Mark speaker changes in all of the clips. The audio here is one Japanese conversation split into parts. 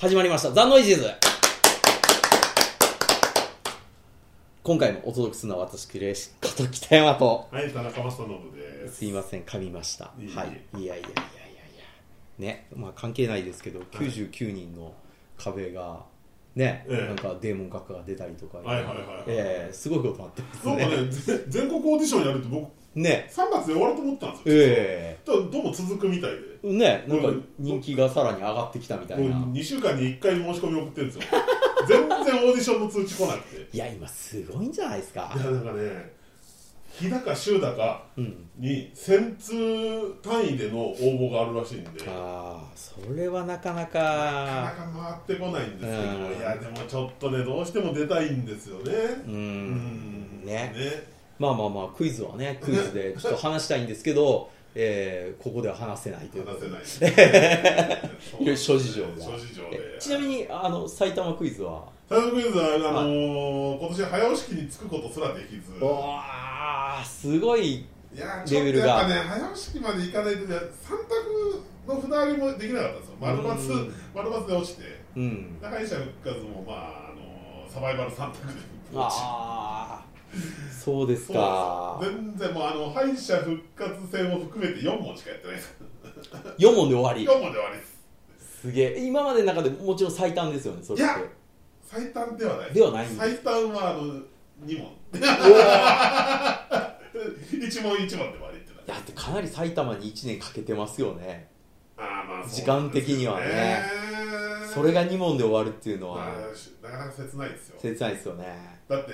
Speaker 1: 始まりました「ザ・ノイジーズ」今回もお届けするのは私クレシカと北山と
Speaker 2: はい、田中正信です。
Speaker 1: すいません噛みました
Speaker 2: いえいえ
Speaker 1: はいいやいやいやいやいやねまあ関係ないですけど99人の壁がね、
Speaker 2: ええ
Speaker 1: なんかデーモン閣下が出たりとか、
Speaker 2: はいはいはいはい
Speaker 1: ええすごいことになってます
Speaker 2: なんか
Speaker 1: ね
Speaker 2: ね、ぜ全国オーディションやるって僕、
Speaker 1: ね
Speaker 2: 3月で終わると思ったんですよ。
Speaker 1: え
Speaker 2: ただどうも続くみたいで。
Speaker 1: えねなんか人気がさらに上がってきたみたいな、
Speaker 2: もう2週間に1回申し込み送ってるんですよ。全然オーディションの通知来なくて。い
Speaker 1: いや今すごいんじゃないですか
Speaker 2: や、なんかね、日高、週高
Speaker 1: うん
Speaker 2: に1000通単位での応募があるらしいんで、な
Speaker 1: ああそれはなかな
Speaker 2: かな
Speaker 1: か
Speaker 2: か回ってこないんですけ
Speaker 1: うん
Speaker 2: ど、いや、でもちょっとね、どうしても出たいんですよね。
Speaker 1: う
Speaker 2: うん
Speaker 1: ね
Speaker 2: ね
Speaker 1: まあまあまあクイズはねクイズでちょっと話したいんですけど、えーここでは話せないという
Speaker 2: 話せない。
Speaker 1: いろいろ 諸事情が
Speaker 2: 諸事情
Speaker 1: え
Speaker 2: で。
Speaker 1: ちなみにあの埼玉クイズは
Speaker 2: タイムクイズはあのー今年早押し機につくことすらできず
Speaker 1: うわーすごい
Speaker 2: いやちょっと
Speaker 1: レベルが
Speaker 2: やっぱね早押し機まで行かないとね三択の札ありもできなかったんですよ丸バツ
Speaker 1: うん
Speaker 2: 丸バツで落ちて
Speaker 1: うん
Speaker 2: 中西者復活もまあ、あのーサバイバル三択で落ち
Speaker 1: ああそうです
Speaker 2: そ
Speaker 1: か
Speaker 2: うです全然もうあの敗者復活戦を含めて4問しかやってないです
Speaker 1: 4問で終
Speaker 2: 4
Speaker 1: わ
Speaker 2: 問で終わりです
Speaker 1: りすげえ今までの中でもちろん最短ですよねそれっ
Speaker 2: いや
Speaker 1: て
Speaker 2: 最短ではない
Speaker 1: ではないんです
Speaker 2: 最短はあの2問1 問1問で終わりってな
Speaker 1: だってかなり埼玉に1年かけてますよね
Speaker 2: あーまあそう
Speaker 1: 時間的にはね
Speaker 2: ですよね
Speaker 1: それが2問で終わるっていうの
Speaker 2: ま
Speaker 1: は
Speaker 2: あしなかなか切ないですよ
Speaker 1: 切ないですよね
Speaker 2: だって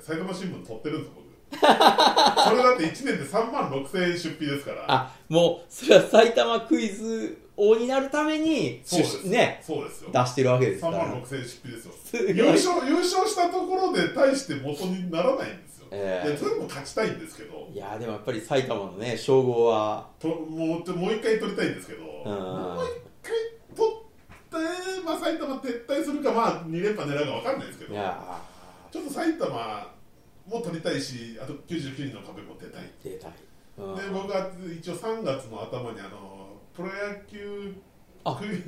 Speaker 2: 埼玉新聞取ってるんです 僕それだって1年で3万6千円出費ですから
Speaker 1: あもうそれは埼玉クイズ王になるために
Speaker 2: そうです
Speaker 1: 出ね
Speaker 2: そうですよ
Speaker 1: 出してるわけですか
Speaker 2: 3
Speaker 1: ら
Speaker 2: 万6千円出費ですよ
Speaker 1: すごい
Speaker 2: 優勝優勝したところで大して元にならないんですよ、
Speaker 1: ええ
Speaker 2: いやそれも勝ちたいんですけど
Speaker 1: いやーでもやっぱり埼玉のね称号は
Speaker 2: ともうもう一回取りたいんですけど、
Speaker 1: うん
Speaker 2: もう一回取って、まあ、埼玉撤退するか、まあ、2連覇狙うか分かんないですけ
Speaker 1: い
Speaker 2: ど、
Speaker 1: や
Speaker 2: ちょっと埼玉も取りたいし、あと99人の壁も出たい。
Speaker 1: ー出たい、うん
Speaker 2: で、僕は一応3月の頭にあのプロ野球
Speaker 1: あ
Speaker 2: クイ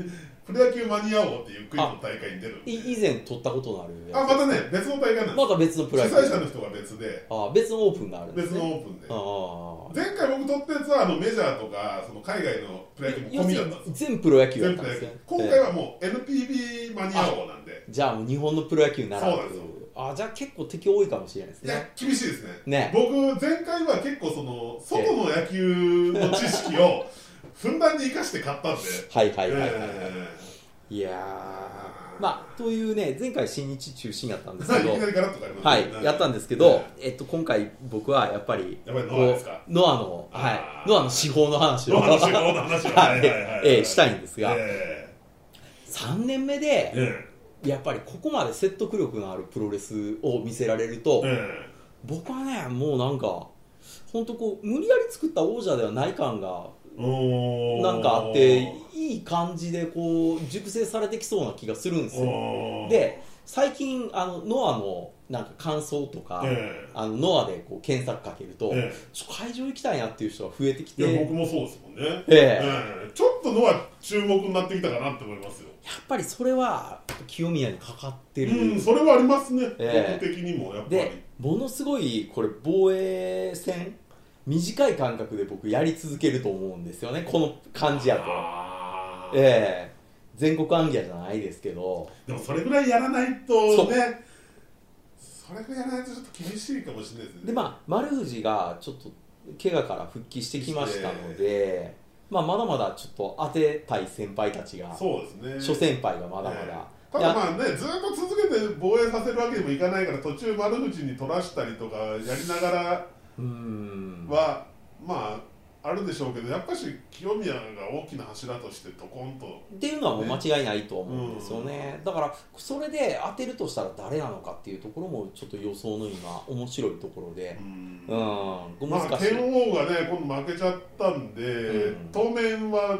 Speaker 2: プロ野球マニア王っていうクイズの大会に出るんで、
Speaker 1: い以前取ったことのあるやつ
Speaker 2: あまたね、別の大会なんで
Speaker 1: また別のプライ
Speaker 2: す。主
Speaker 1: ズ
Speaker 2: 催者の人が別で、
Speaker 1: あー別のオープンがあるんです
Speaker 2: 別
Speaker 1: ね
Speaker 2: のオープンで。
Speaker 1: あ
Speaker 2: 前回僕取ったやつはあのメジャーとかその海外のプロ野球も
Speaker 1: ー要
Speaker 2: 込み
Speaker 1: す
Speaker 2: だ
Speaker 1: る
Speaker 2: ったん
Speaker 1: に
Speaker 2: ですよ
Speaker 1: 全プロ野球だっ
Speaker 2: 全
Speaker 1: た
Speaker 2: 部
Speaker 1: んですね
Speaker 2: 今
Speaker 1: え
Speaker 2: 回はもう NPB マニア王なんで、
Speaker 1: えじゃあもう日本のプロ野球なら
Speaker 2: そうなんですよ
Speaker 1: あーじゃあ結構敵多いかもしれないです
Speaker 2: いや
Speaker 1: ね
Speaker 2: 厳しいですね
Speaker 1: ね
Speaker 2: 僕前回は結構その外の野球の知識をふんだんに生かして買ったんで、
Speaker 1: はいはいはいはい、はい
Speaker 2: え
Speaker 1: いやーまあというね前回新日中心やったんですけ
Speaker 2: ー
Speaker 1: ど
Speaker 2: いきなりガラッと変わりま
Speaker 1: は
Speaker 2: したね
Speaker 1: いやったんですけ
Speaker 2: え
Speaker 1: ど、えっと、今回僕はやっぱり
Speaker 2: やっぱりノア
Speaker 1: こう
Speaker 2: ですか
Speaker 1: ノアの、は
Speaker 2: あ
Speaker 1: い、
Speaker 2: ー
Speaker 1: ノアの司法の話
Speaker 2: ー
Speaker 1: を
Speaker 2: ノアの手法の話は
Speaker 1: は
Speaker 2: はいいはいはい
Speaker 1: えーしたいんですが
Speaker 2: え
Speaker 1: 3年目
Speaker 2: ー
Speaker 1: で
Speaker 2: え
Speaker 1: やっぱりここまで説得力のあるプロレスを見せられると
Speaker 2: ーえ
Speaker 1: 僕はねもうなんか本当こう無理やり作った王者ではない感が
Speaker 2: ーおー
Speaker 1: なんかあっていい感じでこう熟成されてきそうな気がするんですよ
Speaker 2: おー
Speaker 1: で最近あのノアのなんか感想とか、
Speaker 2: え
Speaker 1: あのノアでこう検索かけると、
Speaker 2: ーえ
Speaker 1: ちょ会場行きたいなっていう人が増えてきて、
Speaker 2: ーいや
Speaker 1: え
Speaker 2: 僕もそうですもんね
Speaker 1: え
Speaker 2: ええちょっとのは注目になってきたかなって思いますよ。
Speaker 1: やっぱりそれは清宮にかかってる、
Speaker 2: うん、それはありますね、
Speaker 1: ええ
Speaker 2: 僕的にもやっぱり。
Speaker 1: でものすごいこれ防衛戦短い間隔で僕やり続けると思うんですよねこの感じやと、
Speaker 2: あー
Speaker 1: ええ全国アンギアじゃないですけど
Speaker 2: でもそれぐらいやらない
Speaker 1: そう
Speaker 2: とね、それぐらいやらないとちょっと厳しいかもしれないですね。
Speaker 1: でまあ丸藤がちょっと怪我から復帰してきましたので、まあ、まだまだちょっと当てたい先輩たちが
Speaker 2: そうですね。
Speaker 1: 初先輩がまだま
Speaker 2: え
Speaker 1: だ、
Speaker 2: えただまあね、ずっと続けて防衛させるわけにもいかないから、途中丸藤に取らしたりとかやりながら
Speaker 1: うーん
Speaker 2: は、まあ、あるでしょうけど、やっぱし清宮が大きな柱としてドコンと。
Speaker 1: っていうのはもう間違いないと思うんですよねだからそれで当てるとしたら誰なのかっていうところもちょっと予想の今面白いところで
Speaker 2: うん
Speaker 1: うん
Speaker 2: まあ、
Speaker 1: 難しい、
Speaker 2: 天王がね、今度負けちゃったんで、
Speaker 1: うん
Speaker 2: 当面は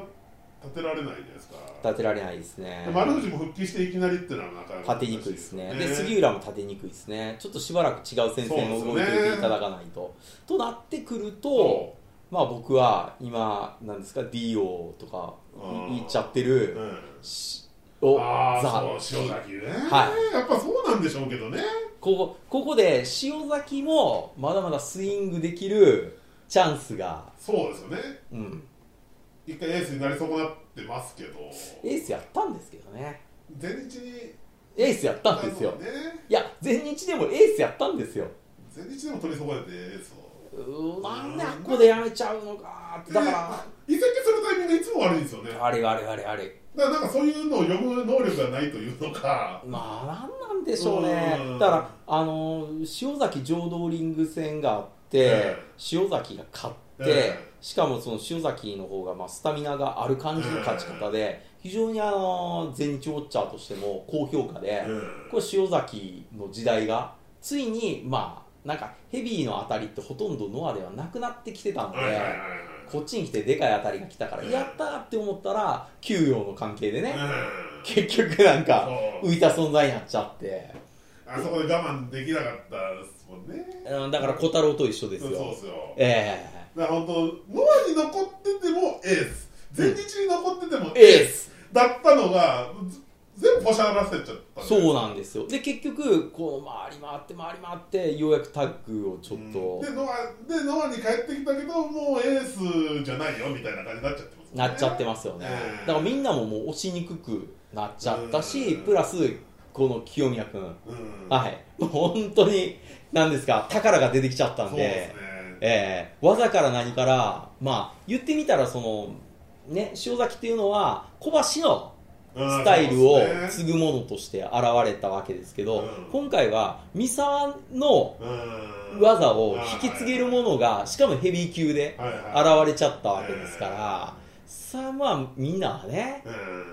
Speaker 2: 立てられないじゃないですか。
Speaker 1: 立てられないですね
Speaker 2: で丸藤も復帰していきなりっていうのはなかなか
Speaker 1: 立てにくいですねで杉浦も立てにくいですねちょっとしばらく違う戦線を動いて
Speaker 2: そうです
Speaker 1: い
Speaker 2: ね
Speaker 1: ただかないと、となってくると
Speaker 2: と、
Speaker 1: まあ僕は今なんですか DO とか
Speaker 2: うん
Speaker 1: 言っちゃって
Speaker 2: う
Speaker 1: る
Speaker 2: ん
Speaker 1: しを
Speaker 2: あ
Speaker 1: ザ
Speaker 2: あそう塩崎ね、
Speaker 1: は
Speaker 2: やっぱそうなんでしょうけどね
Speaker 1: ここここで塩崎もまだまだスイングできるチャンスが、
Speaker 2: そうですよね
Speaker 1: うん、
Speaker 2: 一回エースになり損なってますけど
Speaker 1: エースやったんですけどね
Speaker 2: 前日に
Speaker 1: エースやったんですよ
Speaker 2: あのね
Speaker 1: いや前日でもエースやったんですよ
Speaker 2: 前日でも取り損ねてエースを
Speaker 1: うーなんであっこでやめちゃうのかってだか
Speaker 2: 移籍するタイミングがいつも悪いんですよねだ
Speaker 1: ら
Speaker 2: か
Speaker 1: あれあれあれあれ
Speaker 2: らなんかそういうのを読む能力がないというのか
Speaker 1: まあなんなんでしょうね
Speaker 2: うん
Speaker 1: だからあのー塩崎浄土リング戦があって、
Speaker 2: え
Speaker 1: 塩崎が勝って、
Speaker 2: ええ
Speaker 1: しかもその塩崎の方がまあスタミナがある感じの勝ち方で、非常にあのー全日ウォッチャーとしても高評価で、
Speaker 2: うん
Speaker 1: これ塩崎の時代がついにまあなんかヘビーの当たりってほとんどノアではなくなってきてたので、
Speaker 2: はいはいはいはい
Speaker 1: こっちに来てでかい当たりが来たから、
Speaker 2: うん
Speaker 1: やったーって思ったら給与の関係でね、
Speaker 2: うん
Speaker 1: 結局なんか
Speaker 2: そう
Speaker 1: 浮いた存在になっちゃって、
Speaker 2: あそこで我慢できなかったですもんね
Speaker 1: うん、だから小太郎と一緒です
Speaker 2: そうそう
Speaker 1: よ
Speaker 2: ですよ
Speaker 1: ええ
Speaker 2: だから本当ノアに残っててもエース前日に残ってても
Speaker 1: エー
Speaker 2: ス
Speaker 1: ス
Speaker 2: だったのがず全部ポシャらせちゃった
Speaker 1: そう
Speaker 2: な
Speaker 1: なんですよで結局こう回り回って回り回ってようやくタッグをちょっと、
Speaker 2: でノアでノアに帰ってきたけどもうエースじゃないよみたいな感じになっちゃってますもんね
Speaker 1: なっちゃってますよね、
Speaker 2: うん
Speaker 1: だからみんなももう押しにくくなっちゃったし、
Speaker 2: うん
Speaker 1: プラスこの清宮君、
Speaker 2: うん
Speaker 1: はいもう本当に何ですか宝が出てきちゃったん
Speaker 2: そ
Speaker 1: で
Speaker 2: うですね
Speaker 1: えー技から何から、まあ、言ってみたらその、ね、塩崎っていうのは小橋の
Speaker 2: うん
Speaker 1: スタイルを
Speaker 2: そうです
Speaker 1: 継
Speaker 2: ね
Speaker 1: ぐものとして現れたわけですけど、
Speaker 2: うん
Speaker 1: 今回は三沢の
Speaker 2: うん
Speaker 1: 技を引き継げるものがしかもヘビー級で
Speaker 2: はいはい
Speaker 1: 現れちゃったわけですから、さあまあみんなはね
Speaker 2: う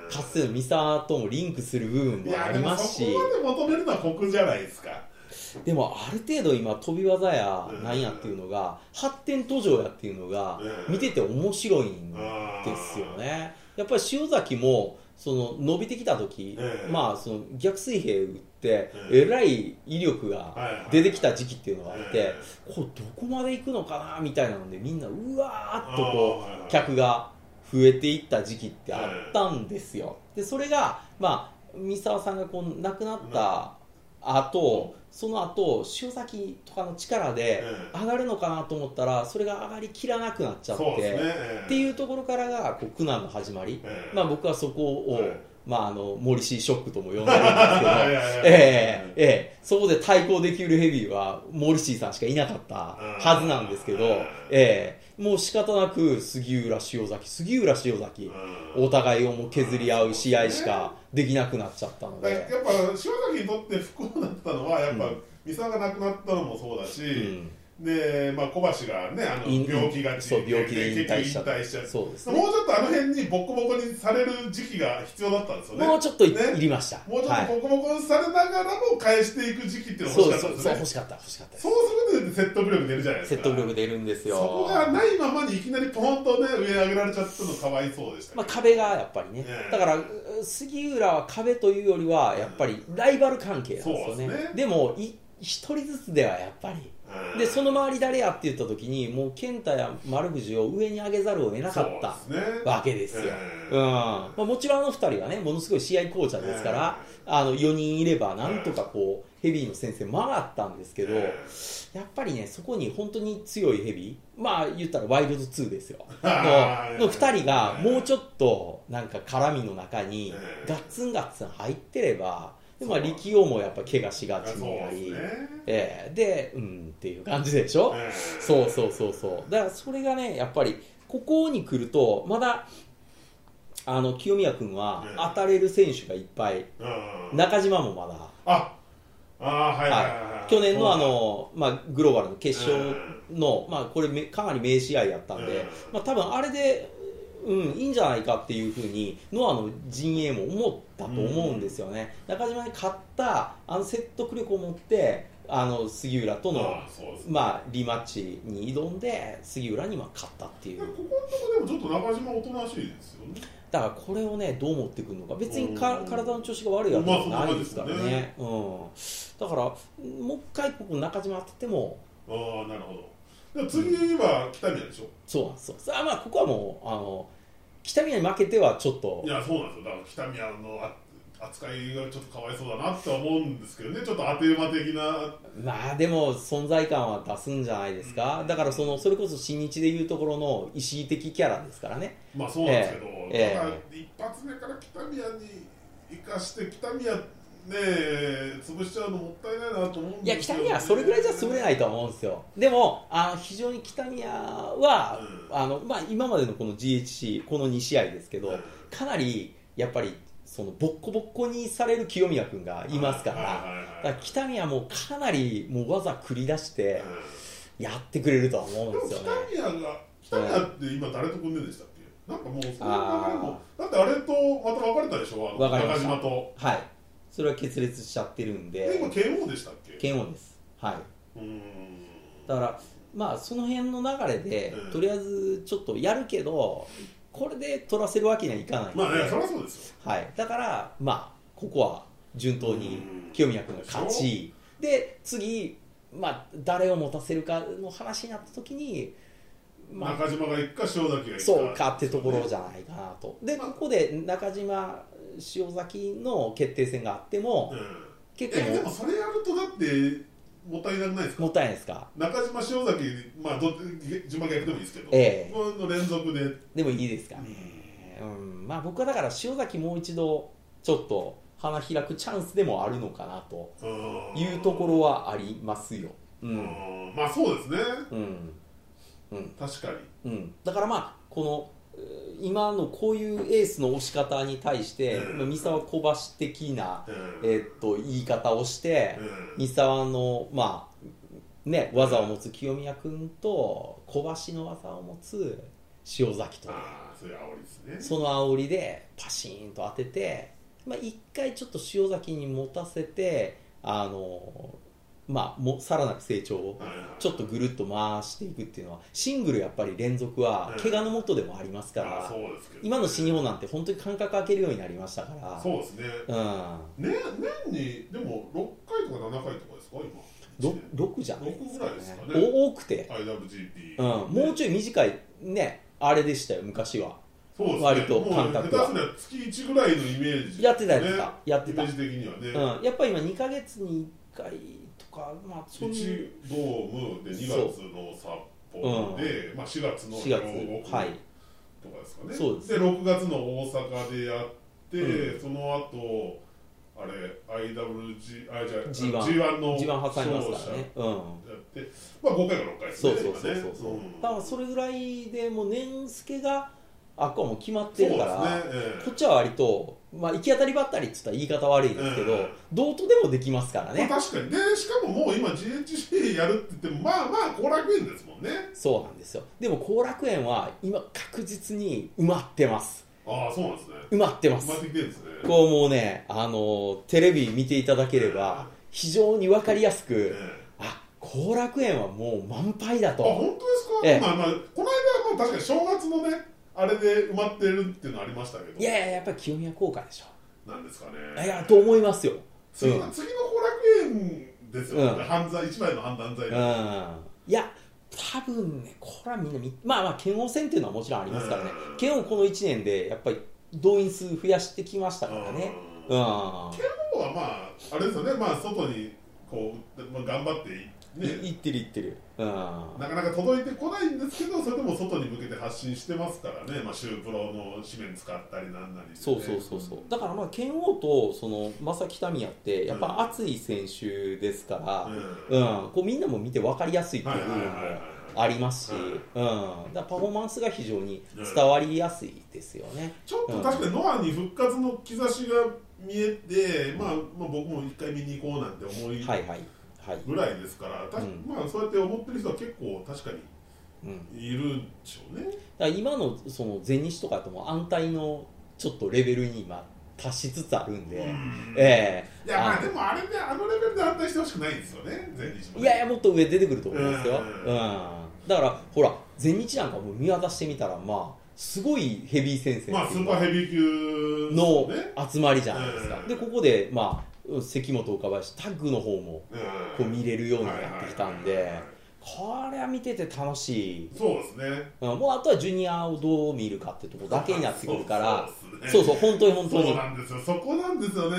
Speaker 2: ん
Speaker 1: かつての三沢ともリンクする部分
Speaker 2: い
Speaker 1: もあ
Speaker 2: やで
Speaker 1: り
Speaker 2: も
Speaker 1: ます
Speaker 2: そ
Speaker 1: し
Speaker 2: こまで求めるのは酷じゃないですか
Speaker 1: でもある程度今飛び技や
Speaker 2: うん
Speaker 1: なんやっていうのが発展途上やっていうのが
Speaker 2: うん
Speaker 1: 見てて面白いんですよねやっぱり塩崎もその伸びてきた時、
Speaker 2: うん
Speaker 1: まあその逆水平打って
Speaker 2: うん
Speaker 1: えらい威力が出てきた時期っていうのがあってこうどこまで行くのかなみたいなのでみんなうわーっとこ
Speaker 2: あー
Speaker 1: う客が増えていった時期ってあったんですよでそれがまあ三沢さんがこう亡くなった後その後塩崎とかの力で
Speaker 2: うん
Speaker 1: 上がるのかなと思ったらそれが上がりきらなくなっちゃっ
Speaker 2: そうです
Speaker 1: て
Speaker 2: ね
Speaker 1: っていうところからがこう苦難の始まりまあ、僕はそこを、
Speaker 2: はい
Speaker 1: まあ、あのモリシーショックとも呼んでるんです けど
Speaker 2: いやいやいや
Speaker 1: ええええそこで対抗できるヘビーはモリシーさんしかいなかったはずなんですけど、
Speaker 2: うん
Speaker 1: ええもう仕方なく杉浦塩崎杉浦塩崎お互いをもう削り合う試合しかできなくなっちゃったの
Speaker 2: だから
Speaker 1: で
Speaker 2: やっ。ぱ塩崎にとって不幸だったのはやっぱ、三沢が亡くなったのもそうだ
Speaker 1: う
Speaker 2: し、
Speaker 1: ん
Speaker 2: で、まあ、小橋がねあの
Speaker 1: 引
Speaker 2: 病気がち
Speaker 1: そう病気で引退しちゃっ
Speaker 2: 結局
Speaker 1: た
Speaker 2: 引退しちゃ
Speaker 1: そうです
Speaker 2: う
Speaker 1: ね
Speaker 2: もうちょっとあの辺にボコボコにされる時期が必要だったんですよね
Speaker 1: もうちょっとい,、
Speaker 2: ね
Speaker 1: りました
Speaker 2: もうちょ
Speaker 1: は
Speaker 2: っ
Speaker 1: い
Speaker 2: とボコボコにされながらも返していく時期っていうのが
Speaker 1: そう
Speaker 2: 欲しか
Speaker 1: そ
Speaker 2: った
Speaker 1: うそう
Speaker 2: んですよ
Speaker 1: 欲
Speaker 2: ね
Speaker 1: しかった欲しかったです
Speaker 2: そうすると説得力出るじゃないですか
Speaker 1: 説得力出るんです
Speaker 2: そ
Speaker 1: よ
Speaker 2: こがないままにいきなりポンとね上上げられちゃったのかわいそうでしたけ
Speaker 1: ま
Speaker 2: ど、
Speaker 1: あ、壁がやっぱりね、
Speaker 2: ええ
Speaker 1: だからう杉浦は壁というよりはやっぱりライバル関係なんですよね
Speaker 2: そうですね
Speaker 1: でもい一人ずつではやっぱり
Speaker 2: うん
Speaker 1: でその周り誰やって言った時にもう健太や丸藤を上に上げざるを得なかった
Speaker 2: そうですね
Speaker 1: わけですよ、
Speaker 2: え
Speaker 1: う
Speaker 2: え
Speaker 1: んまあ、もちろんあの二人はねものすごい試合紅茶ですから、あの4人いればなんとかこうヘビーの先生回ったんですけど、
Speaker 2: え
Speaker 1: やっぱりねそこに本当に強いヘビーまあ言ったらワイルド2ですよ
Speaker 2: あー
Speaker 1: のの2人が
Speaker 2: ええ
Speaker 1: もうちょっとなんか絡みの中に
Speaker 2: ええ
Speaker 1: ガッツンガッツン入ってればで、まあ、
Speaker 2: そう
Speaker 1: 力王もやっぱ怪我しが
Speaker 2: え
Speaker 1: ち
Speaker 2: そう
Speaker 1: にな
Speaker 2: です
Speaker 1: り、
Speaker 2: ね
Speaker 1: ええでうんっていう感じでしょ、
Speaker 2: ええ
Speaker 1: そうそうそうそうだからそれがねやっぱりここに来るとまだあの清宮君は
Speaker 2: ええ
Speaker 1: 当たれる選手がいっぱい
Speaker 2: うん
Speaker 1: 中島もまだ
Speaker 2: ああーはいはいはい、は
Speaker 1: はい
Speaker 2: い、
Speaker 1: 去年のあ
Speaker 2: そう
Speaker 1: の、まあ、グローバルの決勝の、まあ、これめかなり名試合やったんで、
Speaker 2: うん
Speaker 1: まあ、多分あれで、うん、いいんじゃないかっていうふうにノアの陣営も思ったと思うんですよね、中島に勝ったあの説得力を持ってあの杉浦との、
Speaker 2: あーそうですね
Speaker 1: まあ、リマッチに挑んで杉浦にまあ勝ったってい
Speaker 2: でも
Speaker 1: う
Speaker 2: ここのとこでもちょっと中島おとなしいですよね
Speaker 1: だからこれをねどう持ってくるのか別にか
Speaker 2: うん
Speaker 1: 体の調子が悪いわけじゃないですからね,、うん、だからもう一回ここ中島当てても
Speaker 2: ああなるほどで次は北宮でしょ、
Speaker 1: そうなんですよさあまあここはもうあの北宮に負けてはちょっと
Speaker 2: いやそうなんですよだから北宮のあ扱いがちょっとかわいそうだなって思うんですけどね、ちょっと当て馬的な、
Speaker 1: まあでも存在感は出すんじゃないですか、だからそのそれこそ新日でいうところの石井的キャラですからね、
Speaker 2: まあそうなんですけど、
Speaker 1: ええ
Speaker 2: ただ
Speaker 1: え、
Speaker 2: 一発目から北宮に生かして、北宮ね、潰しちゃうのもったいないなと思うん
Speaker 1: い
Speaker 2: で
Speaker 1: や、
Speaker 2: すけ
Speaker 1: 北
Speaker 2: ど、。
Speaker 1: 宮はそれぐらいじゃ潰れないいとは思うんですよ、でも、あ非常に北宮は、あのまあ、今までのこの GHC、この2試合ですけど、かなりやっぱり、そのボッコボッコにされる清宮君がいますから、
Speaker 2: はいはいはい
Speaker 1: だから北宮もかなりもう技繰り出してやってくれるとは思うん
Speaker 2: で
Speaker 1: で
Speaker 2: も
Speaker 1: すよね。
Speaker 2: 北宮が、北宮って今、誰と組んでるんでしたっけなんかもう、その流れも
Speaker 1: あ、
Speaker 2: だってあれとまた別れたでしょ、あの
Speaker 1: 別れま
Speaker 2: 中
Speaker 1: した
Speaker 2: 島と。
Speaker 1: はい、それは決裂しちゃってるん
Speaker 2: で、今、
Speaker 1: で、
Speaker 2: KO でしたっけ
Speaker 1: 剣王です。はい、
Speaker 2: うーん
Speaker 1: だから、まあ、その辺の流れで
Speaker 2: うん、
Speaker 1: とりあえずちょっとやるけど、これで取らせるわけにはいかないんで、
Speaker 2: まあね、そりゃそうですよ。
Speaker 1: はい、だから、まあ、ここは順当に
Speaker 2: うん
Speaker 1: 清宮君が勝ち、で、次、まあ、誰を持たせるかの話になった時に、まあ、
Speaker 2: 中島が行くか、塩崎が行くか。
Speaker 1: そうかってところじゃないかなと。で、ここで中島、塩崎の決定戦があっても、
Speaker 2: うん
Speaker 1: 結
Speaker 2: えでも
Speaker 1: 構
Speaker 2: それやるとだってもったいなくないですか
Speaker 1: もったいないですか。
Speaker 2: 中島塩崎まあど順番逆でもいいですけど、
Speaker 1: ええ
Speaker 2: この連続で、
Speaker 1: でもいいですかね、うんまあ、僕はだから塩崎もう一度ちょっと花開くチャンスでもあるのかなと
Speaker 2: うん
Speaker 1: いうところはありますよ。う
Speaker 2: うんん、まあそうですね
Speaker 1: うんうん
Speaker 2: 確かに
Speaker 1: うん、だからまあこのえー今のこういうエースの押し方に対して、
Speaker 2: うん
Speaker 1: まあ三沢小橋的な、
Speaker 2: うん
Speaker 1: えーっと言い方をして、
Speaker 2: う
Speaker 1: 三
Speaker 2: ん
Speaker 1: 沢のまあね技を持つ清宮君と小橋の技を持つ塩崎と。
Speaker 2: ああそういう煽りですね
Speaker 1: その煽りでパシーンと当てて、まあ、一回ちょっと塩崎に持たせてあの、まあ、もさらなる成長を
Speaker 2: はいはい
Speaker 1: ちょっとぐるっと回していくっていうのはシングルやっぱり連続は
Speaker 2: うん
Speaker 1: 怪我のもとでもありますか
Speaker 2: あー
Speaker 1: ら、
Speaker 2: そうですけど
Speaker 1: 今の新日本なんて本当に間隔空けるようになりましたから
Speaker 2: そうですね
Speaker 1: うん、
Speaker 2: ね年にでも六回とか七回とかですか今
Speaker 1: ろ6じゃない
Speaker 2: 六ぐらいですかね
Speaker 1: お多くて、
Speaker 2: IWGP、
Speaker 1: うん、もうちょい短いねあれでしたよ昔は
Speaker 2: そうですね
Speaker 1: 割と感
Speaker 2: もう下
Speaker 1: 覚
Speaker 2: 手
Speaker 1: は
Speaker 2: すりゃ月一ぐらいのイメージ、
Speaker 1: やってたやつか
Speaker 2: ね
Speaker 1: やってた
Speaker 2: イメージ的にはね、
Speaker 1: うん、やっぱり今2か月に1回とかまあそんな
Speaker 2: 1ドームで2月の札幌で、まあ、4月の
Speaker 1: 4
Speaker 2: 兵庫
Speaker 1: 月
Speaker 2: とか
Speaker 1: はい
Speaker 2: ですかね、
Speaker 1: そうです
Speaker 2: で6月の大阪でやって、
Speaker 1: う
Speaker 2: その後あれ IWG あじゃあ
Speaker 1: G1
Speaker 2: G1 の
Speaker 1: 一番挟みますから
Speaker 2: 勝
Speaker 1: ね、うん、
Speaker 2: 者やって、まあ、5回か6回です
Speaker 1: そ
Speaker 2: ね
Speaker 1: うそうそうそうそう、
Speaker 2: 今ねん
Speaker 1: だからそれぐらいでもう年付けがあっこはもう決まってるから、
Speaker 2: そうですね、ええ
Speaker 1: こっちは割と、まあ、行き当たりばったりって言ったら言い方悪いですけど、
Speaker 2: うん
Speaker 1: 同等でもできますからね、
Speaker 2: まあ、確かにでしかももう今 GHC やるって言ってもまあまあ後楽園ですもんね
Speaker 1: そうなんですよでも後楽園は今確実に埋まってます
Speaker 2: ああそうなんですね
Speaker 1: 埋まってます
Speaker 2: まってきてるんですね
Speaker 1: こうもうねあのテレビ見ていただければ非常に分かりやす
Speaker 2: え
Speaker 1: く
Speaker 2: え
Speaker 1: あ後楽園はもう満杯だ
Speaker 2: あ
Speaker 1: と
Speaker 2: 本当
Speaker 1: え
Speaker 2: です
Speaker 1: え
Speaker 2: か、まあまあ、この間はまあ確かに正月のねあれで埋まってるっていうのありましたけど
Speaker 1: いやいややっぱり清宮効果でしょ
Speaker 2: なんですかね
Speaker 1: いやと思いますよ
Speaker 2: 次
Speaker 1: うん
Speaker 2: の、次の後楽園ですよ、
Speaker 1: うん
Speaker 2: 犯罪一枚の判断罪
Speaker 1: う
Speaker 2: で、
Speaker 1: んいや多分ねこれはみんなみまあまあ剣王戦っていうのはもちろんありますからね
Speaker 2: うん
Speaker 1: 剣王この1年でやっぱり動員数増やしてきましたからね
Speaker 2: う
Speaker 1: うんん
Speaker 2: 今日はまああれですよねまあ外にこう、まあ、頑張って
Speaker 1: い
Speaker 2: ね
Speaker 1: いってるいってるうん
Speaker 2: なかなか届いてこないんですけどそれでも外に向けて発信してますからね、まあ、シュープロの紙面使ったりなんなりでね、
Speaker 1: そうそうそうそうだからまあ剣王とその正木民也ってやっぱ熱い選手ですから、
Speaker 2: うん
Speaker 1: うん、こうみんなも見て分かりやすいっていう
Speaker 2: はい
Speaker 1: 部
Speaker 2: はい
Speaker 1: 分
Speaker 2: はい
Speaker 1: も
Speaker 2: はい
Speaker 1: ありますし、
Speaker 2: は
Speaker 1: うん、だからパフォーマンスが非常に伝わりやすいですよね。
Speaker 2: ちょっと確かにノアに復活の兆しが見えて、まあ、まあ僕も一回見に行こうなんて思い
Speaker 1: はいはいはい、
Speaker 2: ぐらいですから、た
Speaker 1: うん
Speaker 2: まあそうやって思ってる人は結構確か
Speaker 1: うん、だか
Speaker 2: にいるんでしょうね。
Speaker 1: ら今のその全日とかともう安泰のちょっとレベルに今達しつつあるんで、
Speaker 2: うん
Speaker 1: ええ
Speaker 2: いやまあ
Speaker 1: あ
Speaker 2: でもあれであのレベルで安定してほしくないんですよね、全日もね、
Speaker 1: いやいやもっと上出てくると思いますよ、
Speaker 2: う
Speaker 1: うんんだからほら全日なんかもう見渡してみたらまあすごいヘビー戦線
Speaker 2: まあ
Speaker 1: って
Speaker 2: ス
Speaker 1: いう
Speaker 2: ー
Speaker 1: か
Speaker 2: パーヘビー級
Speaker 1: の
Speaker 2: ね、
Speaker 1: 集まりじゃないですか、
Speaker 2: うん
Speaker 1: でここでまあ関本岡林タッグの方も
Speaker 2: うん
Speaker 1: こう見れるようになってきたんで、これは見てて楽しい、
Speaker 2: そうですね
Speaker 1: うん、もうあとはジュニアをどう見るかってとこだけになってくるから
Speaker 2: そ
Speaker 1: そううそう本当に本
Speaker 2: そ
Speaker 1: 当
Speaker 2: う
Speaker 1: に
Speaker 2: なんですよそこなんですよね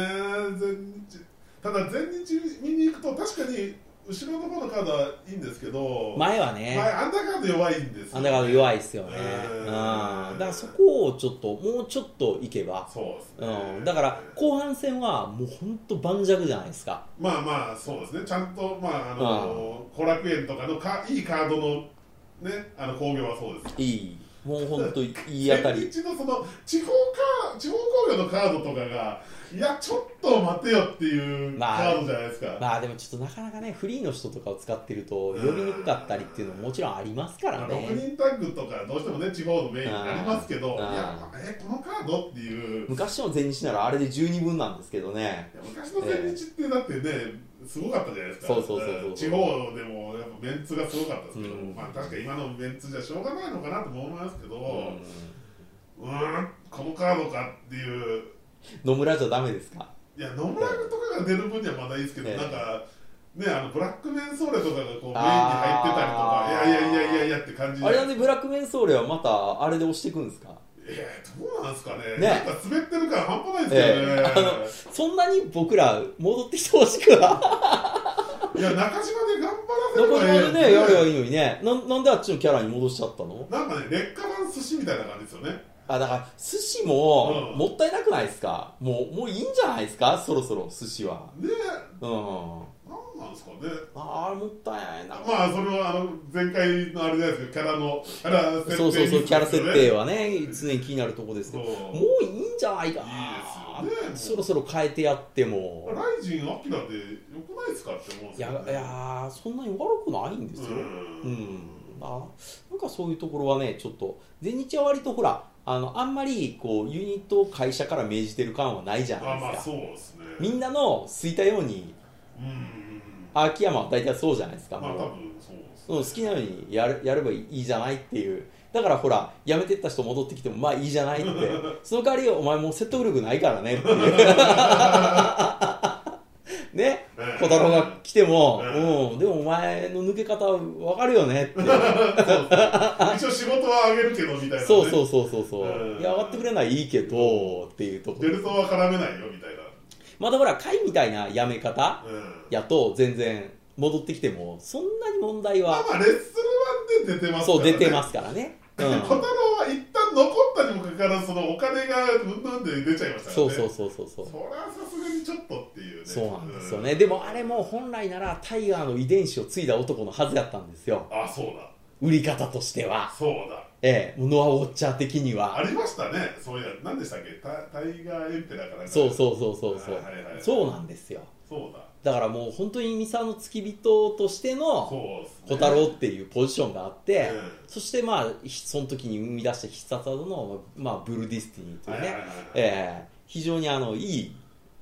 Speaker 2: 全日ただ全日見に行くと確かに後ろの方のカードはいいんですけど、
Speaker 1: 前は
Speaker 2: は
Speaker 1: ね、
Speaker 2: い、アンダーカード弱いんですよ
Speaker 1: あんなが弱いですよね、
Speaker 2: うん
Speaker 1: うん、だからそこをちょっともうちょっといけば、
Speaker 2: そうですね、
Speaker 1: うん、だから後半戦はもう本当盤石じゃないですか
Speaker 2: まあまあそうですねちゃんとまああの後楽園とかのかいいカードのねあの工業はそうです
Speaker 1: いいもう本当いい当た り
Speaker 2: 先日のその地方カー地方工業のカードとかがいやちょっと待てよっていうカ
Speaker 1: まあ
Speaker 2: ードじゃないですか、
Speaker 1: まあでもちょっとなかなかねフリーの人とかを使ってると呼びにくかったりっていうのももちろんありますから
Speaker 2: まあ6
Speaker 1: ね
Speaker 2: 人タッグとかどうしてもね地方のメインになりますけどい
Speaker 1: うん
Speaker 2: や、まあえこのカードっていうい
Speaker 1: 昔の前日ならあれで12分なんですけどね
Speaker 2: や昔の戦日ってだってね、すごかったじゃないですか
Speaker 1: そうそうそうそうん
Speaker 2: 地方でもやっぱメンツがすごかったですけど、
Speaker 1: うん
Speaker 2: まあ確か今のメンツじゃしょうがないのかなとも思いますけど、
Speaker 1: うん
Speaker 2: うーんこのカードかっていう
Speaker 1: 野村じゃダメですか
Speaker 2: いや野村とかが出る分にはまだいいですけど、
Speaker 1: ええ
Speaker 2: なんかねあのブラックメンソーレとかがこうメインに入
Speaker 1: あー
Speaker 2: ってたりとかいやいやいやいやいやって感じで
Speaker 1: あれなんでブラックメンソーレはまたあれで押していくんですか
Speaker 2: いやどうなんですかね
Speaker 1: ね
Speaker 2: なんか滑ってるから半端ないですよね、
Speaker 1: えそんなに僕ら戻ってきてほしく はい
Speaker 2: や中島で頑
Speaker 1: どこ
Speaker 2: 張ら
Speaker 1: でも
Speaker 2: せればいい
Speaker 1: ねやれば
Speaker 2: い
Speaker 1: いいのにねなんなんであっちのキャラに戻しちゃったの
Speaker 2: なんかね劣化版寿司みたいな感じですよね
Speaker 1: あだから寿司も
Speaker 2: うん
Speaker 1: もったいなくないですかもうもういいんじゃないですかそろそろ寿司は
Speaker 2: ね
Speaker 1: うん
Speaker 2: なんなんですかね
Speaker 1: ああもったいないな
Speaker 2: まあそれはあの前回のあれじゃないですかキャラのキャラ設定
Speaker 1: そうそうそう
Speaker 2: ミスですよね
Speaker 1: キャラ設定はね常に気になるとこですけ
Speaker 2: そう
Speaker 1: どもういいんじゃないかない
Speaker 2: いです
Speaker 1: そ
Speaker 2: よね
Speaker 1: ろそろ変えてやっても
Speaker 2: ライジンアキラでよくないですかって思うんです
Speaker 1: いや
Speaker 2: よ、
Speaker 1: い
Speaker 2: ね、
Speaker 1: やーそんなに悪くないんですよ
Speaker 2: う
Speaker 1: うんんあなんかそういうところはねちょっと全日は割とほらあのあんまりこうユニットを会社から命じてる感はないじゃない
Speaker 2: あ
Speaker 1: ですか
Speaker 2: まあそうですね
Speaker 1: みんなの好いたように
Speaker 2: うんうんうん
Speaker 1: 秋山は大体そうじゃないですか、
Speaker 2: まあ
Speaker 1: もう
Speaker 2: 多分そうです
Speaker 1: うん、好きなようにやるやればいいじゃないっていうだからほらやめてった人戻ってきてもまあいいじゃ ないってその代わりお前もう説得力ないからねっていうね
Speaker 2: ね
Speaker 1: 小太郎が来ても、
Speaker 2: う
Speaker 1: うん、でもお前の抜け方わかるよねって
Speaker 2: そう そう一応仕事はあげるけどみたいな、ね、
Speaker 1: そうそうそうそうそう
Speaker 2: うん
Speaker 1: いや上がってくれないいけどっていうとこ
Speaker 2: ベルトは絡めないよみたいな
Speaker 1: またほら会みたいなやめ方
Speaker 2: うん
Speaker 1: やと全然戻ってきてもそんなに問題
Speaker 2: まあ
Speaker 1: は
Speaker 2: まあレッスル版で出てますから、ね、
Speaker 1: そう出てますからね、う
Speaker 2: で
Speaker 1: ん
Speaker 2: 小太郎は一旦残ったにもかかわらずそのお金がうんぬんで出ちゃいましたから
Speaker 1: そう
Speaker 2: ね
Speaker 1: そうそうそうそう
Speaker 2: それはさすがにちょっとっていうね
Speaker 1: そうなんですよね、でもあれも本来ならタイガーの遺伝子を継いだ男のはずやったんですよ
Speaker 2: あそうだ
Speaker 1: 売り方としては、
Speaker 2: そうだ
Speaker 1: ええ、ノアウォッチャー的に
Speaker 2: あ
Speaker 1: は
Speaker 2: りましたねそういや何でしたっけタタイガーエンペラーから
Speaker 1: そう
Speaker 2: う
Speaker 1: そうそうそうそう、
Speaker 2: はいはいはい
Speaker 1: そうなんですよ
Speaker 2: そうだ
Speaker 1: だからもう本当にミサの付き人としての
Speaker 2: そうっす
Speaker 1: 小
Speaker 2: ね
Speaker 1: 太郎っていうポジションがあって、
Speaker 2: うん
Speaker 1: そしてまあひその時に生み出した必殺技の、まあ、ブルディスティニーというね、
Speaker 2: はいはいはいはい
Speaker 1: ええ非常にあのいい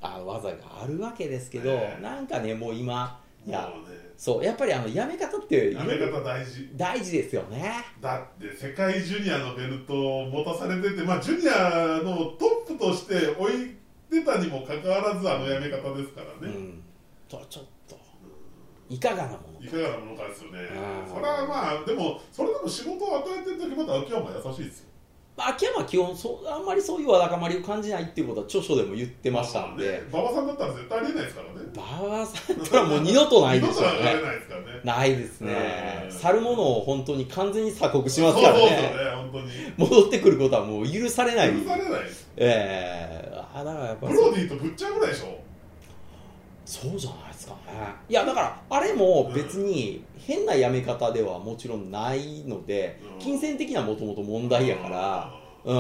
Speaker 1: あの技があるわけですけど、
Speaker 2: ええ
Speaker 1: なんかねもう今いや
Speaker 2: もうね
Speaker 1: そうやっぱりあのやめ方って
Speaker 2: やめ方大事
Speaker 1: 大事ですよね
Speaker 2: だって世界ジュニアのベルトを持たされてて、まあ、ジュニアのトップとして置いてたにもかかわらずあのやめ方ですから
Speaker 1: う
Speaker 2: ね、
Speaker 1: んとちょっといかがなもの
Speaker 2: いかがなものかですよね
Speaker 1: うん
Speaker 2: それはまあでもそれでも仕事を与えてる時また秋山は優しいですよ
Speaker 1: まあ秋山は基本そうあんまりそういうわだかまりを感じないっていうことは著書でも言ってましたんで
Speaker 2: 馬場、さんだったら絶対ありえないですからね
Speaker 1: 馬場さんとはもう二度とないでしょう
Speaker 2: 二度とはありえ
Speaker 1: ね
Speaker 2: ないですからね
Speaker 1: ないですね
Speaker 2: うん
Speaker 1: 去るものを本当に完全に鎖国しますから
Speaker 2: そうそうそう
Speaker 1: ね
Speaker 2: ね本当に
Speaker 1: 戻ってくることはもう許されない
Speaker 2: 許されないです
Speaker 1: ええあだからやっぱ
Speaker 2: ブ
Speaker 1: り
Speaker 2: ロディとぶっちゃうぐらいでしょ
Speaker 1: そうじゃないですかねいやだからあれも別に変なやめ方ではもちろんないので、
Speaker 2: うん
Speaker 1: 金銭的なもともと問題やからうん、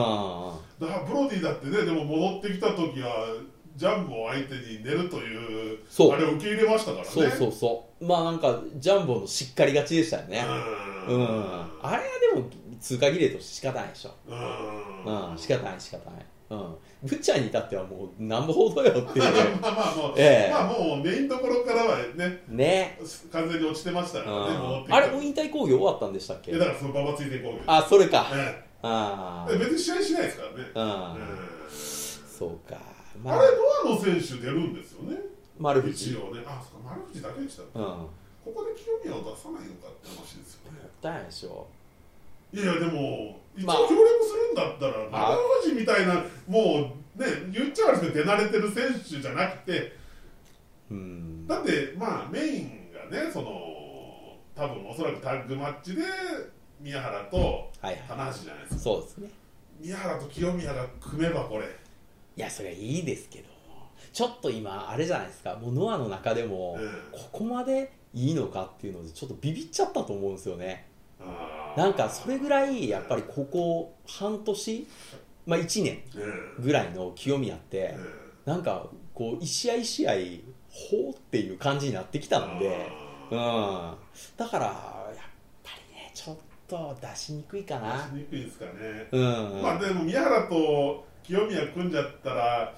Speaker 2: だからブロディだってねでも戻ってきた時はジャンボを相手に寝るという
Speaker 1: そう
Speaker 2: あれを受け入れましたからね
Speaker 1: そうそううそうまあなんかジャンボのしっかり勝ちでしたよねうん、
Speaker 2: ん
Speaker 1: あれはでも通過儀礼として仕方ないでしょ
Speaker 2: うん
Speaker 1: うん仕方ない仕方ないうんブッチャーに至ってはもうなんぼほどよってい
Speaker 2: まあまあもう、
Speaker 1: ええ
Speaker 2: まあもうメインどころからはね
Speaker 1: う ね、
Speaker 2: 完全に落ちてました
Speaker 1: う
Speaker 2: からね戻ってき
Speaker 1: ん、
Speaker 2: た
Speaker 1: あれもう引退興行終わったんでしたっ
Speaker 2: い
Speaker 1: け
Speaker 2: やだからそのままついていこうよ
Speaker 1: あそれか
Speaker 2: え
Speaker 1: あ
Speaker 2: え別に試合しないですからね、
Speaker 1: あうん
Speaker 2: う
Speaker 1: そうか
Speaker 2: ん、あ
Speaker 1: まあ
Speaker 2: れノアの選手出るんですよね
Speaker 1: 丸
Speaker 2: 一
Speaker 1: 藤
Speaker 2: 応ねあそうか丸藤だけでした
Speaker 1: うん
Speaker 2: ここで切清宮を出さないのかって話ですよね
Speaker 1: ったいないでしょ
Speaker 2: いやいやでも一
Speaker 1: まあ
Speaker 2: 応協力するんだったら
Speaker 1: あ
Speaker 2: 中川氏みたいなもうね言っちゃうんですけど出慣れてる選手じゃなくて
Speaker 1: うん
Speaker 2: だってまあメインがねその多分おそらくタッグマッチで宮原と
Speaker 1: はい
Speaker 2: 棚橋じゃないですか
Speaker 1: そうですね
Speaker 2: 宮原と清宮が組めばこれ
Speaker 1: いやそれはいいですけどちょっと今あれじゃないですかもうノアの中でも
Speaker 2: うん
Speaker 1: ここまでいいのかっていうのでちょっとビビっちゃったと思うんですよね
Speaker 2: あー
Speaker 1: なんかそれぐらいやっぱりここ半年まあ1年
Speaker 2: うん
Speaker 1: ぐらいの清宮って
Speaker 2: うん
Speaker 1: なんかこう一試合一試合ほうっていう感じになってきたのでうんだからやっぱりねちょっと出しにくいか
Speaker 2: あー
Speaker 1: な
Speaker 2: 出しにくいですかね
Speaker 1: うん
Speaker 2: まあでも宮原と清宮組んじゃったら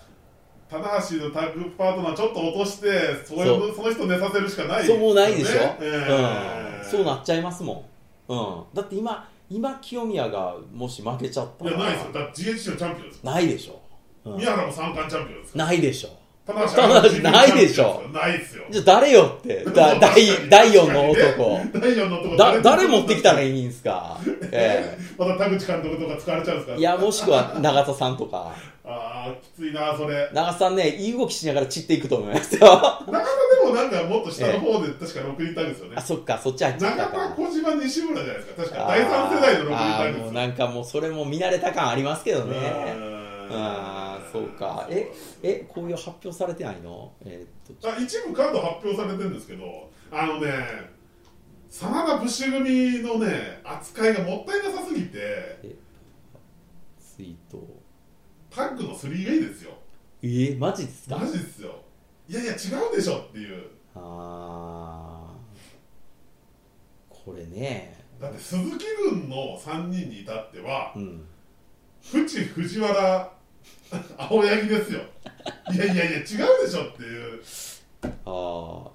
Speaker 2: 棚橋のタッグパートナーちょっと落としてそういうその人寝させるしかない
Speaker 1: そうもうないでしょ、
Speaker 2: ねえ
Speaker 1: うん、
Speaker 2: え
Speaker 1: そうなっちゃいますもん、うん、だって今今清宮がもし負けちゃった
Speaker 2: いや
Speaker 1: ら
Speaker 2: ないですよだって GHC のチャンピオンですよ
Speaker 1: ないでしょ、うん
Speaker 2: 宮原も三冠チャンピオンですよ
Speaker 1: ないでしょ
Speaker 2: 棚橋
Speaker 1: 棚橋ないでしょ
Speaker 2: ないですよ
Speaker 1: じゃあ誰よってだ第第4の男
Speaker 2: 第四のとこ
Speaker 1: だ誰持ってきたら
Speaker 2: い
Speaker 1: いいんですか、え
Speaker 2: また田口監督とか使われちゃうんですか
Speaker 1: えいやもしくは永田さんとか
Speaker 2: ああきついなそれ
Speaker 1: 永田さんねいい動きしながら散っていくと思いますよ
Speaker 2: 中田でもなんかもっと下の方で確か6人いたんですよね
Speaker 1: あそっかそっち入っちゃっ
Speaker 2: 中
Speaker 1: た
Speaker 2: 田
Speaker 1: か
Speaker 2: 小島西村じゃないですか確か
Speaker 1: あ
Speaker 2: 第
Speaker 1: ー
Speaker 2: 三世代の6人い
Speaker 1: あ
Speaker 2: た
Speaker 1: ー
Speaker 2: んです
Speaker 1: も
Speaker 2: よ
Speaker 1: うなんかもうそれも見慣れた感ありますけどねあ
Speaker 2: あ
Speaker 1: あそうかええこういう発表されてないのえーっと
Speaker 2: あ一部カード発表されてるんですけどあのね真田武士組のね扱いがもったいなさすぎて
Speaker 1: ツイート
Speaker 2: タッグの 3way ですよ
Speaker 1: えー、マジですか
Speaker 2: マジっすよいやいや違うでしょっていう
Speaker 1: あーこれね
Speaker 2: だって鈴木軍の3人に至っては
Speaker 1: うん
Speaker 2: 淵藤原 青柳ですよいやいやいや違うでしょっていう
Speaker 1: あ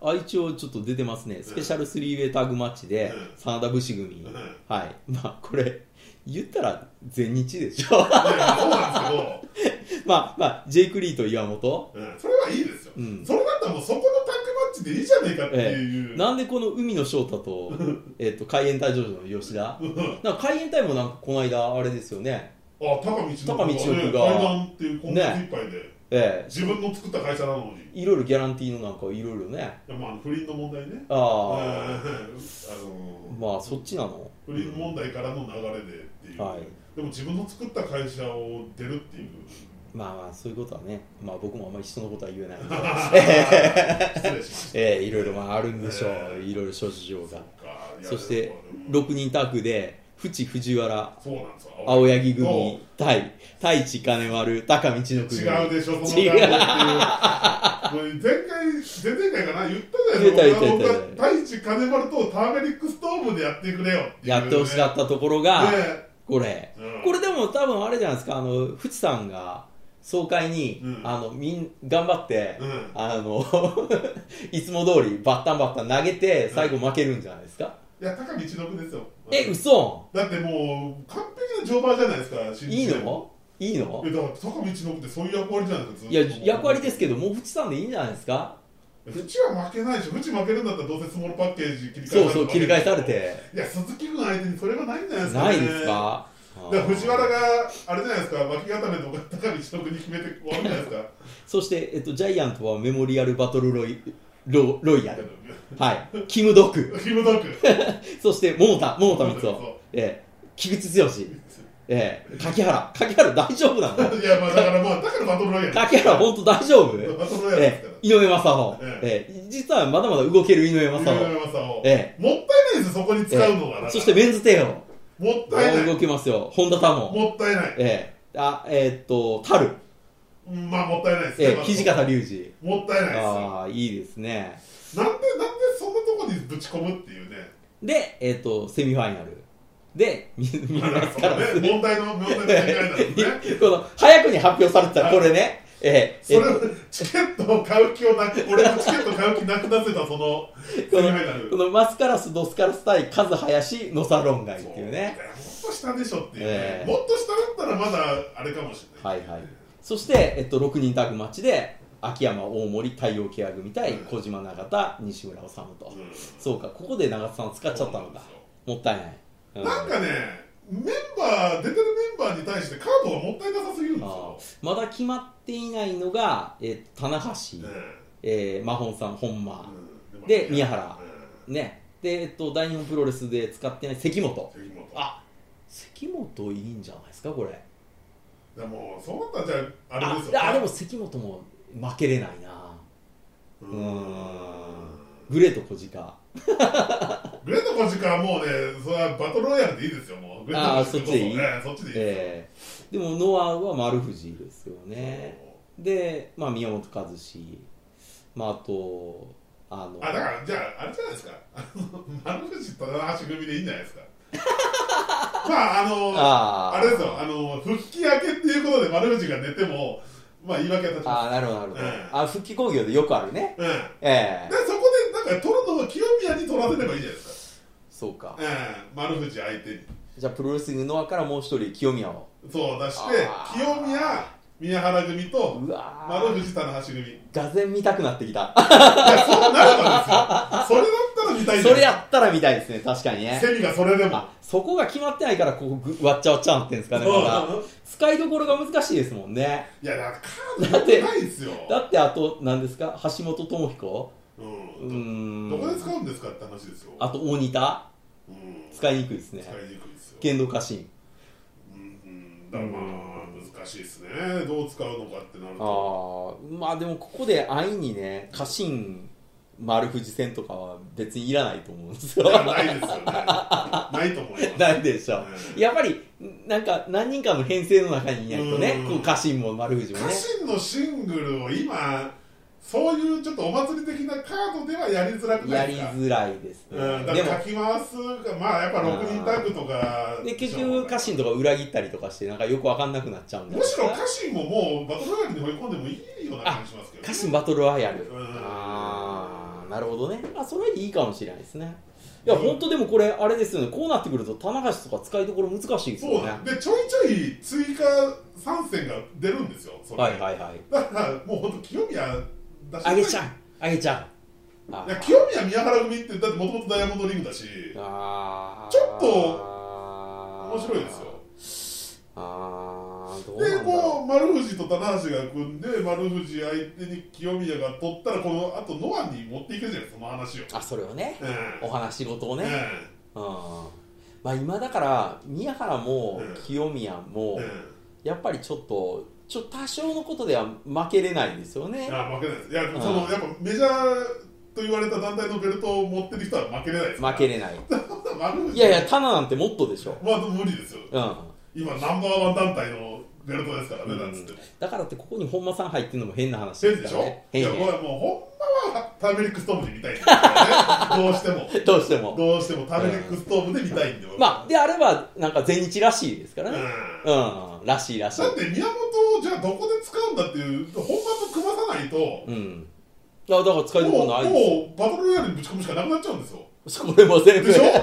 Speaker 1: ーあ一応ちょっと出てますねスペシャル 3way タッグマッチで
Speaker 2: うん
Speaker 1: 真田節組
Speaker 2: うん
Speaker 1: はいまあこれ言ったら全日でしょ
Speaker 2: いやいやそうなんです
Speaker 1: まあまあジェイク・リーと岩本
Speaker 2: けど、うんそれはいいですよ、
Speaker 1: うん
Speaker 2: それだったらもうそこのタッグマッチでいいじゃねえかっていう、
Speaker 1: なんでこの海野翔太とえっと海援隊上司の吉田なんか海援隊もなんかこの間あれですよね
Speaker 2: あ高道の
Speaker 1: 高道の句が
Speaker 2: 階段っていう今月いっぱいで、
Speaker 1: ええ
Speaker 2: 自分の作った会社なのにい
Speaker 1: いろいろギャランティーのなんかいろいろね
Speaker 2: や、まあ、不倫の問題ね
Speaker 1: あ
Speaker 2: うんあ
Speaker 1: あ、
Speaker 2: の
Speaker 1: まあそっちなの
Speaker 2: 不倫問題からの流れでっていう、
Speaker 1: はい
Speaker 2: でも自分の作った会社を出るっていう
Speaker 1: まあまあそういうことはねまあ僕もあんまり人のことは言えないので
Speaker 2: 失礼しまし
Speaker 1: ええいろいろまああるんでしょう
Speaker 2: え
Speaker 1: いろいろ諸事情
Speaker 2: た
Speaker 1: が
Speaker 2: かいや
Speaker 1: そして
Speaker 2: うん
Speaker 1: 6人タッグで淵藤原
Speaker 2: そうなんですよ
Speaker 1: 青柳組対太一金丸高道の組違う
Speaker 2: 違うでしょその
Speaker 1: 違う
Speaker 2: もう前回前々回かな言った
Speaker 1: 言った言っ
Speaker 2: じゃないです
Speaker 1: た言っ
Speaker 2: か
Speaker 1: た
Speaker 2: 僕が太一金丸とターメリックストームでやってくれよっていう
Speaker 1: やってほしかったところが、
Speaker 2: ね
Speaker 1: これ、
Speaker 2: うん
Speaker 1: これでも多分あれじゃないですかあの淵さんが総会に、
Speaker 2: うん
Speaker 1: あのみん頑張って、
Speaker 2: うん
Speaker 1: あの いつも通りバッタンバッタン投げて最後負けるんじゃないですか、
Speaker 2: いや高道の句ですよ
Speaker 1: え嘘
Speaker 2: だってもう完璧な乗馬じゃないですか新
Speaker 1: いい
Speaker 2: 人
Speaker 1: のいいの
Speaker 2: えだから坂道のってそういう役割じゃないですか
Speaker 1: いや役割ですけどもう淵さんでいいんじゃないですか
Speaker 2: ちは負けないでしょち負けるんだったらどうせスモールパッケージ切り替えられ
Speaker 1: そうそう切り替えされて
Speaker 2: いや鈴木軍相手にそれはないんじゃないですか、
Speaker 1: な
Speaker 2: ね、
Speaker 1: いですか
Speaker 2: だから藤原があれじゃないですか脇固めとか高道の句に決めて終わるんじゃないですか
Speaker 1: そして、えっと、ジャイアントはメモリアルバトルロイロロイヤルはいキム・ドク
Speaker 2: キムドック
Speaker 1: そして桃田桃田光
Speaker 2: 桃田光
Speaker 1: 夫、ええ、菊池剛ええ、柿原、柿原大丈夫なの
Speaker 2: いやまあだからまあだからバトルロイヤル
Speaker 1: 柿原、本当大丈夫
Speaker 2: バトルロイヤルです
Speaker 1: え
Speaker 2: から
Speaker 1: え、井上雅穂、
Speaker 2: え
Speaker 1: ええ、実はまだまだ動ける井上雅
Speaker 2: 井
Speaker 1: 穂、
Speaker 2: 上雅を
Speaker 1: え
Speaker 2: もったいないですよそこに使うのが、
Speaker 1: え、そしてメンズ帝王、
Speaker 2: もったいな
Speaker 1: 動
Speaker 2: い
Speaker 1: けますよ、本田太も、
Speaker 2: もったいない
Speaker 1: ええ、あえーっと、タル、
Speaker 2: うんまあもったいないですね
Speaker 1: ええ、
Speaker 2: まあ
Speaker 1: 土方隆二、
Speaker 2: もったいないですよ
Speaker 1: ああ、いいですね。
Speaker 2: なんで、なんでそんなとこにぶち込むっていうね。
Speaker 1: で、えーっと、セミファイナル、で、見見ますから、
Speaker 2: ね、問題の、問題の展開な んですね。
Speaker 1: この早くに発表されてた、これね、え
Speaker 2: そ
Speaker 1: え、え
Speaker 2: れ
Speaker 1: っと
Speaker 2: をチケットを買う気をなく、俺のチケットを買う気なくなせた、その、セミファイナル
Speaker 1: こ。のマスカラス、ドスカラス対カズハヤシ、ノサロンガイっていうね。
Speaker 2: そうもっと下でしょっていうね、
Speaker 1: ええ
Speaker 2: もっと下だったらまだあれかもしれない。
Speaker 1: はいはいそして、えっと、6人タッグマッチで秋山大森太陽ケア組対小島永田西村治と、
Speaker 2: うん
Speaker 1: そうかここで長田さん使っちゃったのかもったいない、うん
Speaker 2: なんかね、メンバー、出てるメンバーに対してカードがもったいなさすぎるんです
Speaker 1: あ
Speaker 2: よ。
Speaker 1: まだ決まっていないのが、えー、棚橋、
Speaker 2: ね
Speaker 1: えー、真本さん本間、
Speaker 2: うん
Speaker 1: で宮原
Speaker 2: う
Speaker 1: ねで、えっと、大日本プロレスで使ってない関本
Speaker 2: ん関本
Speaker 1: あ関本いいんじゃないですかこれ
Speaker 2: でも、そうなったらじゃあ、あれ
Speaker 1: あ
Speaker 2: ですよ、
Speaker 1: あでも関本も負けれないな
Speaker 2: う
Speaker 1: うーん
Speaker 2: ん
Speaker 1: グレート小鹿
Speaker 2: グレートコジカはもうね、それはバトルロイヤルでいいですよ、もう。グレートコジカこそねそっちでいいですよ。
Speaker 1: ええでもノアは丸藤ですよねで、まあ、宮本和志、まあ、あとあの
Speaker 2: あ、だから、じゃあ、あれじゃないですか。 あの丸藤と棚橋組でいいんじゃないですか。 まあ、あの、
Speaker 1: あー
Speaker 2: あれですよ、あの、復帰明けっていうことで丸藤が寝ても、まあ、言い訳は立ち
Speaker 1: あ
Speaker 2: ま
Speaker 1: ーなるほどなるほど、
Speaker 2: ええ
Speaker 1: あ復帰興行でよくあるね
Speaker 2: す。うん。で、
Speaker 1: ええ
Speaker 2: そこで、なんか、取るのは清宮に取らせればいいじゃないです
Speaker 1: そうか
Speaker 2: か。うん。丸藤相手に。
Speaker 1: じゃあプロレスにノアからもう一人清宮を
Speaker 2: そう、出して
Speaker 1: あ、ー
Speaker 2: 清宮、宮原組と、
Speaker 1: うわー
Speaker 2: 丸藤棚橋組。い
Speaker 1: がぜん見たくなってきた
Speaker 2: や、そうなればですよ。それだったら見たい ん
Speaker 1: それやったら見たいですね確かにね
Speaker 2: セミがそれでも。
Speaker 1: あそこが決まってないからここぐわっちゃわっちゃなってんですかね
Speaker 2: そう
Speaker 1: まだ使いどころが難しいですもんね
Speaker 2: いや、だからカード良くないですよ。
Speaker 1: だってあと何ですか橋本智彦
Speaker 2: う
Speaker 1: うー
Speaker 2: ん。
Speaker 1: ん
Speaker 2: どこで使うんですかって話ですよ。
Speaker 1: あと大仁田
Speaker 2: うん
Speaker 1: 使いにくいですね
Speaker 2: 使いにくいですよ。
Speaker 1: 剣道家臣
Speaker 2: うん、だからまあ難しいですねどう使うのかってなる
Speaker 1: あ
Speaker 2: と
Speaker 1: ーまあでもここで安易にね家臣丸藤戦とかは別にいらないと思うんです
Speaker 2: い
Speaker 1: よ
Speaker 2: やないですよねないと思います
Speaker 1: ないでしょ
Speaker 2: うん
Speaker 1: やっぱりなんか何人かの編成の中にいないとね
Speaker 2: うん
Speaker 1: こう家臣も丸藤も
Speaker 2: 家
Speaker 1: ね
Speaker 2: 臣のシングルを今そういうちょっとお祭り的なカードではやりづらくな
Speaker 1: や
Speaker 2: いで
Speaker 1: り
Speaker 2: すか
Speaker 1: づらいですね
Speaker 2: うん、だ
Speaker 1: で
Speaker 2: から
Speaker 1: も
Speaker 2: かき回すがまあやっぱ6人タッグとか
Speaker 1: で結局家臣とか裏切ったりとかしてなんかよくわかんなくなっちゃうんだ
Speaker 2: むしろ家臣ももうバトルロイヤルに追い込んでもいいような感じしますけどね、
Speaker 1: 家臣バトルロイヤル
Speaker 2: うん
Speaker 1: ああなるほどねあそれいいかもしれないですねいや
Speaker 2: うん
Speaker 1: 本当でもこれあれですよねこうなってくると棚橋とか使いどころ難しいです
Speaker 2: そ
Speaker 1: よ
Speaker 2: う
Speaker 1: ね
Speaker 2: なんでちょいちょい追加参戦が出るんですよそれ
Speaker 1: はいはいはい
Speaker 2: だからもう本当清宮出し
Speaker 1: あげちゃうあげちゃうあ
Speaker 2: いや清宮宮原組ってだってもともとダイヤモンドリングだし
Speaker 1: あー
Speaker 2: ちょっと
Speaker 1: 面
Speaker 2: 面白いですよ
Speaker 1: ああどう
Speaker 2: で
Speaker 1: なんだ
Speaker 2: こ
Speaker 1: ろ
Speaker 2: う丸藤と棚橋が組んで丸藤相手に清宮が取ったらこのあとノアに持っていけるじゃないですかその話を
Speaker 1: うあそれをね
Speaker 2: え
Speaker 1: お話し事を
Speaker 2: え
Speaker 1: ね、
Speaker 2: え
Speaker 1: うんまあ今だから宮原も
Speaker 2: うん
Speaker 1: 清宮も、
Speaker 2: ええ
Speaker 1: やっぱりちょっとちょ多少のことでは負けれないんですよ
Speaker 2: え
Speaker 1: ね
Speaker 2: いや負けないですいや
Speaker 1: うん
Speaker 2: そのやっぱメジャーと言われた団体のベルトを持ってる人は負けれないですから
Speaker 1: 負けれ ない
Speaker 2: 丸藤
Speaker 1: いやいやタナなんてもっとでしょ
Speaker 2: まあ無理ですよ
Speaker 1: うん
Speaker 2: 今ナンバーワン団体のベルトですからね、なんつっても
Speaker 1: だからってここに本間さん入ってるのも変な話
Speaker 2: 変
Speaker 1: で
Speaker 2: ですし
Speaker 1: から
Speaker 2: ょ、
Speaker 1: ね
Speaker 2: いや
Speaker 1: 変
Speaker 2: これ
Speaker 1: 変
Speaker 2: もうほんまはターメリックストーブで見たいんですよ ねどうしても
Speaker 1: どうしても
Speaker 2: どうしてもターメリックストーブで見たいんで、僕
Speaker 1: まあであればなんか全日らしいですから
Speaker 2: うん
Speaker 1: ねうん、らしいらしい
Speaker 2: だって宮本をじゃあどこで使うんだっていう本番と組まさないと
Speaker 1: うんいやだから使いどこ
Speaker 2: も
Speaker 1: ろな
Speaker 2: う
Speaker 1: いで
Speaker 2: もうバトルロイヤルにぶち込むしかなくなっちゃうんですよ
Speaker 1: す それも全部
Speaker 2: でしょだか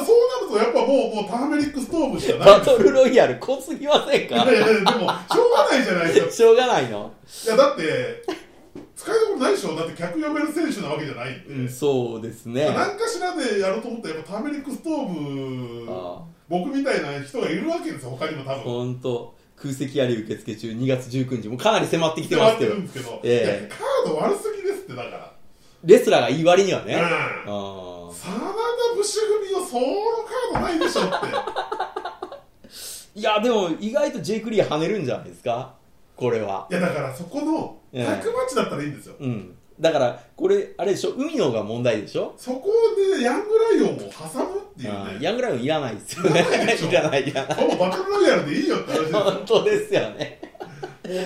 Speaker 2: らそうなるとやっぱもうもうターメリックストーブしかない
Speaker 1: バ トルロイヤル濃すぎません
Speaker 2: いや
Speaker 1: か
Speaker 2: いやいやでもしょうがないじゃないです
Speaker 1: しょうがないの、
Speaker 2: かいやだって使いどころないでしょだって客呼べる選手なわけじゃないんで、
Speaker 1: そうですね
Speaker 2: 何かしらでやろうと思ったらやっぱターメリックストーブ
Speaker 1: あ
Speaker 2: 僕みたいな人がいるわけですよ他にも多
Speaker 1: あ
Speaker 2: 分
Speaker 1: ほんと空席あり受付中2月19日もうかなり迫ってきてま
Speaker 2: 回っ
Speaker 1: す
Speaker 2: て
Speaker 1: けど
Speaker 2: るんですけど、
Speaker 1: ええ
Speaker 2: いやカード悪すぎですってだから
Speaker 1: レスラーが言い割にはね、あ
Speaker 2: うん
Speaker 1: あ
Speaker 2: 真田節組のソロカードないでしょって
Speaker 1: いやでも意外とジェイク・リー跳ねるんじゃないですかこれはい
Speaker 2: やだからそこのタ
Speaker 1: ええ
Speaker 2: ッグマッチだったらいいんですよ、
Speaker 1: うんだからこれあれでしょ海の方が問題でしょ、
Speaker 2: そこでヤングライオンを挟むっていう
Speaker 1: うん
Speaker 2: ね
Speaker 1: ヤングライオンいらないですよね
Speaker 2: いらないでしょ
Speaker 1: いらないいらない
Speaker 2: このバトルロイヤルでいいよって話 ですよ
Speaker 1: 本当ですよね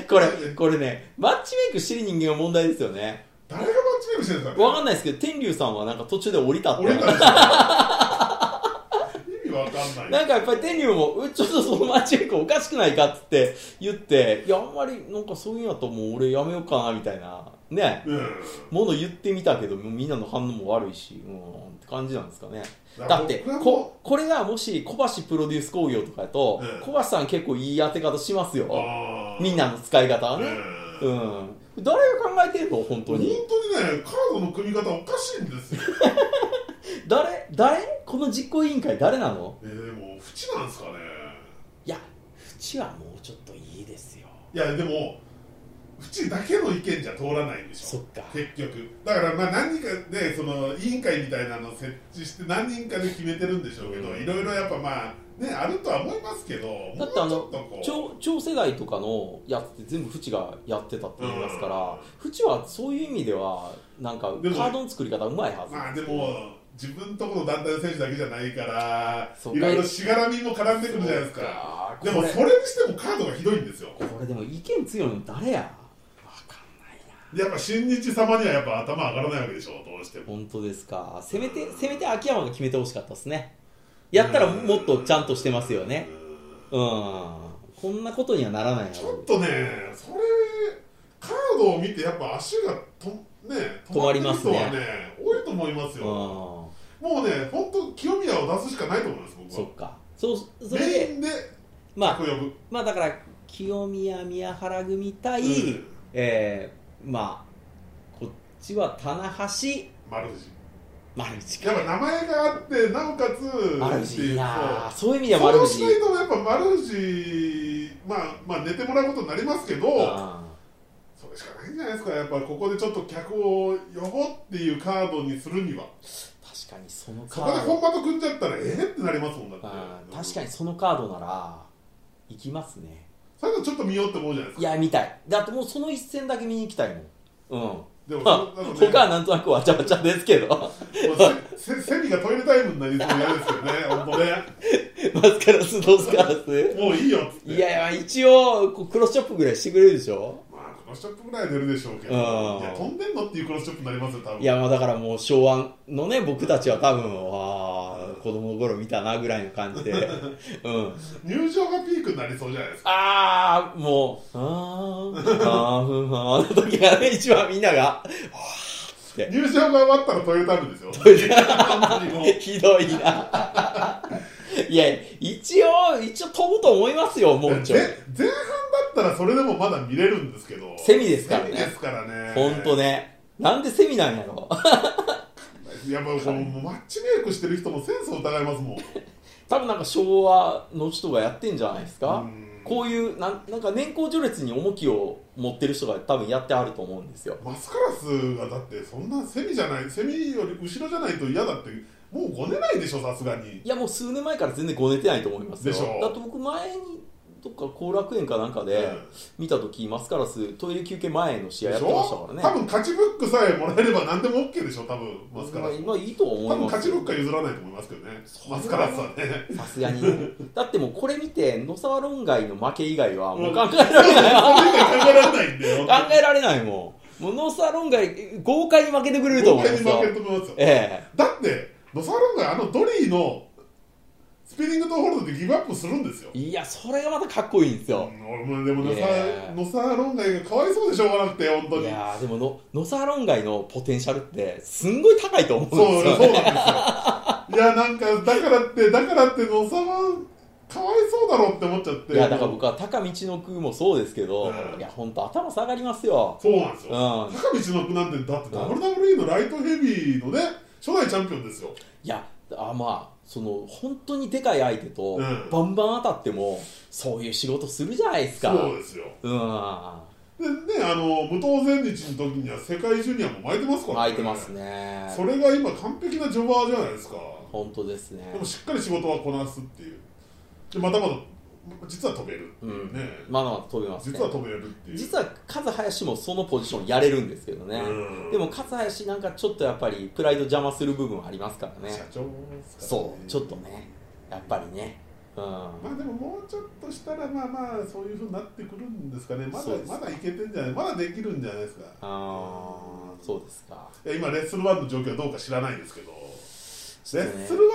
Speaker 1: これこれねマッチメイクしてる人間が問題ですよね
Speaker 2: 誰がマッチメイクしてるんですか
Speaker 1: わかんないですけど天竜さんはなんか途中で降りたって
Speaker 2: 俺たち意味わかんない
Speaker 1: なんかやっぱり天竜もうちょっとそのマッチメイクおかしくないかっつって言っていやあんまりなんかそういうんやともう俺やめようかなみたいなね
Speaker 2: うん
Speaker 1: もの言ってみたけどもうみんなの反応も悪いしうーんって感じなんですかね
Speaker 2: だから
Speaker 1: だって
Speaker 2: 僕はもう
Speaker 1: ここれがもし小橋プロデュース工業とかやと、
Speaker 2: うん
Speaker 1: 小橋さん結構いい当て方しますよ
Speaker 2: あー
Speaker 1: みんなの使い方はね
Speaker 2: う
Speaker 1: うんん誰が考えてんの本当
Speaker 2: 本当に
Speaker 1: に
Speaker 2: ねカードの組み方おかしいんですよ
Speaker 1: 誰誰この実行委員会誰なの
Speaker 2: えーでも縁なんですかね
Speaker 1: いや縁はもうちょっといいですよ
Speaker 2: いやでも縁だけの意見じゃ通らないんでしょ
Speaker 1: そっか
Speaker 2: 結局だからまあ何人かでその委員会みたいなのを設置して何人かで決めてるんでしょうけど、
Speaker 1: うん
Speaker 2: いろいろやっぱまあねあるとは思いますけど
Speaker 1: だってあ
Speaker 2: もうちょ
Speaker 1: の
Speaker 2: っとこう
Speaker 1: 超超世代とかのやつって全部フチがやってたって言いますから、フチはそういう意味ではなんかカ
Speaker 2: でも
Speaker 1: ードの作り方うまいはず
Speaker 2: まあでも自分とこの団体の選手だけじゃないから
Speaker 1: そうか
Speaker 2: いろいろしがらみも絡んでくるじゃないですか
Speaker 1: か
Speaker 2: でもそれにしてもカードがひどいんですよ
Speaker 1: これこれでも意見強いの誰やわかんないな
Speaker 2: やっぱ新日様にはやっぱ頭上がらないわけでしょどうしても
Speaker 1: 本当ですかせめてせめて秋山が決めてほしかったですねやったらもっとちゃんとしてますよねうんこんなことにはならない
Speaker 2: ち
Speaker 1: や
Speaker 2: ょ
Speaker 1: ろ
Speaker 2: っとねそれカードを見てやっぱ足がとね
Speaker 1: 止まりますね
Speaker 2: 止ってる人はね多いと思います
Speaker 1: うん
Speaker 2: よもうね本当清宮を出すしかないと思います僕
Speaker 1: そ
Speaker 2: は
Speaker 1: っかそうそれ
Speaker 2: メイ
Speaker 1: で
Speaker 2: ンで
Speaker 1: まあ
Speaker 2: こう呼ぶ
Speaker 1: まあだから清宮宮原組対、
Speaker 2: うん
Speaker 1: えーまあこっちは棚橋
Speaker 2: 丸藤
Speaker 1: 丸内
Speaker 2: やっ
Speaker 1: か
Speaker 2: ぱ名前があってなおかつ
Speaker 1: 丸
Speaker 2: って
Speaker 1: 内
Speaker 2: い
Speaker 1: いうや
Speaker 2: そ
Speaker 1: そう
Speaker 2: う
Speaker 1: いう意味では丸
Speaker 2: そ
Speaker 1: 内
Speaker 2: うしないとやっぱ丸藤まあまあ寝てもらうことになりますけど
Speaker 1: あ
Speaker 2: それしかないんじゃないですかやっぱここでちょっと客を呼ぼうっていうカードにするには
Speaker 1: ー確かにその
Speaker 2: そ
Speaker 1: カ
Speaker 2: こで
Speaker 1: ー
Speaker 2: 本
Speaker 1: ド
Speaker 2: 場と組んじゃったらえー、ってなりますもんだって
Speaker 1: あー確かにそのカードなら行きますね
Speaker 2: それとちょっと見ようって思うじゃないです
Speaker 1: い
Speaker 2: か
Speaker 1: や見たいだってもうその一戦だけ見に行きたいもんうん
Speaker 2: でも
Speaker 1: まあ
Speaker 2: そのなん
Speaker 1: 他
Speaker 2: か
Speaker 1: はなんとなくわちゃわちゃですけど マ
Speaker 2: ねもうせせセミがトイレタイムになりそうで嫌で すよね本当ね
Speaker 1: スカラスどうスカラ ス
Speaker 2: もういいよっつって
Speaker 1: いやいや一応こうクロスチョップぐらいしてくれるでしょ
Speaker 2: まあクロスチョップぐらい出るでしょうけど
Speaker 1: うん
Speaker 2: いや飛んでんのっていうクロスチョップになりますよ多分
Speaker 1: いやまあだからもう昭和のね僕たちは多分ああ子供の頃見たなぐらいの感じで うん
Speaker 2: 入場がピークになりそうじゃないですか
Speaker 1: ああもうあーあーふんはーの時がね一番みんなが
Speaker 2: 入場が終わったらトイレタ イムですよトイレタイム
Speaker 1: ひどいないや一応一応飛ぶと思いますよもうちょい
Speaker 2: ぜ前半だったらそれでもまだ見れるんですけど
Speaker 1: セミですからね
Speaker 2: セミですからね
Speaker 1: 本当ねなんでセミなんやろ
Speaker 2: いやもうこのマッチメイクしてる人もセンスを疑いますもん
Speaker 1: 多分なんか昭和の人がやってんじゃないですか
Speaker 2: うん
Speaker 1: こういうなんなんか年功序列に重きを持ってる人が多分やってあると思うんですよ
Speaker 2: マスカラスがだってそんなセミじゃないセミより後ろじゃないと嫌だってもうごねないでしょさすがに
Speaker 1: いやもう数年前から全然ごねてないと思いますよ
Speaker 2: でしょ
Speaker 1: だって僕前にどっか後楽園かなんか
Speaker 2: う
Speaker 1: で
Speaker 2: ん
Speaker 1: 見た時マスカラストイレ休憩前の試合や
Speaker 2: で
Speaker 1: っ
Speaker 2: してょ
Speaker 1: ましたからね
Speaker 2: 多分勝ちブックさえもらえれば何でも OK でしょ多分マスカラス
Speaker 1: まあいいとは思
Speaker 2: 多
Speaker 1: い
Speaker 2: 分
Speaker 1: ま
Speaker 2: 勝
Speaker 1: す
Speaker 2: ち
Speaker 1: よ
Speaker 2: ブックは譲らないと思いますけどねマスカラ スはね
Speaker 1: さすがにだってもうこれ見て野沢論外の負け以外はもう考え
Speaker 2: それ以外考えられないんで
Speaker 1: 考えられないもん。もうノースアロンが豪快に負けてくれると思います
Speaker 2: 本
Speaker 1: よ
Speaker 2: 当に負け。ると思いますよ
Speaker 1: ええ。
Speaker 2: だってロサロンがあのドリーのスピニングとホールドでギブアップするんですよ、
Speaker 1: いや、それがまたかっこいいんです
Speaker 2: う
Speaker 1: よ。
Speaker 2: ん、俺もでも
Speaker 1: い
Speaker 2: ノサ
Speaker 1: や
Speaker 2: ノサロンガイがかわいそうでしょうがなくて本当
Speaker 1: い
Speaker 2: に
Speaker 1: やーでもの、ノサロン街のポテンシャルって、すんごい高いと思うん
Speaker 2: そう
Speaker 1: ですよ
Speaker 2: そう
Speaker 1: ね。
Speaker 2: なんですよいやなんかだからってだからってノサロンかわいそうだろって思っちゃって
Speaker 1: いや、だから僕は高道の空もそうですけど、
Speaker 2: うん
Speaker 1: いや、ほんと頭下がりますよ。
Speaker 2: そうなんです
Speaker 1: うん
Speaker 2: よ、。高道の句なんてだって WWE のライトヘビーのね初代チャンピオンですよ
Speaker 1: いや、あまあ、その、本当にでかい相手と、
Speaker 2: うん
Speaker 1: バンバン当たっても、そういう仕事するじゃないですか。
Speaker 2: そうですよ
Speaker 1: うん。
Speaker 2: でねあの武藤前日の時には世界ジュニアも巻いてますから
Speaker 1: 巻いてますね。
Speaker 2: それが今完璧なジョバーじゃないですか
Speaker 1: 本当ですね。
Speaker 2: でもしっかり仕事はこなすっていうでまだまだ実は飛べるっていうね、
Speaker 1: まだまだ飛びますね。
Speaker 2: 実は飛べるっていう
Speaker 1: 実は勝林もそのポジションやれるんですけどね、
Speaker 2: うん
Speaker 1: でも勝林なんかちょっとやっぱりプライド邪魔する部分ありますからね
Speaker 2: 社長ですからね
Speaker 1: そうちょっとねやっぱりねうん
Speaker 2: まあでももうちょっとしたらまあまあそういうふうになってくるんですかねまだ
Speaker 1: そうです
Speaker 2: まだいけてんじゃないまだできるんじゃないですか
Speaker 1: あーそうですか
Speaker 2: いや今レッスルワンの状況はどうか知らないですけど
Speaker 1: ちょ
Speaker 2: レ
Speaker 1: っとね
Speaker 2: ッスル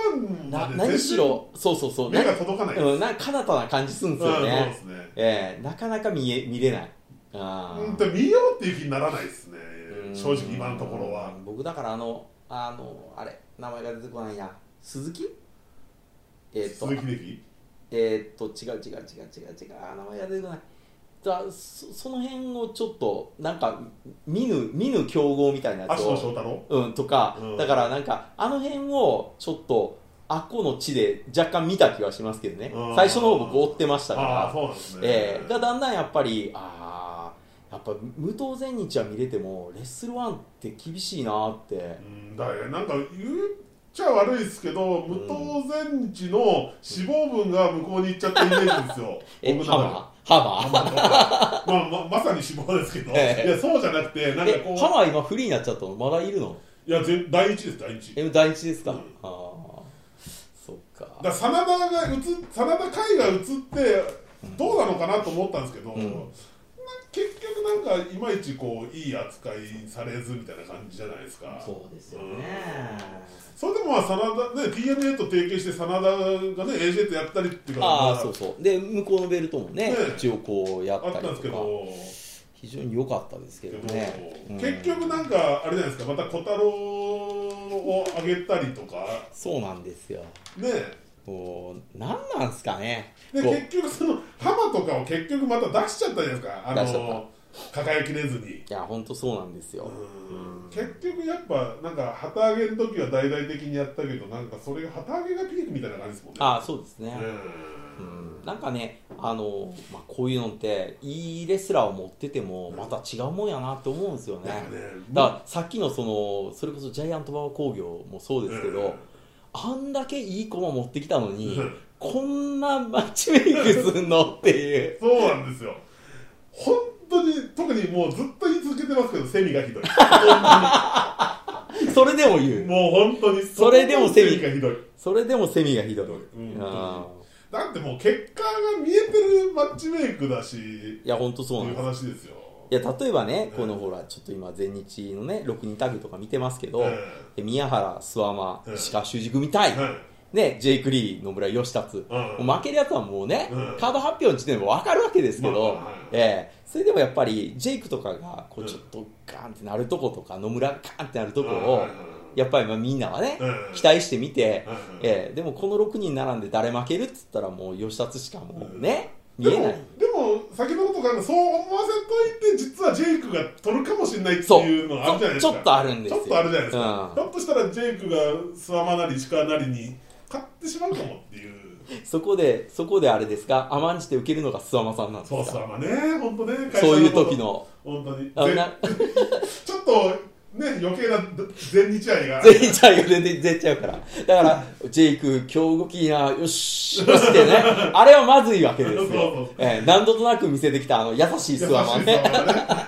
Speaker 1: な
Speaker 2: ワンまで
Speaker 1: 何しろそうそうそう
Speaker 2: 目が届かないです
Speaker 1: うん、なんか彼方な感じするんですよ
Speaker 2: うんそうで
Speaker 1: ね、
Speaker 2: すね
Speaker 1: ええなかなか見え見れないあー
Speaker 2: うんで見ようっていう気にならないですね
Speaker 1: うん
Speaker 2: 正直今のところは
Speaker 1: うん僕だからあのあのあれ名前が出てこないな鈴木えっ、と
Speaker 2: 鈴木秀樹
Speaker 1: えーっと違う違う違う違う違うあー名前が出てこないだそその辺をちょっとなんか見ぬ見ぬ競合みたいなやつ
Speaker 2: 足野
Speaker 1: を、
Speaker 2: 翔太郎
Speaker 1: うん、とか、
Speaker 2: うん
Speaker 1: だからなんかあの辺をちょっとあっこの地で若干見た気はしますけどね
Speaker 2: うん
Speaker 1: 最初の方僕追ってましたか
Speaker 2: ああ
Speaker 1: ら、
Speaker 2: そうなんですね、
Speaker 1: ええがだんだんやっぱりああやっぱ無当前日は見れてもレッスルワンって厳しいなって。
Speaker 2: うんだからなんか言っちゃ悪いですけど、無党前日の脂肪分が向こうに行っちゃったイメージですよ
Speaker 1: え
Speaker 2: 僕
Speaker 1: ハ
Speaker 2: の中で
Speaker 1: マハマ
Speaker 2: まあ、まあ、 まさに脂肪ですけど、
Speaker 1: ええ
Speaker 2: いや、そうじゃなくて、なんか
Speaker 1: え
Speaker 2: こ
Speaker 1: ハマ今フリーになっちゃったのまだいるの
Speaker 2: う、いや、ぜ第一です、第一。
Speaker 1: え第一ですか、
Speaker 2: うん
Speaker 1: ああそっか
Speaker 2: だから真田が映っ、真田海が映って、どうなのかなと思ったんですけど、
Speaker 1: うん
Speaker 2: な結局なんか、いまいちこう、いい扱いされずみたいな感じじゃないですか。
Speaker 1: そうですよね、
Speaker 2: それでもまあ真田、ね、DNA と提携して真田がね AJ とやったりっていうか
Speaker 1: あ
Speaker 2: ま
Speaker 1: あそうそうで向こうのベルトもね
Speaker 2: ね
Speaker 1: 一応こうやっ
Speaker 2: あったた
Speaker 1: り
Speaker 2: んですけ
Speaker 1: とか
Speaker 2: ど、
Speaker 1: 非常に良かったですけ
Speaker 2: で
Speaker 1: ど
Speaker 2: も
Speaker 1: ね、うん
Speaker 2: 結局なんかあれじゃないですかまた小太郎をあげたりとか
Speaker 1: そうなんですよ
Speaker 2: ね
Speaker 1: もう何なんすかね
Speaker 2: で
Speaker 1: こう
Speaker 2: 結局その浜とかを結局また出しちゃったじゃないですかあ
Speaker 1: 出しちゃ
Speaker 2: の抱えきれずに。
Speaker 1: いや本当そうなんですよ、
Speaker 2: うん結局やっぱなんか旗揚げの時は大々的にやったけどなんかそれが旗揚げがピークみたいな感じですもんね。
Speaker 1: ああそうですね、
Speaker 2: う
Speaker 1: うんんなんかね、あのまあ、こういうのっていいレスラーを持っててもまた違うもんやなって思うんですよね
Speaker 2: なんかね
Speaker 1: だからさっきのそのそれこそジャイアント馬場工業もそうですけど、
Speaker 2: うん
Speaker 1: あんだけいい駒持ってきたのに、
Speaker 2: うん
Speaker 1: こんなマッチメイクすんのっていう
Speaker 2: そうなんですよ。本当に、特にもうずっと言い続けてますけど、セミがひどい。
Speaker 1: それでも言う
Speaker 2: もう本当に、
Speaker 1: それでもセミ
Speaker 2: がひどい。
Speaker 1: それでもセミがひどい、
Speaker 2: うん
Speaker 1: あ
Speaker 2: だってもう結果が見えてるマッチメイクだし、
Speaker 1: ーいや本当そう
Speaker 2: と
Speaker 1: ないん
Speaker 2: う
Speaker 1: です
Speaker 2: 話ですよ。
Speaker 1: いや例えばね、
Speaker 2: うん
Speaker 1: このほらちょっと今全日のね6人タッグとか見てますけど、
Speaker 2: うん
Speaker 1: で宮原諏訪間
Speaker 2: うん
Speaker 1: 石川修司組対、
Speaker 2: はい
Speaker 1: ね、ジェイク・リー、野村義達、
Speaker 2: うん
Speaker 1: もう負けるやつはもうね、
Speaker 2: うん
Speaker 1: カード発表の時点でも分かるわけですけど、
Speaker 2: まあまあはい
Speaker 1: ええそれでもやっぱり、ジェイクとかがこう
Speaker 2: う
Speaker 1: んちょっとガーンってなるとことか、野村がガーンってなるとこ
Speaker 2: は
Speaker 1: を
Speaker 2: いはいはい、
Speaker 1: やっぱりまあみんなはね、
Speaker 2: うん
Speaker 1: 期待してみて、
Speaker 2: うん
Speaker 1: ええでもこの6人並んで誰負けるっつったら、もう義達しかもうね、
Speaker 2: で
Speaker 1: 見
Speaker 2: も
Speaker 1: えない。
Speaker 2: でも先ほどとからそう思わせといて実はジェイクが取るかもしれないっていうのがあるじゃないです
Speaker 1: そうちょちょ
Speaker 2: か
Speaker 1: っとあるんですよ
Speaker 2: ちょっとあるじゃないですか、
Speaker 1: う
Speaker 2: ひょっとしたらジェイクが諏訪間なり石川なりに勝ってしまうかもっていう
Speaker 1: そこで、そこであれですか、甘んじて受けるのが諏訪間さんなんです
Speaker 2: そう
Speaker 1: か。
Speaker 2: そうまあね、本当ね、会社
Speaker 1: そういう
Speaker 2: こと
Speaker 1: 時の。
Speaker 2: 本当に、
Speaker 1: あ
Speaker 2: ぜ
Speaker 1: な
Speaker 2: ちょっとね、余計な全日愛が、
Speaker 1: 全員ちゃうよ、全然出ちゃうから。だから、ジェイク、今日動きいいな、よし、よしってね、あれはまずいわけですよ。
Speaker 2: そうそうそう
Speaker 1: ええ何度となく見せてきた、あの、優しい
Speaker 2: 優しい
Speaker 1: 諏
Speaker 2: 人
Speaker 1: 訪間
Speaker 2: は
Speaker 1: ね。
Speaker 2: ね、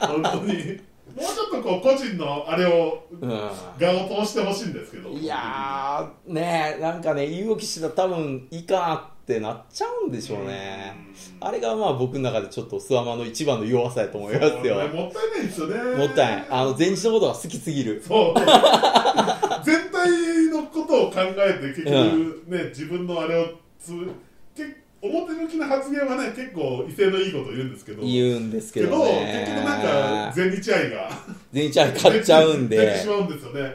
Speaker 2: 本当に、もうちょっとこう個人のあれを、
Speaker 1: う
Speaker 2: 画を通してほしいんですけど、
Speaker 1: ん。いやー、ねえ、なんかね、いい動きしてたら多分、いいかなってなっちゃうんでしょうね。あれがまあ僕の中でちょっと諏訪間の一番の弱さやと思います
Speaker 2: そうね
Speaker 1: よ。
Speaker 2: もったいないですよね、
Speaker 1: もったいない。あの、前日のことが好きすぎる。
Speaker 2: そう、全体のことを考えて、結局ね、自分のあれをつ、け表向きな発言はね、結構、威勢のいいこと言うんですけど。
Speaker 1: 言うんですけ
Speaker 2: け
Speaker 1: ど
Speaker 2: ど、
Speaker 1: ね。
Speaker 2: 結局なんか全日愛が
Speaker 1: 全員ちゃう買っちゃうん
Speaker 2: 出て
Speaker 1: で
Speaker 2: し。まうんですよね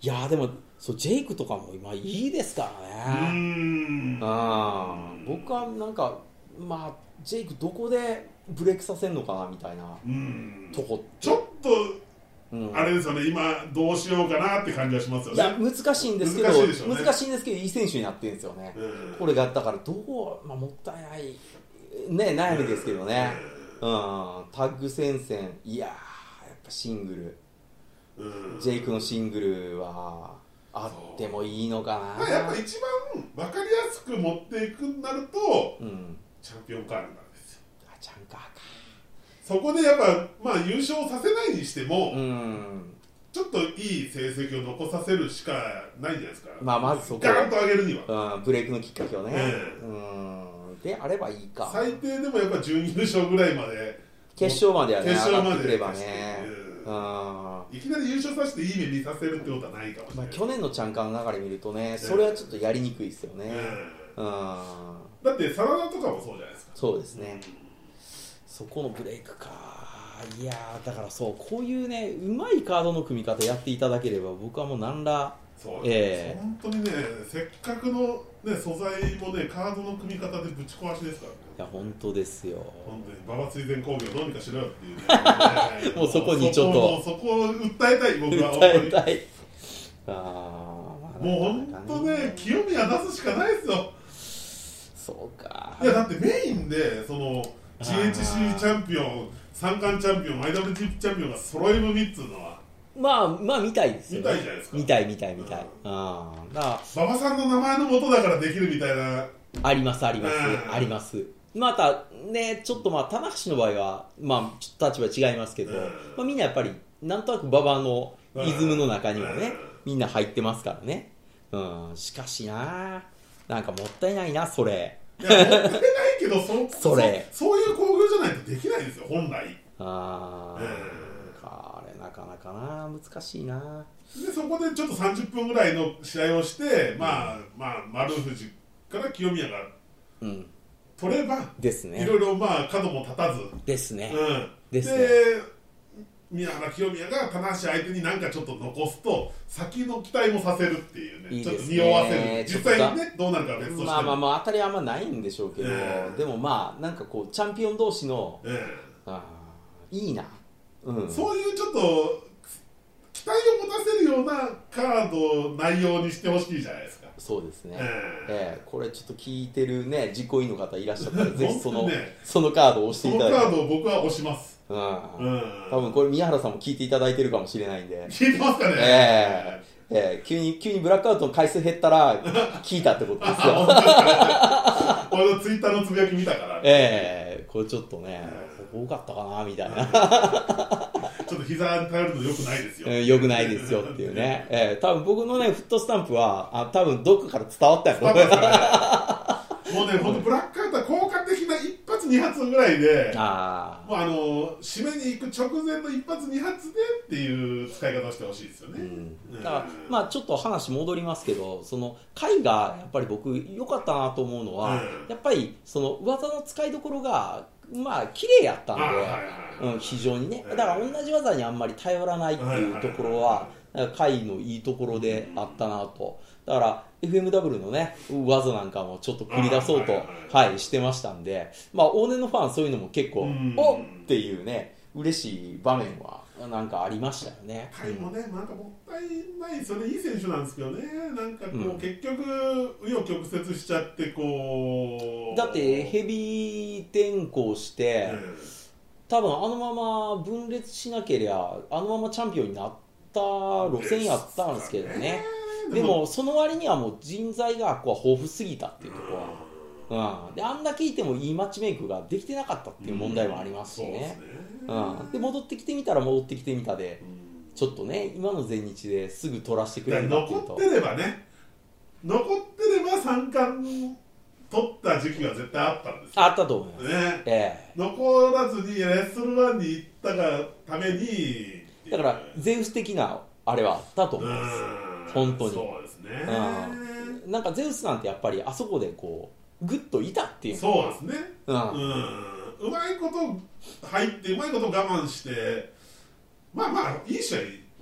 Speaker 1: いやーでもそうジェイクとかも今いいですから
Speaker 2: うー
Speaker 1: ね、
Speaker 2: ん
Speaker 1: あー僕はなんかまあジェイクどこでブレイクさせんのかなみたいな
Speaker 2: うん
Speaker 1: とこ
Speaker 2: ちょっと
Speaker 1: うん
Speaker 2: あれですよね今どうしようかなって感じがしますよ
Speaker 1: いや
Speaker 2: ね
Speaker 1: 難しいんですけど
Speaker 2: 難しいでしょうね
Speaker 1: 難しいんですけどいい選手になってるんですよね、
Speaker 2: うん
Speaker 1: これがだからどう、まあ、もったいないね悩みですけどね、うん、タッグ戦線いやーやっぱシングル
Speaker 2: うん
Speaker 1: ジェイクのシングルはあってもいいのか
Speaker 2: ま
Speaker 1: な
Speaker 2: あやっぱ一番分かりやすく持っていくなると
Speaker 1: うん
Speaker 2: チャンピオンカードなんですよ
Speaker 1: あちゃんかか
Speaker 2: そこでやっぱまあ優勝させないにしても
Speaker 1: うん
Speaker 2: ちょっといい成績を残させるしかないじゃないですか
Speaker 1: まあまずそこ
Speaker 2: ガーンと上げるには
Speaker 1: うん、ブレイクのきっかけをね、
Speaker 2: ええ
Speaker 1: うんであればいいか
Speaker 2: 最低でもやっぱ準優勝ぐらいまで
Speaker 1: 決勝まではね
Speaker 2: 決勝まで
Speaker 1: 上がってくればね、う
Speaker 2: 確
Speaker 1: んま
Speaker 2: いきなり優勝させていい目見させるってことはないかもしれな
Speaker 1: あ、
Speaker 2: い、
Speaker 1: 去年のチャンカンの流れ見るとねそれはちょっとやりにくいですよね、
Speaker 2: う
Speaker 1: うん
Speaker 2: んだってサラダとかもそうじゃないですか
Speaker 1: そうですね、そこのブレイクかいやーだからそうこういうねうまいカードの組み方やっていただければ僕はもう何ら
Speaker 2: そう、
Speaker 1: ええ
Speaker 2: 本当にね、せっかくの、ね、素材もね、カードの組み方でぶち壊しですからね、
Speaker 1: いや本当ですよ
Speaker 2: 本当に馬場水前工業、どうにかしろよっていうね、
Speaker 1: もうそこにちょっと
Speaker 2: そこもうそこを訴えたい、僕は、
Speaker 1: 訴えたいああ
Speaker 2: もう本当ね、清宮出すしかないですよ、
Speaker 1: そうか
Speaker 2: いや、だってメインで、その GHC チャンピオン、三冠チャンピオン、IWGP チャンピオンが揃い踏みっつうのは、
Speaker 1: まあまあ見たいですよ、ね、
Speaker 2: 見たいじゃないですか
Speaker 1: 見たい見たい見たい、
Speaker 2: うん
Speaker 1: ああだから
Speaker 2: 馬場さんの名前の元だからできるみたいな、
Speaker 1: ありますあります、
Speaker 2: うん
Speaker 1: ありますまたねちょっとまあ棚橋の場合はまあちょっと立場違いますけど、
Speaker 2: うん
Speaker 1: まあ、みんなやっぱりなんとなく馬場のイズムの中にも
Speaker 2: うん
Speaker 1: ねみんな入ってますからねうんしかしななんかもったいないなそれ
Speaker 2: いや、持ってないけど、そ
Speaker 1: それ
Speaker 2: そそういう工具じゃないとできないんですよ、本来。
Speaker 1: あ
Speaker 2: うん
Speaker 1: ーあれなかなかな難しいな
Speaker 2: でそこでちょっと30分ぐらいの試合をして、まあ、まあ、丸藤から清宮が
Speaker 1: うん
Speaker 2: 取れば、
Speaker 1: です
Speaker 2: い
Speaker 1: ね
Speaker 2: ろいろまあ角も立たず、
Speaker 1: ですね
Speaker 2: うん、
Speaker 1: ですね
Speaker 2: 宮原清宮が棚橋相手になんかちょっと残すと、先の期待もさせるっていうね、
Speaker 1: いい
Speaker 2: ちょっ
Speaker 1: で
Speaker 2: と
Speaker 1: すね
Speaker 2: 匂わせる、
Speaker 1: ちょっ
Speaker 2: 実
Speaker 1: と
Speaker 2: 際にね、どうなるかは別としても、
Speaker 1: まあまあまあ当たりはあんまないんでしょうけど、
Speaker 2: うん
Speaker 1: でもまあなんかこうチャンピオン同士の
Speaker 2: う
Speaker 1: あーいいな、うん、
Speaker 2: ん
Speaker 1: そ
Speaker 2: そういうちょっと期待を持たせるようなカード、内容にしてほしいじゃないですか。
Speaker 1: うですね、
Speaker 2: ええ
Speaker 1: ええこれちょっと聞いてるね実行委員の方いらっしゃ ったらぜひその、
Speaker 2: 本当にね
Speaker 1: そのカードを押し
Speaker 2: そ
Speaker 1: てい
Speaker 2: の
Speaker 1: た
Speaker 2: カ
Speaker 1: だい
Speaker 2: ー
Speaker 1: て、
Speaker 2: ドを僕は押します。
Speaker 1: うん
Speaker 2: うん、
Speaker 1: 多分これ宮原さんも聞いていただいてるかもしれないん で、
Speaker 2: 聞いてますかね。
Speaker 1: ええええ急に急にブラックアウトの回数減ったら聞いたってこと ですよ
Speaker 2: 俺のツイッターのつぶやき見たから、
Speaker 1: ええこれちょっとね多かったかなみたいな
Speaker 2: ちょっと膝に頼るのよくないですよ。
Speaker 1: よくないですよっていうね、ええ多分僕のねフットスタンプはあ多分どっかから伝わったや
Speaker 2: パ
Speaker 1: ろ
Speaker 2: パさ んねもうね、本当ブラックアウトは効果的な一発二発ぐらいで、
Speaker 1: あ
Speaker 2: もうあの締めに行く直前の一発二発でっていう使い方をしてほしいですよね。
Speaker 1: だからまあちょっと話戻りますけどその回がやっぱり僕良かったなと思うのは、
Speaker 2: うん
Speaker 1: やっぱりその技の使いどころがまあ綺麗やったん
Speaker 2: あ
Speaker 1: で、
Speaker 2: はいはいはい
Speaker 1: うん、非常にね
Speaker 2: うん
Speaker 1: だから同じ技にあんまり頼らないっていうところはなんか回のいいところであったなとだから FMW のね技なんかもちょっと繰り出そうと
Speaker 2: あはい
Speaker 1: はい、してましたんでまあ往年のファンそういうのも結構
Speaker 2: うん
Speaker 1: おっっていうね嬉しい場面はなんかありましたよね。
Speaker 2: 彼もね、なんかもったいない、それいい選手なんですけどね、なんかこう、
Speaker 1: うん
Speaker 2: 結局、紆余曲折しちゃって、こう。
Speaker 1: だってヘビー転向して、
Speaker 2: うん
Speaker 1: 多分あのまま分裂しなけりゃあのままチャンピオンになった路線やったんですけどねでもその割にはもう人材がこう豊富すぎたっていうところは、うん、であんだけいてもいいマッチメイクができてなかったっていう問題もありますしね、
Speaker 2: うん
Speaker 1: うん
Speaker 2: そう
Speaker 1: で戻ってきてみたら戻ってきてみたで
Speaker 2: うん
Speaker 1: ちょっとね今の全日ですぐ取らせてく
Speaker 2: だ
Speaker 1: れ
Speaker 2: から
Speaker 1: るなっていうと
Speaker 2: 残ってればね残ってれば三冠取った時期は絶対あったんです
Speaker 1: あったと思います、
Speaker 2: よね
Speaker 1: え
Speaker 2: 残らずにレッスルワンに行ったがために
Speaker 1: えだからゼウス的なあれはあったと
Speaker 2: う
Speaker 1: 思います、
Speaker 2: ん
Speaker 1: 本当に
Speaker 2: そうですね
Speaker 1: なんかゼウスなんてやっぱりあそこでこうグッといたっていう
Speaker 2: そうですね
Speaker 1: うん
Speaker 2: うんうまいこと入ってうまいこと我慢してまあまあいい試合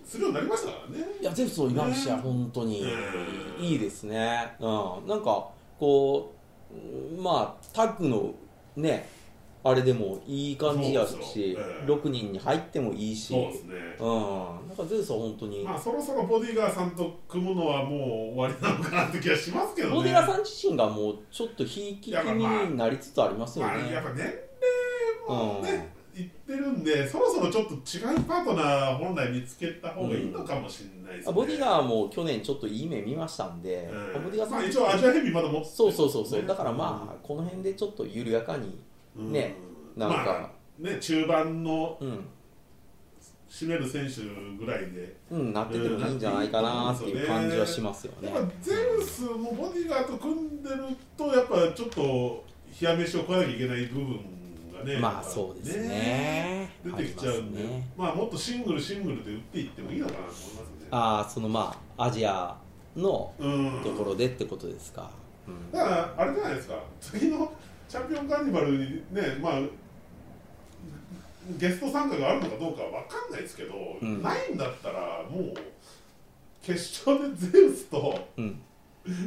Speaker 2: するようになりましたからね
Speaker 1: いやゼウスの今の試合本当に
Speaker 2: うん
Speaker 1: いいですね、うん、なんかこうまあタッグのねあれでもいい感じやし
Speaker 2: そうですようん
Speaker 1: 6人に入ってもいいし
Speaker 2: そうですね
Speaker 1: うん、なんかゼウスは本当に、
Speaker 2: まあそろそろボディガーさんと組むのはもう終わりなのかなって気がしますけどね。
Speaker 1: モデラさん自身がもうちょっとひいき気味になりつつありますよ
Speaker 2: まあ
Speaker 1: ね
Speaker 2: やっぱ年齢もね、いってるんで、そろそろちょっと違うパートナー本来見つけた方がいいのかもしれないですね。
Speaker 1: ボディガーも去年ちょっといい目見ましたんで、
Speaker 2: うん
Speaker 1: ボディガーさ
Speaker 2: ま
Speaker 1: ん
Speaker 2: あ
Speaker 1: 自
Speaker 2: 一
Speaker 1: 身
Speaker 2: 応アジアヘビーまだ持ってる
Speaker 1: そうそうそうそうだからまあこの辺でちょっと緩やかに
Speaker 2: うん
Speaker 1: ねなんか、
Speaker 2: まあね中盤の
Speaker 1: うん、
Speaker 2: 締める選手ぐらいで、
Speaker 1: うん、なってってもいいんじゃないかなっていう感じはしますよ
Speaker 2: や
Speaker 1: ね
Speaker 2: っぱゼウスもボディガーと組んでるとやっぱちょっと冷や飯を食わなきゃいけない部分がね、
Speaker 1: まあそうですね
Speaker 2: 出てきちゃうんで
Speaker 1: ありますね
Speaker 2: まあもっとシングルシングルで打っていってもいいのかなと思いますね
Speaker 1: ああそのまあアジアの
Speaker 2: うん
Speaker 1: ところでってことですか、うん、
Speaker 2: だからあれじゃないですか次のチャンピオンカーニバルにねまあゲスト参加があるのかどうかは分かんないですけど、
Speaker 1: うん
Speaker 2: ないんだったらもう決勝でゼウスと
Speaker 1: うん、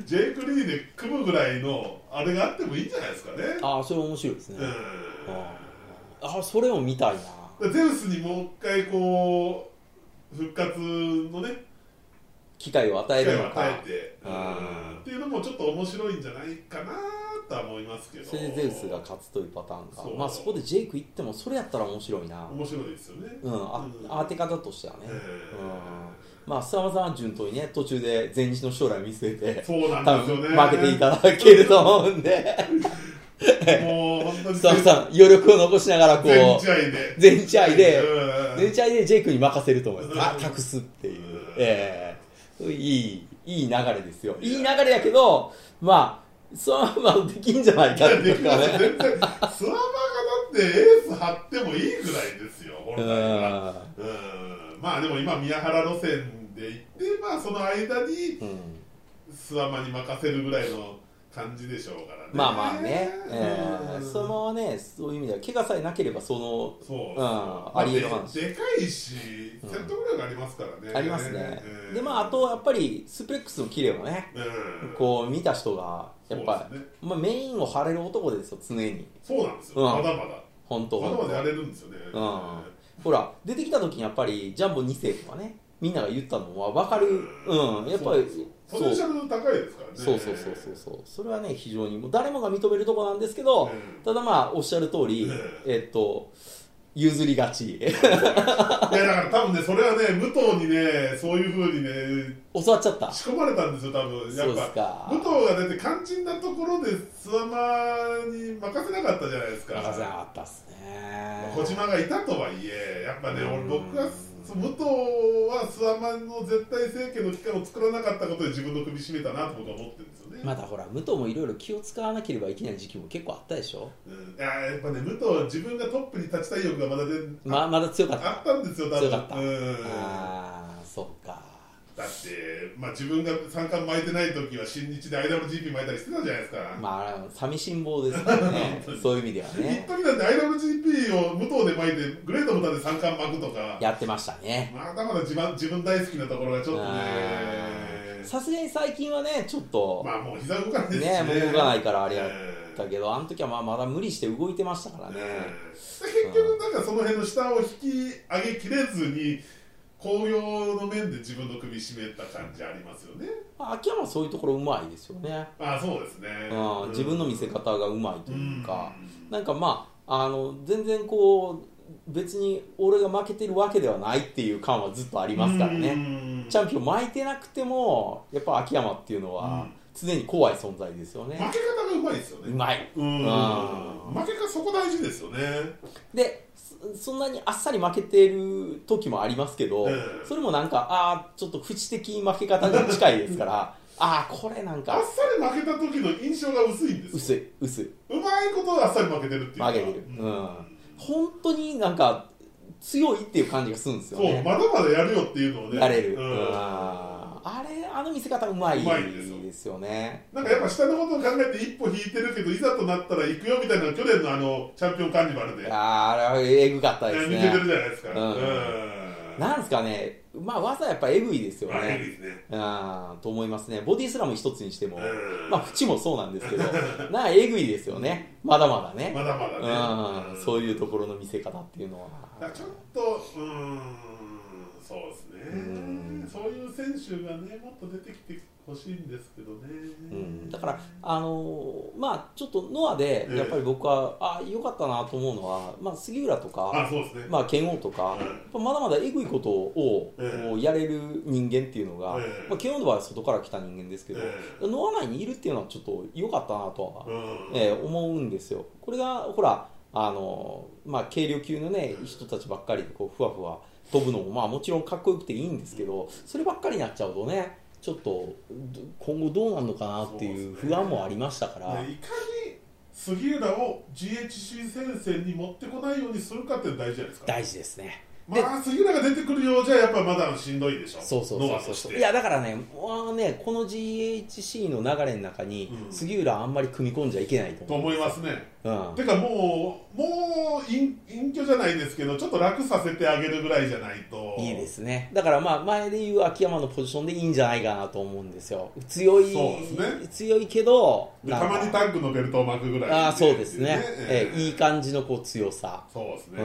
Speaker 2: ジェイク・リーで組むぐらいのあれがあってもいいんじゃないですかね
Speaker 1: ああそれ面白いですね、あ
Speaker 2: う
Speaker 1: あそれを見たいなん
Speaker 2: ゼウスにもう一回こう復活のね
Speaker 1: 機会を与え
Speaker 2: 機
Speaker 1: る
Speaker 2: 会を
Speaker 1: のか
Speaker 2: 与えて
Speaker 1: あ
Speaker 2: うん
Speaker 1: ー
Speaker 2: っていうのもちょっと面白いんじゃないかなとは思いますけど
Speaker 1: それでゼウスが勝つというパターンか
Speaker 2: そう
Speaker 1: まあそこでジェイク行ってもそれやったら面白いな
Speaker 2: 面白いですよね
Speaker 1: うんあ
Speaker 2: うん
Speaker 1: 当て方としてはね
Speaker 2: うん
Speaker 1: まあ菅山さんは順当にね途中で前日の将来見据えて
Speaker 2: そう
Speaker 1: 多
Speaker 2: なんですよ
Speaker 1: 分
Speaker 2: ね
Speaker 1: 負けていただけると思うんで
Speaker 2: もう本当に
Speaker 1: 菅山さん余力を残しながらこ
Speaker 2: 全
Speaker 1: う
Speaker 2: 試合で
Speaker 1: 全試合で
Speaker 2: うん
Speaker 1: 全試合でジェイクに任せると思いますあ
Speaker 2: うん
Speaker 1: 託すっていう
Speaker 2: うん
Speaker 1: ええいいいい流れですよいい流れやけどまあそのままできんじゃない
Speaker 2: い
Speaker 1: かって
Speaker 2: やで
Speaker 1: い
Speaker 2: き
Speaker 1: う
Speaker 2: ま
Speaker 1: か
Speaker 2: す全
Speaker 1: ね
Speaker 2: 然スワバーがだってエース張ってもいいぐらいですよ本
Speaker 1: う
Speaker 2: 来は
Speaker 1: ん
Speaker 2: うんまあでも今宮原路線で行ってまあその間に
Speaker 1: うん
Speaker 2: スワマに任せるぐらいの感じでしょうからね
Speaker 1: まあまあね、えー、
Speaker 2: うん
Speaker 1: そのままね、そういう意味では、怪我さえなければ、そ
Speaker 2: そう
Speaker 1: うん
Speaker 2: ま
Speaker 1: あり得る
Speaker 2: で
Speaker 1: 話
Speaker 2: でかいし
Speaker 1: うん
Speaker 2: 説得力ありますからね、
Speaker 1: の、ありますね
Speaker 2: う。ん
Speaker 1: で、まあ、あと、やっぱり、スプレックスのキレもね、
Speaker 2: うん
Speaker 1: こう、見た人が、やっぱ
Speaker 2: そうですね
Speaker 1: り、まあ、メインを張れる男ですよ、常に。
Speaker 2: そうなんですよ、
Speaker 1: うん
Speaker 2: まだまだ
Speaker 1: 本当
Speaker 2: まだまだや
Speaker 1: 本
Speaker 2: れるんですよね、
Speaker 1: 当うん。ほら、出てきた時に、やっぱり、ジャンボ2世とかね、みんなが言ったのは、わかる。うん、やっぱり、
Speaker 2: ポ
Speaker 1: そ
Speaker 2: テ
Speaker 1: う
Speaker 2: ンシ。ャルの高いですからね
Speaker 1: そうそうそうそうそうそれはね非常にもう誰もが認めるとこなんですけど、
Speaker 2: うん
Speaker 1: ただまあおっしゃる通り、
Speaker 2: うん
Speaker 1: えっと譲りがち
Speaker 2: いやだから多分ねそれはね武藤にねそういう風にね
Speaker 1: 教わっちゃった
Speaker 2: 仕込まれたんですよ多分
Speaker 1: そう
Speaker 2: や
Speaker 1: で
Speaker 2: っ
Speaker 1: す
Speaker 2: ぱ
Speaker 1: か
Speaker 2: 武藤が出て肝心なところで諏訪間に任せなかったじゃないですか
Speaker 1: 任せなかったっすね
Speaker 2: 小島がいたとはいえやっぱね
Speaker 1: う
Speaker 2: 俺
Speaker 1: ん
Speaker 2: 僕は武藤は諏訪間の絶対政権の機関を作らなかったことで自分の首絞めたなと僕は思ってるんですよね、
Speaker 1: まだほら武藤もいろいろ気を使わなければいけない時期も結構あったでしょ
Speaker 2: うん、いややっぱね武藤は自分がトップに立ちたい欲がまだで
Speaker 1: ままだ強かった
Speaker 2: あったんですよ多分
Speaker 1: 強かった
Speaker 2: うん
Speaker 1: ああそうか
Speaker 2: だって、まあ、自分が三冠巻いてない時は新日で IWGP 巻いたりしてたじゃないですか、
Speaker 1: まあ寂しん坊ですから ねそういう意味では
Speaker 2: 一
Speaker 1: ね
Speaker 2: 時なんて IWGP を武藤で巻いてグレートボタンで三冠巻くとか
Speaker 1: やってましたね
Speaker 2: まだまだ自分自分大好きなところがちょっとね
Speaker 1: あーさすがに最近はねちょっと
Speaker 2: まあもう膝動かないですし
Speaker 1: ねもう動かないからあれやっ
Speaker 2: えー
Speaker 1: たけどあの時はまあまだ無理して動いてましたからね
Speaker 2: えー結局なんかその辺の下を引き上げきれずに興行の面で自分の首絞めた感じありますよね
Speaker 1: まあ秋山はそういうところうまいですよね
Speaker 2: ああそうですね
Speaker 1: うん自分の見せ方がうまいと
Speaker 2: と
Speaker 1: いうか、なんかまああの全然こう別に俺が負けてるわけではないっていう感はずっとありますからね、
Speaker 2: ね
Speaker 1: チャンピオン巻いてなくてもやっぱ秋山っていうの
Speaker 2: う
Speaker 1: は
Speaker 2: ん
Speaker 1: 常に怖い存在ですよね、
Speaker 2: 負け方がうまいですよ
Speaker 1: う
Speaker 2: ね。
Speaker 1: まい
Speaker 2: うん
Speaker 1: あー
Speaker 2: 負け方そこ大事ですよね。
Speaker 1: でそそんなにあっさり負けてる時もありますけど、
Speaker 2: ええ
Speaker 1: それもなんかああちょっと不知的負け方に近いですからああこれなん
Speaker 2: あっ
Speaker 1: か
Speaker 2: さり負けた時の印象が薄いんです
Speaker 1: 薄
Speaker 2: よ。
Speaker 1: い薄いう
Speaker 2: まいことはあっさり負けてるっていうか。
Speaker 1: 負けてるうん
Speaker 2: うん
Speaker 1: 本当になんか強いっていう感じがするんですよ
Speaker 2: そう
Speaker 1: ね
Speaker 2: まだまだやるよっていうのをね。
Speaker 1: やれる、
Speaker 2: う
Speaker 1: うん
Speaker 2: ん
Speaker 1: あれあの見せ方うまいう
Speaker 2: まいですよ
Speaker 1: ですよね
Speaker 2: なんかやっぱ下のことを考えて一歩引いてるけどいざとなったら行くよみたいなの去年のあのチャンピオンカンニバルで、
Speaker 1: あーあれはえぐかったです
Speaker 2: 見てる
Speaker 1: ね
Speaker 2: じゃないですか。
Speaker 1: うんなんですかねまあ技やっぱえぐいですよ
Speaker 2: まあいい
Speaker 1: ね
Speaker 2: ですね。
Speaker 1: あーと思いますねボディスラム一つにしても
Speaker 2: うん
Speaker 1: まあ縁もそうなんです けどなあえぐいですよねまだまだね
Speaker 2: まだまだね。
Speaker 1: うんそういうと
Speaker 2: こ。
Speaker 1: ころの見せ方っていうのは
Speaker 2: だからちょっとうーんそうですね
Speaker 1: うん
Speaker 2: そういう選手がねもっと出てきてほしいんですけどね、
Speaker 1: うん、だから、あのーまあ、ちょっとノアで
Speaker 2: ええ
Speaker 1: やっぱり僕は、あ良かったなと思うのは、まあ、杉浦と
Speaker 2: あ
Speaker 1: か、
Speaker 2: そうですね、
Speaker 1: まあ、剣王とか、
Speaker 2: ええ
Speaker 1: やっぱまだまだえぐいことを、
Speaker 2: ええ
Speaker 1: こうやれる人間っていうのが、
Speaker 2: ええ
Speaker 1: まあ、剣王の場合は外から来た人間ですけど、
Speaker 2: え
Speaker 1: ノア内にいるっていうのはちょっと良かったなとは、
Speaker 2: うん
Speaker 1: ええ思うんですよ。これがほらあのーまあ、軽量級の、ね、人たちばっかりでこうふわふわ飛ぶのも、まあ、もちろんかっこよくていいんですけどそればっかりになっちゃうとねちょっとど今後どうなるのかなっていう
Speaker 2: そうですね
Speaker 1: 不安もありましたから、
Speaker 2: ねいかに杉浦を GHC 戦線に持ってこないようにするかって大事じゃないですか
Speaker 1: 大事ですね、で
Speaker 2: まあ杉浦が出てくるようじゃやっぱまだしんどいでしょ
Speaker 1: そうそう
Speaker 2: ノア
Speaker 1: そ
Speaker 2: と
Speaker 1: う
Speaker 2: し
Speaker 1: そう
Speaker 2: て
Speaker 1: いやだからねもうねこの GHC の流れの中に、
Speaker 2: うん
Speaker 1: 杉浦はあんまり組み込んじゃいけないと
Speaker 2: と
Speaker 1: 思う
Speaker 2: 思いますね
Speaker 1: うん
Speaker 2: てかもうもう隠隠居じゃないですけどちょっと楽させてあげるぐらいじゃないと
Speaker 1: いいですねだからまあ前で言う秋山のポジションでいいんじゃないかなと思うんですよ強い、
Speaker 2: そうですね
Speaker 1: 強いけど
Speaker 2: で
Speaker 1: なん
Speaker 2: た
Speaker 1: か
Speaker 2: まにタッグのベルトを巻くぐらい
Speaker 1: ああそうですねええいい
Speaker 2: え
Speaker 1: 感じのこう強さ、
Speaker 2: そうですね、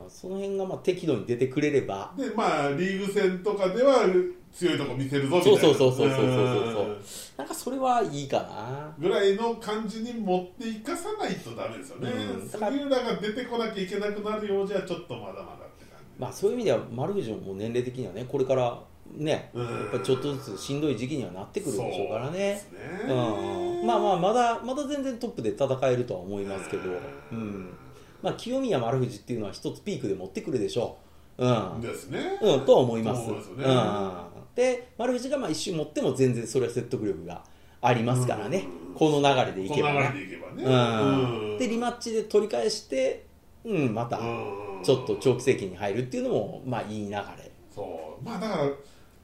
Speaker 1: うん、その辺がまあ適度に出てくれれば
Speaker 2: でまあリーグ戦とかでは強いとこ見せるぞみたいな
Speaker 1: そうそうそうそうそうそうそうんなんかそれはいいかな
Speaker 2: ぐらいの感じに持っていかさないとダメですよね、
Speaker 1: うん
Speaker 2: 杉浦が出てこなきゃいけなくなるようじゃちょっとまだまだって感じ、
Speaker 1: まあそういう意味では丸藤ももう年齢的にはねこれからね
Speaker 2: うん
Speaker 1: やっぱりちょっとずつしんどい時期にはなってくるでしょうからね
Speaker 2: そうで
Speaker 1: う
Speaker 2: すね
Speaker 1: ん、まあまあまだまだ全然トップで戦えるとは思いますけど、うんまあ、清宮丸藤っていうのは一つピークで持ってくるでしょう、うん
Speaker 2: ですね
Speaker 1: うん、とは思います。
Speaker 2: と思いますよね
Speaker 1: うん、で丸藤がまあ一周持っても全然それは説得力がありますからね、
Speaker 2: うん
Speaker 1: この流れでい
Speaker 2: こ
Speaker 1: けば
Speaker 2: の流れ
Speaker 1: ね。
Speaker 2: でいけばね、
Speaker 1: うん
Speaker 2: うん
Speaker 1: でリマッチで取り返して、うん、また
Speaker 2: うん
Speaker 1: ちょっと長期席に入るっていうのもまあいい流れ。
Speaker 2: そうまあだから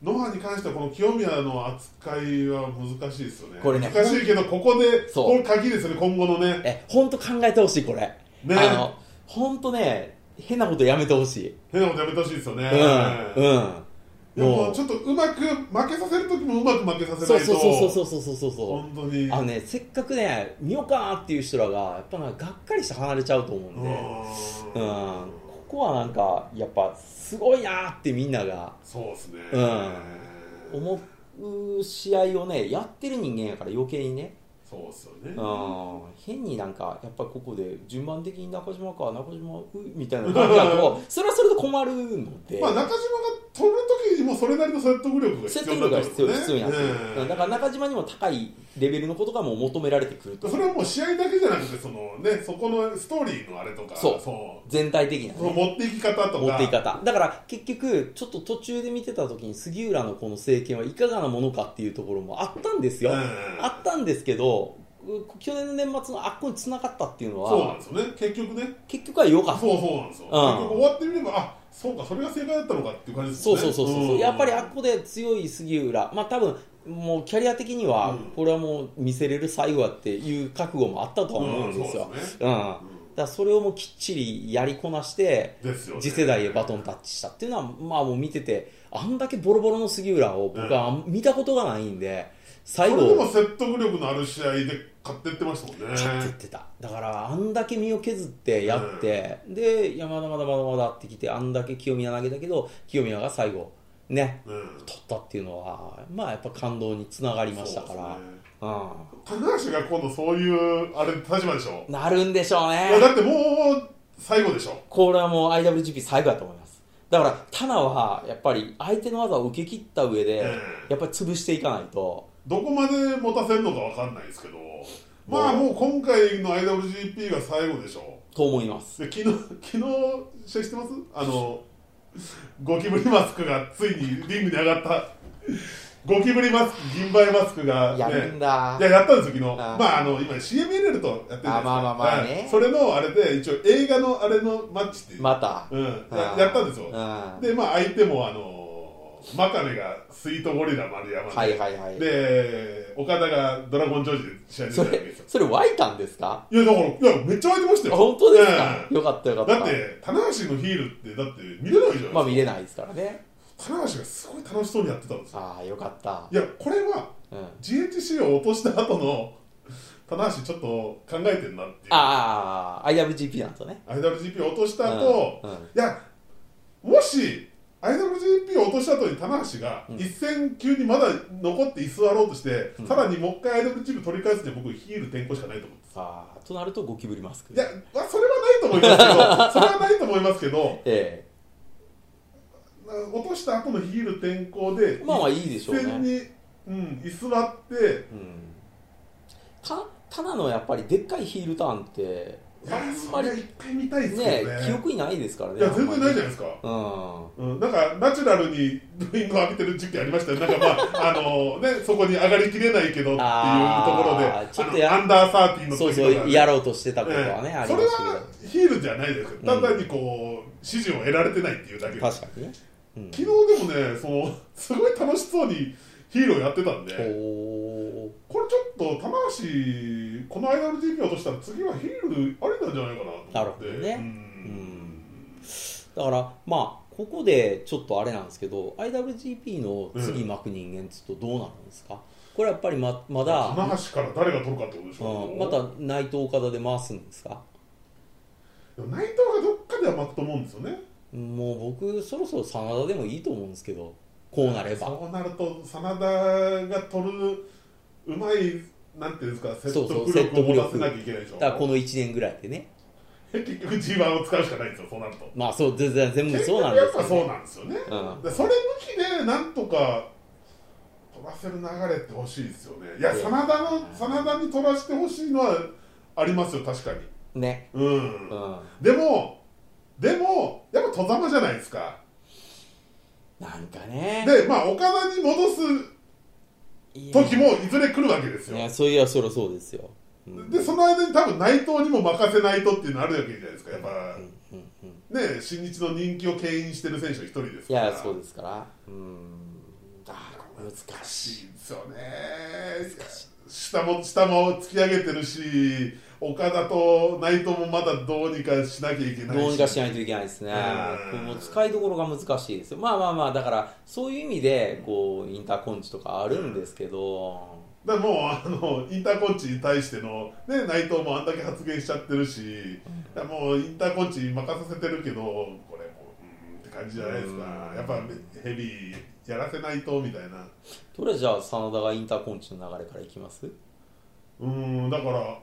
Speaker 2: ノアに関してはこの清宮の扱いは難しいですよね
Speaker 1: これね
Speaker 2: 難しいけどここで
Speaker 1: そう
Speaker 2: これ鍵ですよね今後のね
Speaker 1: え本当考えてほしいこれ。
Speaker 2: ね
Speaker 1: あの本当ね変なことやめてほしい。
Speaker 2: 変なことやめてほしいですよね、
Speaker 1: うんうん。
Speaker 2: でもちょっとうまく負けさせる時もうまく負けさせ
Speaker 1: そ
Speaker 2: な
Speaker 1: う
Speaker 2: いと
Speaker 1: そうそうそうそうそうそうそう。
Speaker 2: 本当に
Speaker 1: あのね、せっかくね、見ようかなっていう人らが、やっぱなんかがっかりして離れちゃうと思うんで、うん、
Speaker 2: うん
Speaker 1: ここはなんか、やっぱすごいなーってみんなが
Speaker 2: そうですね
Speaker 1: うん思う試合をね、やってる人間やから、余計にね、
Speaker 2: そうですよね
Speaker 1: うん、変になんか、やっぱここで順番的に中島か、中島うみたいな感じだと、それはそれで困るので
Speaker 2: まあ、中島が取る時にもそれなりの説得力が
Speaker 1: 説
Speaker 2: 必
Speaker 1: 得
Speaker 2: 要
Speaker 1: 力
Speaker 2: だ
Speaker 1: が
Speaker 2: と
Speaker 1: 必要
Speaker 2: 思うんです
Speaker 1: 必要
Speaker 2: よ
Speaker 1: になってくる、うんだから中島にも高いレベルのことがもう求められてくると、
Speaker 2: それはもう試合だけじゃなくてそのねそこのストーリーのあれとか
Speaker 1: そう
Speaker 2: そ
Speaker 1: 全体的な
Speaker 2: う
Speaker 1: ね
Speaker 2: その持っていき方とか
Speaker 1: 持っていき方だから結局ちょっと途中で見てた時に杉浦のこの政権はいかがなものかっていうところもあったんですよ、
Speaker 2: うん
Speaker 1: あったんですけどう去年の年末のあっこに繋がったっていうの
Speaker 2: そうなん
Speaker 1: は
Speaker 2: ですよね結局ね
Speaker 1: 結局は良か
Speaker 2: そう
Speaker 1: った
Speaker 2: そうなんですよ、
Speaker 1: ん
Speaker 2: 結局終わってみればあそうかそれが正解だったのかっていう感じです
Speaker 1: そ
Speaker 2: よ
Speaker 1: う
Speaker 2: ね
Speaker 1: そうそうそう、
Speaker 2: ん
Speaker 1: やっぱりあっこで強い杉浦まあ多分もうキャリア的に
Speaker 2: う
Speaker 1: は
Speaker 2: ん
Speaker 1: これはもう見せれる最後やっていう覚悟もあったとは思うんですよ、うん
Speaker 2: うんそうですね
Speaker 1: だからそれをもうきっちりやりこなして
Speaker 2: ですよね
Speaker 1: 次世代へバトンタッチしたっていうのは、まあもう見てて、あんだけボロボロの杉浦を僕は見たことがないんで、最
Speaker 2: それでも
Speaker 1: 後、
Speaker 2: 説得力のある試合で勝ってってましたもんね
Speaker 1: 勝ってってた。だから、あんだけ身を削ってやって、で、いや、まだまだまだまだってきて、あんだけ清宮投げたけど、清宮が最後、ね、
Speaker 2: うん
Speaker 1: 取ったっていうのは、まあやっぱ感動につながりましたか
Speaker 2: そう
Speaker 1: ら
Speaker 2: で、すね
Speaker 1: う
Speaker 2: 高橋が今度そういうあれ立場でしょ
Speaker 1: ん。なるんでしょう
Speaker 2: いや
Speaker 1: ね。
Speaker 2: だってもう最後でしょ
Speaker 1: これはもう IWGP 最後だと思います。だから、タナはやっぱり相手の技を受け切った上で、
Speaker 2: ええ
Speaker 1: やっぱり潰していかないと、
Speaker 2: どこまで持たせるのかわかんないですけどまあもう今回の IWGP が最後でしょ
Speaker 1: と思います。
Speaker 2: で昨日昨日試合してますあのゴキブリマスクがついにリングに上がったゴキブリマスク銀杯マスクが、ね、
Speaker 1: やるんだ
Speaker 2: いや、やったんですよ、昨日。
Speaker 1: ああ
Speaker 2: まあ、あの、今 CMLL とやってるんですか
Speaker 1: あまあまあまあね
Speaker 2: はいそれの、あれで、一応映画のあれのマッチっていう。
Speaker 1: また。
Speaker 2: うん。や
Speaker 1: あー
Speaker 2: やったんです
Speaker 1: う
Speaker 2: よ。
Speaker 1: ん
Speaker 2: で、まあ、相手も、あのー、真壁がスイートゴリラ丸山で、
Speaker 1: はいはいはい。
Speaker 2: で、岡田がドラゴンジョージで試合に出た
Speaker 1: そ
Speaker 2: わけ
Speaker 1: れ
Speaker 2: ですよ、。
Speaker 1: それ湧いたんですか
Speaker 2: いや、だから、いや、めっちゃ湧いてましたよ。
Speaker 1: 本当ですか、
Speaker 2: ええ
Speaker 1: よかったよかった。
Speaker 2: だって、棚橋のヒールって、だって見れないじゃないですか。
Speaker 1: まあ見れないですからね。
Speaker 2: 棚橋がすごい楽しそうにやってたんですよ。
Speaker 1: ああ、よかった
Speaker 2: い。や、これは、
Speaker 1: うん、あ
Speaker 2: GHC を落とした後の棚橋ちょっと考えてんなっていう
Speaker 1: あ、IWGP なんですよね。
Speaker 2: IWGP を落とした後、
Speaker 1: うんうん
Speaker 2: いやもし IWGP を落とした後に棚橋が
Speaker 1: うん
Speaker 2: 一戦級にまだ残って居座ろうとして、さらにもう一回 IWGP 取り返すには僕ヒール転向しかないと思うんです
Speaker 1: さあ、となるとゴキブリマスク。
Speaker 2: いや、まあ、それはないと思いますけどそれはないと思いますけど
Speaker 1: え
Speaker 2: な落とした後のヒール転向で
Speaker 1: えまあまあいいでし
Speaker 2: 一
Speaker 1: ょう
Speaker 2: 戦
Speaker 1: ね。
Speaker 2: に、うん、居座って
Speaker 1: うん。た、ただのやっぱりでっかいヒールターンって、
Speaker 2: いや
Speaker 1: あん
Speaker 2: そ
Speaker 1: ま
Speaker 2: れ
Speaker 1: り
Speaker 2: は一回見たいですけ
Speaker 1: ね
Speaker 2: どね、
Speaker 1: 記憶にないですからね。
Speaker 2: いや全然ないじゃない
Speaker 1: ゃん
Speaker 2: ですか
Speaker 1: ま
Speaker 2: うん、なんかナチュラルにブーイングを浴びてる時期あり ましたよ、なんかまあ、あのね、そこに上がりきれないけどっていうところで、あ
Speaker 1: あーちょっとや
Speaker 2: のアンダーサーティー
Speaker 1: り。う
Speaker 2: の
Speaker 1: ん。そう
Speaker 2: 時
Speaker 1: そ
Speaker 2: とかね
Speaker 1: う、やろうとしてたことはね、
Speaker 2: ええ
Speaker 1: あり
Speaker 2: そ
Speaker 1: ま
Speaker 2: れ
Speaker 1: したけど
Speaker 2: は。ヒールじゃないですけど、
Speaker 1: うん
Speaker 2: 単にこう、支持を得られてないっていうだけで昨
Speaker 1: 確かにね、うん、
Speaker 2: 日でもねそのすごい楽しそうにヒーローやってたんで
Speaker 1: おー
Speaker 2: これちょっと玉橋この間の時期落としたら次はヒールありなんじゃないかなと思って
Speaker 1: なるほどね
Speaker 2: う
Speaker 1: うんんだからまあここでちょっとあれなんですけど IWGP の次巻く人間っつうとどうなるんですか、これやっぱりままだ、
Speaker 2: 玉橋から誰が取るかってことでしょ
Speaker 1: うん、また内藤岡田で回すんですか
Speaker 2: でも内藤がどっかでは巻くと思うんですよね
Speaker 1: もう僕そろそろ真田でもいいと思うんですけどこうなれば
Speaker 2: そうなると真田が取るうまいなんていうんですか説
Speaker 1: そうそう
Speaker 2: 得力を持た
Speaker 1: 説得力
Speaker 2: せなきゃいけないでしょ
Speaker 1: だからこの1年ぐらいでね
Speaker 2: 結局 G1 を使うしかないんですよそうなると
Speaker 1: まあそう全然全部そうなんで
Speaker 2: やっ
Speaker 1: すけ
Speaker 2: ぱ
Speaker 1: ど、
Speaker 2: そう
Speaker 1: ね
Speaker 2: なんですよね、
Speaker 1: うん
Speaker 2: でそれ抜きでなんとか取らせる流れってほしいですよねいや
Speaker 1: うん
Speaker 2: 真田の真田に取らせてほしいのはありますよ確かに
Speaker 1: ね
Speaker 2: うん、
Speaker 1: うん
Speaker 2: でもでもやっぱ戸様じゃないですか
Speaker 1: なんかね
Speaker 2: でまあ岡田に戻す
Speaker 1: いや
Speaker 2: 時もいずれ来るわけですよ
Speaker 1: いやそういやそりゃそうですよ、うん
Speaker 2: でその間に多分内藤にも任せないとっていうのあるわけじゃないですかやっぱ、
Speaker 1: うんうんうん
Speaker 2: ね新日の人気を牽引してる選手の一人です
Speaker 1: い
Speaker 2: から
Speaker 1: やそうですからうんあー難
Speaker 2: 難
Speaker 1: しい
Speaker 2: しいですよね下も下も突き上げてるし岡田と内藤もまだどうにかしなきゃいけないし
Speaker 1: どうにかしないといけないですね
Speaker 2: うん
Speaker 1: もう使いどころが難しいですよまあまあまあだからそういう意味でこうインターコンチとかあるんですけど、
Speaker 2: だからもうあのインターコンチに対しての、ね、内藤もあんだけ発言しちゃってるし、だからもうインターコンチに任させてるけどこれもううんって感じじゃないですか、
Speaker 1: うん
Speaker 2: やっぱヘビーやらせないとみたいな
Speaker 1: どれじゃあ真田がインターコンチの流れからいきます
Speaker 2: うんだから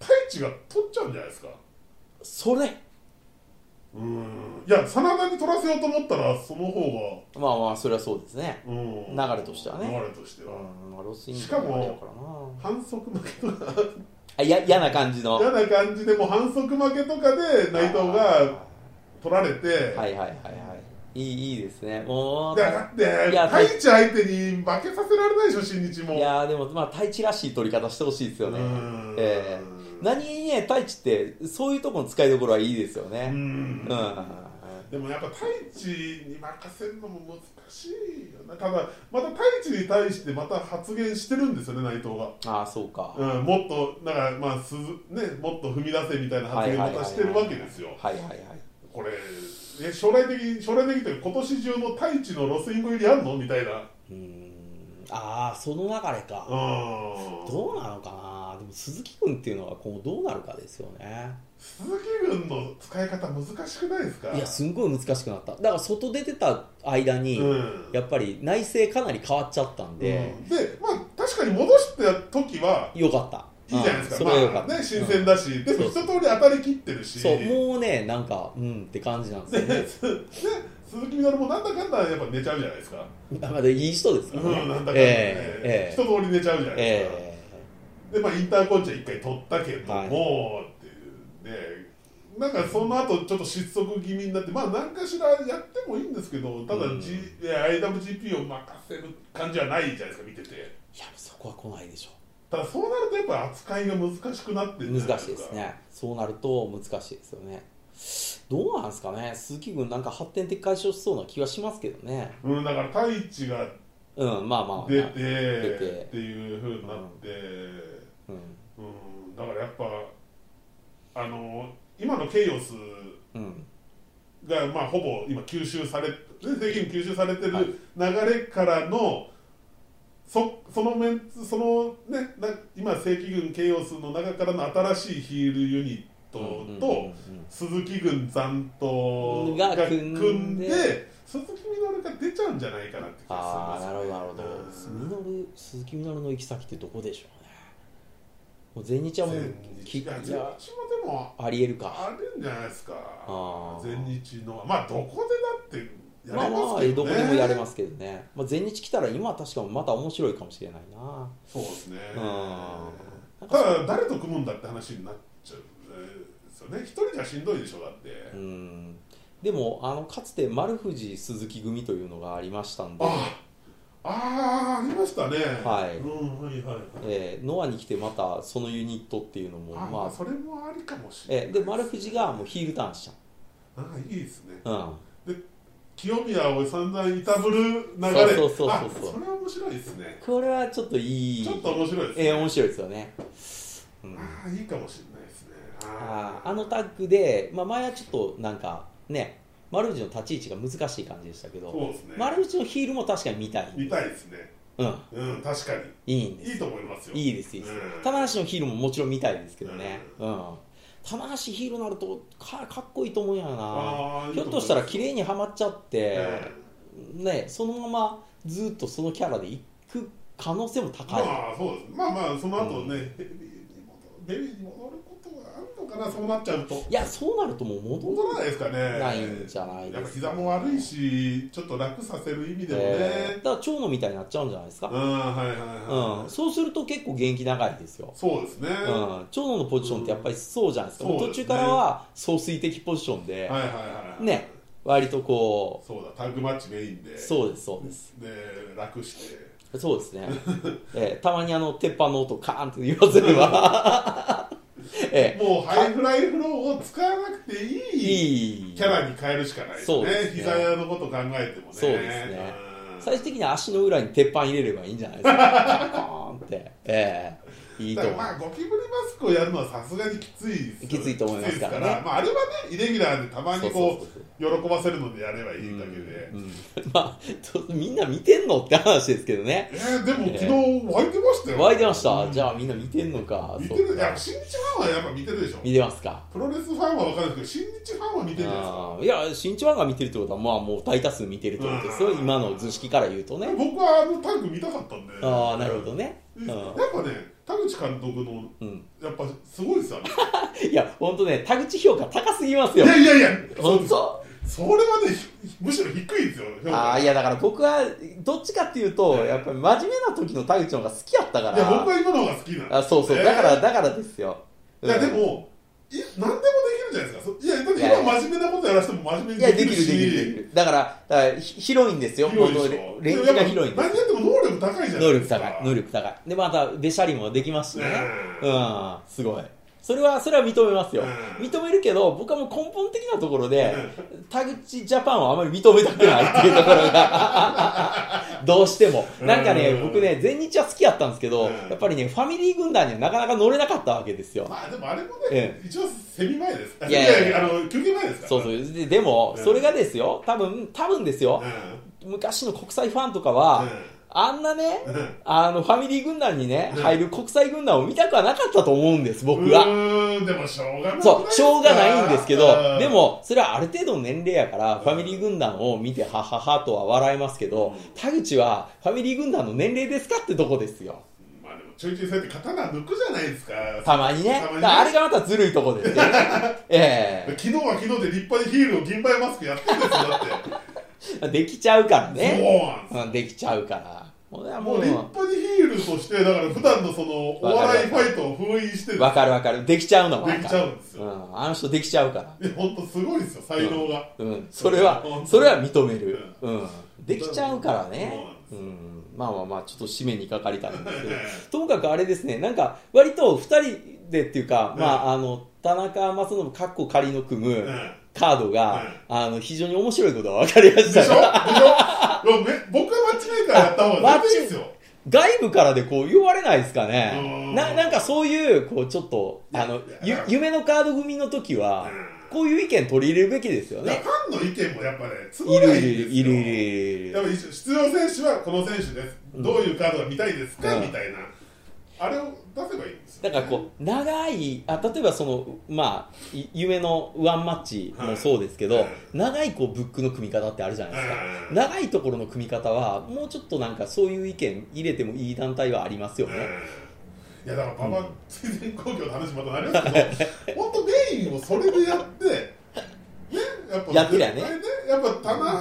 Speaker 2: 太一が取っちゃうんじゃないですか
Speaker 1: それ
Speaker 2: うんいや真田に取らせようと思ったらその方
Speaker 1: まあまあそれはそうですね
Speaker 2: が、うん、
Speaker 1: 流れとしてはね
Speaker 2: 流れとしては、
Speaker 1: うんまあロスイン
Speaker 2: しか
Speaker 1: の
Speaker 2: も
Speaker 1: 流れだから
Speaker 2: 反則負けとか
Speaker 1: なあや嫌な感じの
Speaker 2: 嫌な感じでもう反則負けとかで内藤が取られて
Speaker 1: はいはいはいはいいいいいですねもう
Speaker 2: いやだって
Speaker 1: いや
Speaker 2: 太一相手に負けさせられないでしょ新日も
Speaker 1: いやーでもまあ太一らしい取り方してほしいですよね
Speaker 2: うん
Speaker 1: ええ何気にね太一ってそういうところの使いどころはいいですよ
Speaker 2: う
Speaker 1: ねうんん、
Speaker 2: でもやっぱ太一に任せるのも難しいよなただまた太一に対してまた発言してるんですよね内藤が、
Speaker 1: ああそうか、
Speaker 2: うん、もっとなんかまあすずねもっと踏み出せみたいな発言をまたしてるわけですよ
Speaker 1: はいはいはい
Speaker 2: これえ将来的に将来的にというか今年中の太一のロスインゴ入りあんのみたいな
Speaker 1: うーんああその流れか、
Speaker 2: うん
Speaker 1: どうなのかなでも鈴木君っていうのが今後どうなるかですよね
Speaker 2: 鈴木軍の使い方難しくないですか
Speaker 1: いやすんごい難しくなっただから外出てた間に、
Speaker 2: うん
Speaker 1: やっぱり内政かなり変わっちゃったんで
Speaker 2: う、んでまあ確かに戻した時は
Speaker 1: よかった
Speaker 2: いいじゃないですか、
Speaker 1: うんそれはよか
Speaker 2: ま
Speaker 1: っ
Speaker 2: あ
Speaker 1: た、
Speaker 2: ね新鮮だし、でも
Speaker 1: そう
Speaker 2: 一通り当たりきってるし
Speaker 1: そうもうねなんかうんって感じなんですよね
Speaker 2: ですね鈴木みのるもなんだかんだやっぱ寝ちゃうじゃないですか、
Speaker 1: まあまだいい人ですか
Speaker 2: う
Speaker 1: ら
Speaker 2: ん
Speaker 1: ね、
Speaker 2: なんだかんだね、
Speaker 1: ええ
Speaker 2: 一通り寝ちゃうじゃないですか、
Speaker 1: え
Speaker 2: でまあインターコンチは一回取ったけども、
Speaker 1: はい
Speaker 2: っていうねなんかその後ちょっと失速気味になってまあ何かしらやってもいいんですけどただ、
Speaker 1: うん
Speaker 2: G いや IWGP を任せる感じはないじゃないですか見てて
Speaker 1: えいやそこは来ないでしょ
Speaker 2: ただそうなるとやっぱ扱いが難しくなってるじゃな
Speaker 1: 難しいですねそうなると難しいですよねどうなんですかね鈴木軍なんか発展的解消しそうな気はしますけどね
Speaker 2: うん、だから太一が
Speaker 1: うんまあまあ、まあ
Speaker 2: 出て
Speaker 1: て
Speaker 2: っていうふうになって、
Speaker 1: うん
Speaker 2: うんだからやっぱあの今のケイオス
Speaker 1: うん
Speaker 2: が、まあ、ほぼ今吸収されね制限吸収されてる
Speaker 1: はい
Speaker 2: 流れからの、そそのメンツそのねな今正規軍ケイオスの中からの新しいヒールユニット
Speaker 1: う
Speaker 2: と、
Speaker 1: んうんうん
Speaker 2: 鈴木軍残党
Speaker 1: が
Speaker 2: が
Speaker 1: 組
Speaker 2: 組
Speaker 1: ん
Speaker 2: ん
Speaker 1: で
Speaker 2: で鈴木みのるが出ちゃうんじゃないかなって気
Speaker 1: あ
Speaker 2: が
Speaker 1: あ
Speaker 2: す
Speaker 1: な
Speaker 2: る
Speaker 1: る
Speaker 2: ん
Speaker 1: ほ
Speaker 2: です
Speaker 1: ど
Speaker 2: よ
Speaker 1: なるほど
Speaker 2: ね
Speaker 1: みのる鈴木みのるの行き先ってどこでしょうねもう全日はもう
Speaker 2: 全
Speaker 1: き
Speaker 2: 日
Speaker 1: い
Speaker 2: いや全日
Speaker 1: や
Speaker 2: もでも
Speaker 1: ありえるか
Speaker 2: あるんじゃないですか
Speaker 1: あー
Speaker 2: 全日のまあどこでだってや
Speaker 1: まあ
Speaker 2: れ
Speaker 1: ま
Speaker 2: ま
Speaker 1: あ
Speaker 2: すけ
Speaker 1: ど
Speaker 2: ど
Speaker 1: こ
Speaker 2: ね、
Speaker 1: でもやれますけどね、まあ、全日来たら今は確かまた面白いかもしれないな
Speaker 2: そうですね
Speaker 1: うん
Speaker 2: ただ誰と組むんだって話になっちゃうんですよね一人じゃしんどいでしょだって、
Speaker 1: うんでもあのかつて丸藤鈴木組というのがありましたんで、
Speaker 2: あああーありましたね
Speaker 1: はい
Speaker 2: うんはいはいはい
Speaker 1: えーノアに来てまたそのユニットっていうのも
Speaker 2: あ、
Speaker 1: ま
Speaker 2: ま
Speaker 1: あ
Speaker 2: あ、それもありかもしれない
Speaker 1: えーで丸藤がもうヒールターンした
Speaker 2: なんかいいですね
Speaker 1: うん
Speaker 2: 清宮を散々いたぶる流れ
Speaker 1: そうそうそうそう
Speaker 2: あそれは面白いですね
Speaker 1: これはちょっといい
Speaker 2: ちょっと面白いですね
Speaker 1: えー面白いですよね、うん、
Speaker 2: ああいいかもしれないですね
Speaker 1: あー
Speaker 2: あー
Speaker 1: あのタッグで、まあ、前はちょっとなんかね丸内の立ち位置が難しい感じでしたけ
Speaker 2: そう
Speaker 1: ど、
Speaker 2: ですね
Speaker 1: 丸内のヒールも確かに見たい
Speaker 2: 見たいですね
Speaker 1: うん
Speaker 2: うん確かに
Speaker 1: いいんです
Speaker 2: いいと思いますよ
Speaker 1: いいですいいです
Speaker 2: うん
Speaker 1: 玉梨のヒールももちろん見たいですけどね
Speaker 2: う
Speaker 1: うん玉梨ヒールになるとかかっこいいと思うんやよな
Speaker 2: あーいい
Speaker 1: ひょっとしたら綺麗にはまっちゃって
Speaker 2: え、
Speaker 1: ね、そのままずっとそのキャラでいく可能性も高い、
Speaker 2: まあそうですまあまあその後ね、ヘビーに戻るヘビーに戻ることがあるのかなそうなっちゃうと
Speaker 1: いやそうなるともう戻
Speaker 2: 戻らないですかね
Speaker 1: ないんじゃない
Speaker 2: やっ
Speaker 1: で
Speaker 2: ぱ
Speaker 1: す
Speaker 2: 膝も悪いしちょっと楽させる意味でもね、
Speaker 1: えーだから蝶野みたいになっちゃうんじゃないですか、
Speaker 2: うんはいはいはい、
Speaker 1: うん、そうすると結構元気長いですよ、
Speaker 2: そうですね、
Speaker 1: う
Speaker 2: は
Speaker 1: ん、長野のポジションってやっぱりそうじゃないですか、
Speaker 2: うん
Speaker 1: もう途中からは総帥的ポジション
Speaker 2: い
Speaker 1: で、
Speaker 2: はいはいはい
Speaker 1: ね割とこ
Speaker 2: そうだタッグマッチメインで
Speaker 1: うそうですそうです
Speaker 2: で楽して
Speaker 1: そうですね、ええたまにあの鉄板の音カーンって言わせれば、え
Speaker 2: もうハイフライフローを使わなくてい
Speaker 1: え
Speaker 2: い
Speaker 1: いい
Speaker 2: キャラに変えるしかないですね
Speaker 1: そうですね
Speaker 2: 膝のこと考えてもね
Speaker 1: そうですね
Speaker 2: うん
Speaker 1: 最終的には足の裏に鉄板入れればいいんじゃないですかカーンって、ええいい
Speaker 2: だ
Speaker 1: と
Speaker 2: か
Speaker 1: 思
Speaker 2: ら
Speaker 1: う、
Speaker 2: まあゴキブリマスクをやるのはさすがにきついですよ
Speaker 1: きついと思いますからね
Speaker 2: きついですまあ、あれはねイレギュラーでたまにこ
Speaker 1: そうそう
Speaker 2: う喜ばせるのでやればいいだけで、
Speaker 1: うん、 まあとみんな見てんのって話ですけどね
Speaker 2: えーでも昨日湧いてましたよ
Speaker 1: 湧いてました、
Speaker 2: うん
Speaker 1: じゃあみんな見てんのか
Speaker 2: 見て
Speaker 1: そ
Speaker 2: る
Speaker 1: う
Speaker 2: い
Speaker 1: か
Speaker 2: や新日ファンはやっぱ見てるでしょ
Speaker 1: 見てますか
Speaker 2: プロレスファンは分かるんですけど新日ファンは見てるじゃないですか
Speaker 1: あーいや、新潮アンが見てるってことは、まあ、もう大多数見てるってことですよ、
Speaker 2: うん
Speaker 1: 今の図式から言うとね。
Speaker 2: 僕はあのタッグ見たかったんで
Speaker 1: ああ、なるほどね。う
Speaker 2: うんやっ
Speaker 1: ん
Speaker 2: ぱね田口監督の
Speaker 1: うん、
Speaker 2: やっぱすごいですよね
Speaker 1: いや、ほんとね、田口評価高すぎます
Speaker 2: い
Speaker 1: よ。
Speaker 2: やいやいや
Speaker 1: ほ
Speaker 2: そ
Speaker 1: んと
Speaker 2: それはねひむしろ低いですよ評価
Speaker 1: ああ、いや、だから僕は、どっちかっていうと、やっぱり真面目な時の田口の方が好きやったか
Speaker 2: いや僕
Speaker 1: ら。
Speaker 2: は今の方が好きなんです
Speaker 1: あそうそう、だか
Speaker 2: え
Speaker 1: ら、だからですよ。
Speaker 2: ーいや
Speaker 1: うん
Speaker 2: で、もい何でもできるじゃないですかそいやだって
Speaker 1: いやい
Speaker 2: 今真面目なことやらせても真面目
Speaker 1: い
Speaker 2: に
Speaker 1: や、
Speaker 2: で
Speaker 1: で
Speaker 2: き
Speaker 1: き
Speaker 2: る
Speaker 1: る、で
Speaker 2: し
Speaker 1: きる、できる。だから、だからひ広いんですよ、
Speaker 2: 広い
Speaker 1: ほん
Speaker 2: で
Speaker 1: と
Speaker 2: し
Speaker 1: レ
Speaker 2: ょ
Speaker 1: レンジが広いんで
Speaker 2: でもやっぱ
Speaker 1: す
Speaker 2: 何やっても能力高いじゃな
Speaker 1: 能
Speaker 2: いで
Speaker 1: 力
Speaker 2: すか
Speaker 1: 高い、能力高い。で、また、べしゃりもできますしね。
Speaker 2: うん
Speaker 1: うん、すごい。それは、それは認めますよ。
Speaker 2: うん
Speaker 1: 認めるけど、僕はもう根本的なところで、田口ジャパンをあまり認めたくないっていうところ が、どうしても。なんかね、
Speaker 2: うん
Speaker 1: 僕ね、全日は好きやったんですけど、
Speaker 2: うん
Speaker 1: やっぱりね、ファミリー軍団にはなかなか乗れなかったわけですよ。
Speaker 2: まあでもあれも
Speaker 1: え
Speaker 2: ね一応セミ前ですあ
Speaker 1: いやいやいや
Speaker 2: セミあの休憩前ですから
Speaker 1: そうそう。ででも、
Speaker 2: うん
Speaker 1: それがですよ、多分、多分ですよ
Speaker 2: うん、
Speaker 1: 昔の国際ファンとかは、あんなね、
Speaker 2: うん
Speaker 1: あの、ファミリー軍団にね、
Speaker 2: うん
Speaker 1: 入る国際軍団を見たくはなかったと思うんです、
Speaker 2: う
Speaker 1: 僕は。
Speaker 2: ーんでもしょうがない
Speaker 1: そう、しょうがないんですけど、で
Speaker 2: も
Speaker 1: も、それはある程度の年齢やから、ファミリー軍団を見て、はははとは笑いますけ
Speaker 2: うん
Speaker 1: ど、田口は、ファミリー軍団の年齢ですかってとこですよ。
Speaker 2: まあでもちょいちょいそうやって刀抜くじゃないですか
Speaker 1: たまにね。だ
Speaker 2: たまにね
Speaker 1: からあれがまたずるいとこ ですよね。え
Speaker 2: 昨日は昨日で立派にヒールを銀杯マスクやってるんですよ だって
Speaker 1: えできちゃうからね。
Speaker 2: そうなんで
Speaker 1: う
Speaker 2: す
Speaker 1: ん、できちゃうから。これは
Speaker 2: も
Speaker 1: も
Speaker 2: う立
Speaker 1: う、
Speaker 2: 派にヒールとしてだから普段のそのお笑いファイトを封印してる
Speaker 1: わかるわかる。できちゃうのはわかる。
Speaker 2: できちゃうんですよ
Speaker 1: ん、あの人できちゃうから。
Speaker 2: いや本当すごいですよ才能が、
Speaker 1: うん、それは
Speaker 2: 本当、に
Speaker 1: それは認める。うん。できちゃうからね。う
Speaker 2: そ
Speaker 1: ん。まあまあまあ、ちょっと締めにかかりたいんですけど。ともかくあれですね、なんか、割と2人でっていうか、
Speaker 2: うん
Speaker 1: まあ、あの、田中正信、かっこ仮の組む
Speaker 2: うん
Speaker 1: カードが、あの、非常に面白いことが分かりまし
Speaker 2: で
Speaker 1: た
Speaker 2: しょでしょい
Speaker 1: よ。
Speaker 2: やめ僕は間違いからやった方が絶対いいですよ
Speaker 1: 外部からでこう言われないですか
Speaker 2: う
Speaker 1: ね。
Speaker 2: ん
Speaker 1: ななんかそういう、こう、ちょっと、あの、
Speaker 2: い
Speaker 1: ゆ
Speaker 2: や
Speaker 1: 夢のカード組の時は
Speaker 2: うん、
Speaker 1: こういう意見取り入れるべきですよ
Speaker 2: いや
Speaker 1: ね。
Speaker 2: ファンの意見もやっぱね、都
Speaker 1: い
Speaker 2: 合が
Speaker 1: る
Speaker 2: い
Speaker 1: いる
Speaker 2: いんです
Speaker 1: い
Speaker 2: よ。
Speaker 1: るいるいるい
Speaker 2: やっ
Speaker 1: る。
Speaker 2: ぱり出場選手はこの選手です、
Speaker 1: うん
Speaker 2: どういうカードが見たいですか、
Speaker 1: うん
Speaker 2: みたいな、あれを出せばいいんです
Speaker 1: だ
Speaker 2: よ、
Speaker 1: からこう長いあ例えばそのまあい夢のワンマッチもそうですけど、
Speaker 2: はい
Speaker 1: 長いこうブックの組み方ってあるじゃないですか、
Speaker 2: うん
Speaker 1: 長いところの組み方はもうちょっとなんかそういう意見入れてもいい団体はありますよね、
Speaker 2: うんいやだから馬場水前工業の話またなります けど、本当メインをそれでやって、ね、やっぱ
Speaker 1: やってりゃね
Speaker 2: 絶対やっぱ棚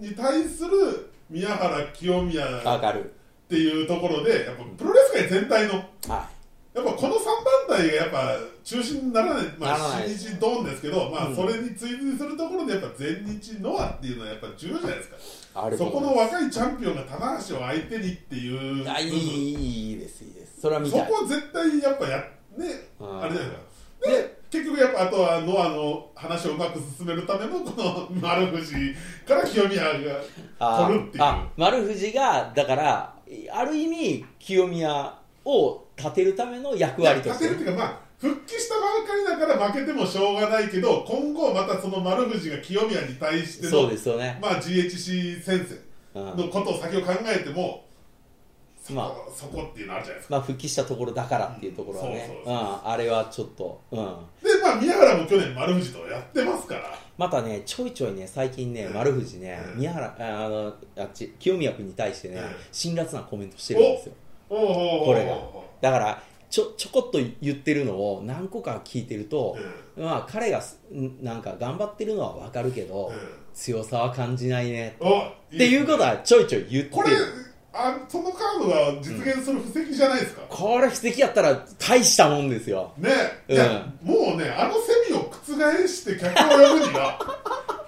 Speaker 2: 橋に対する宮原清宮
Speaker 1: わ
Speaker 2: っ
Speaker 1: かる
Speaker 2: ていうところで、やっぱプロレス界全体の。
Speaker 1: は
Speaker 2: やっぱこの3団体がやっぱ中心にならない、ま
Speaker 1: なら
Speaker 2: あ、
Speaker 1: ない
Speaker 2: 新日ドンですけど、ま
Speaker 1: う
Speaker 2: あ、
Speaker 1: ん
Speaker 2: それに追随するところで、やっぱ全日ノアっていうのはやっぱ重要じゃないですか、
Speaker 1: いある
Speaker 2: そこの若いチャンピオンが棚橋を相手にっていう部分、
Speaker 1: あいいいいいいですいいですそれは見
Speaker 2: そ
Speaker 1: たい
Speaker 2: こは絶対やっぱや、ね、
Speaker 1: うん
Speaker 2: あれじゃないですか、で、結局やっぱあとはノアの話をうまく進めるためのこの丸藤から清宮が
Speaker 1: あ
Speaker 2: 取るっていう
Speaker 1: あ丸藤がだからある意味清宮を立てるための役割とし
Speaker 2: 勝て
Speaker 1: て
Speaker 2: るっていうかまあ復帰したばっかりだから負けてもしょうがないけど今後またその丸藤が清宮に対して
Speaker 1: そう
Speaker 2: の、
Speaker 1: ですよね、
Speaker 2: まあ、GHC 先生
Speaker 1: うん
Speaker 2: のことを先を考えても、そこ
Speaker 1: ま
Speaker 2: そこっていうのあるじゃないですか
Speaker 1: まあ、復帰したところだからっていうところはね
Speaker 2: そうそう、
Speaker 1: う、
Speaker 2: そうん
Speaker 1: あれはちょっと、うん、
Speaker 2: でまあ宮原も去年丸藤とやってますから
Speaker 1: またねちょいちょいね最近ね
Speaker 2: うん
Speaker 1: 丸藤ね
Speaker 2: うん
Speaker 1: 宮原ああのあっち清宮君に対してね
Speaker 2: うん
Speaker 1: 辛辣なコメントしてるんですよ
Speaker 2: おうおうおうおう
Speaker 1: これがだからちょちょこっと言ってるのを何個か聞いてると
Speaker 2: う、ん
Speaker 1: まあ彼がすんなんか頑張ってるのはわかるけど、
Speaker 2: うん
Speaker 1: 強さは感じないね
Speaker 2: お
Speaker 1: っていうことはちょいちょい言ってる
Speaker 2: これあそのカードが実現する布石じゃないですか、
Speaker 1: これ布石やったら大したもんですよ
Speaker 2: ねいやもうねあのセミを覆して客を呼ぶには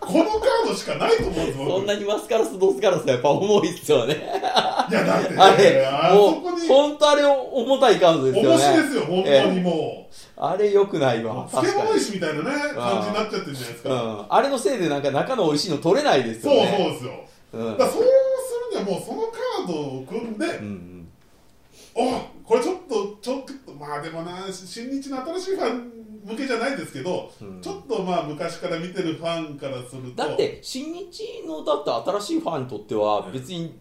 Speaker 2: このカードしかないと思うんですよ
Speaker 1: そんなにマスカラスドスカラスやっぱ重いっすよね
Speaker 2: いやだってね
Speaker 1: あれ
Speaker 2: あそ
Speaker 1: も
Speaker 2: こ
Speaker 1: う
Speaker 2: に
Speaker 1: 本当あれ重たい感じですよ
Speaker 2: 重
Speaker 1: ね
Speaker 2: しですよ本当にも
Speaker 1: あれ良くないう
Speaker 2: も
Speaker 1: わ
Speaker 2: う
Speaker 1: 確
Speaker 2: 漬
Speaker 1: かに
Speaker 2: 物石みたいなね感じになっちゃってるじゃないです
Speaker 1: う
Speaker 2: か、
Speaker 1: ん、あれのせいでなんか中の美味しいの取れないです
Speaker 2: そ
Speaker 1: よ
Speaker 2: うそう
Speaker 1: ね
Speaker 2: ですよ
Speaker 1: そう、うん
Speaker 2: だからそうするにはもうそのカードを組んで、
Speaker 1: うんうん、
Speaker 2: おこれちょっとちょっとまあでもな新日の新しいファン向けじゃないですけど、
Speaker 1: うん
Speaker 2: ちょっとまあ昔から見てるファンからすると
Speaker 1: だって新日のだって新しいファンにとっては別に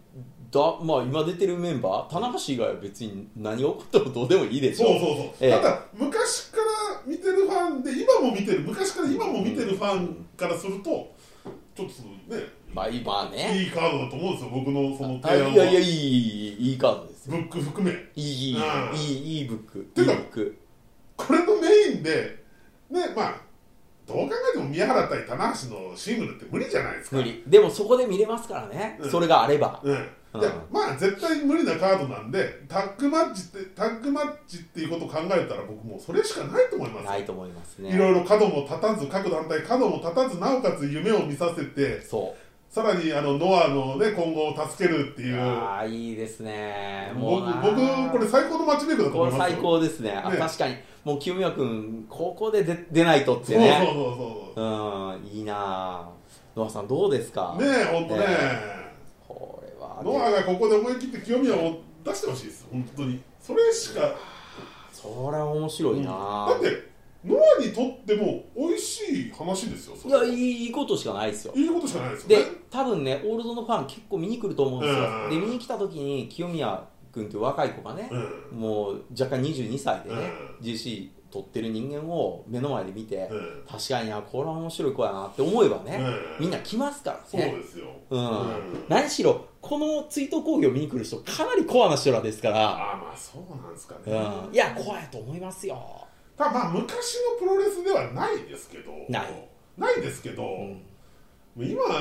Speaker 1: だ、まあ、今出てるメンバー棚橋以外は別に何を起こってもどうでもいいでし
Speaker 2: そう
Speaker 1: ょ
Speaker 2: そうそう、
Speaker 1: ええ
Speaker 2: ただ昔から見てるファンで今も見てる昔から今も見てるファンからするとちょっとね
Speaker 1: まあ今はね
Speaker 2: いいカードだと思うんですよ僕のその
Speaker 1: あ
Speaker 2: 提
Speaker 1: いや
Speaker 2: 案
Speaker 1: いや
Speaker 2: はい
Speaker 1: いいいいいカードですよ
Speaker 2: ブック含め
Speaker 1: いいいい、
Speaker 2: うん
Speaker 1: いいいいブック
Speaker 2: て
Speaker 1: いい
Speaker 2: か
Speaker 1: ブック
Speaker 2: これのメインでねまあどう考えても宮原対棚橋のシングルって無理じゃないですか
Speaker 1: 無理でもそこで見れますからね、
Speaker 2: うん
Speaker 1: それがあれば
Speaker 2: うん
Speaker 1: うん
Speaker 2: でまあ絶対無理なカードなんでタッグマッチってタッグマッチっていうことを考えたら僕もうそれしかないと思いますよ
Speaker 1: ないと思いますね
Speaker 2: いろいろ角も立たず各団体角も立たずなおかつ夢を見させて
Speaker 1: そう
Speaker 2: さらにあのノアの、ね、今後を助けるっていう
Speaker 1: ああいいですねもう
Speaker 2: 僕
Speaker 1: な
Speaker 2: 僕これ最高のマッチメイクだと
Speaker 1: こ
Speaker 2: 思い
Speaker 1: れ
Speaker 2: ます
Speaker 1: 最
Speaker 2: よ
Speaker 1: 高ですねあ
Speaker 2: ね
Speaker 1: 確かにもう清宮君ここで出出ないとってね
Speaker 2: そうそうそう
Speaker 1: うんいいなぁノアさんどうですか
Speaker 2: そうねえほんとね、
Speaker 1: これは
Speaker 2: ノアがここで思い切って清宮を出してほしいです本当にそれしか
Speaker 1: それは面白いな
Speaker 2: だ
Speaker 1: ぁ、
Speaker 2: ってノアにとっても美味しい話ですよそ
Speaker 1: い
Speaker 2: れ
Speaker 1: やいいいいことしかないですよ
Speaker 2: いいことしかないですよね
Speaker 1: で多分ねオールドのファン結構見に来ると思うんですよ、
Speaker 2: うん
Speaker 1: で見に来た時に清宮君という若い子がね、
Speaker 2: うん
Speaker 1: もう若干22歳でね、
Speaker 2: う
Speaker 1: GC 取ってる人間を目の前で見て、
Speaker 2: うん
Speaker 1: 確かになこれは面白い子やなって思えばね、
Speaker 2: うん
Speaker 1: みんな来ますからね
Speaker 2: そうですよ
Speaker 1: うん
Speaker 2: うん
Speaker 1: 何しろこの追悼興行見に来る人かなりコアな人らですから、
Speaker 2: ああまあそうなんですかね、
Speaker 1: うん、いやコアやと思いますよ、
Speaker 2: ただまあ昔のプロレスではないですけど
Speaker 1: ない
Speaker 2: ないですけど、
Speaker 1: うん
Speaker 2: 今 多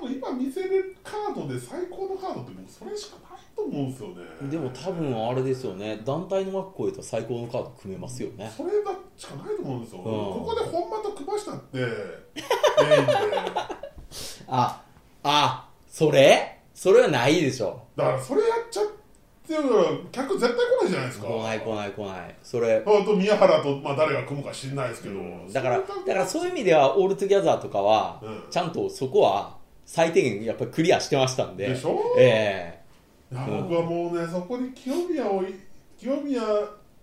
Speaker 2: 分今見せるカードで最高のカードってもうそれしかないと思うんですよね
Speaker 1: でも多分あれですよね団体の枠超えた最高のカード組めますよね
Speaker 2: それだしかないと思うんですよ、ここで本間と熊下ってメインで
Speaker 1: ああそれそれはないでしょ
Speaker 2: だからそれやっちゃってるから客絶対来ないじゃないですか
Speaker 1: 来ない来ない来ないそれ
Speaker 2: あと宮原と、まあ、誰が組むか知んないですけど、
Speaker 1: だからだ
Speaker 2: それ
Speaker 1: からそういう意味ではオールトゥギャザーとかは、
Speaker 2: うん
Speaker 1: ちゃんとそこは最低限やっぱりクリアしてましたんで
Speaker 2: でしょ
Speaker 1: え
Speaker 2: いや僕はもうね、そこに清宮をい清宮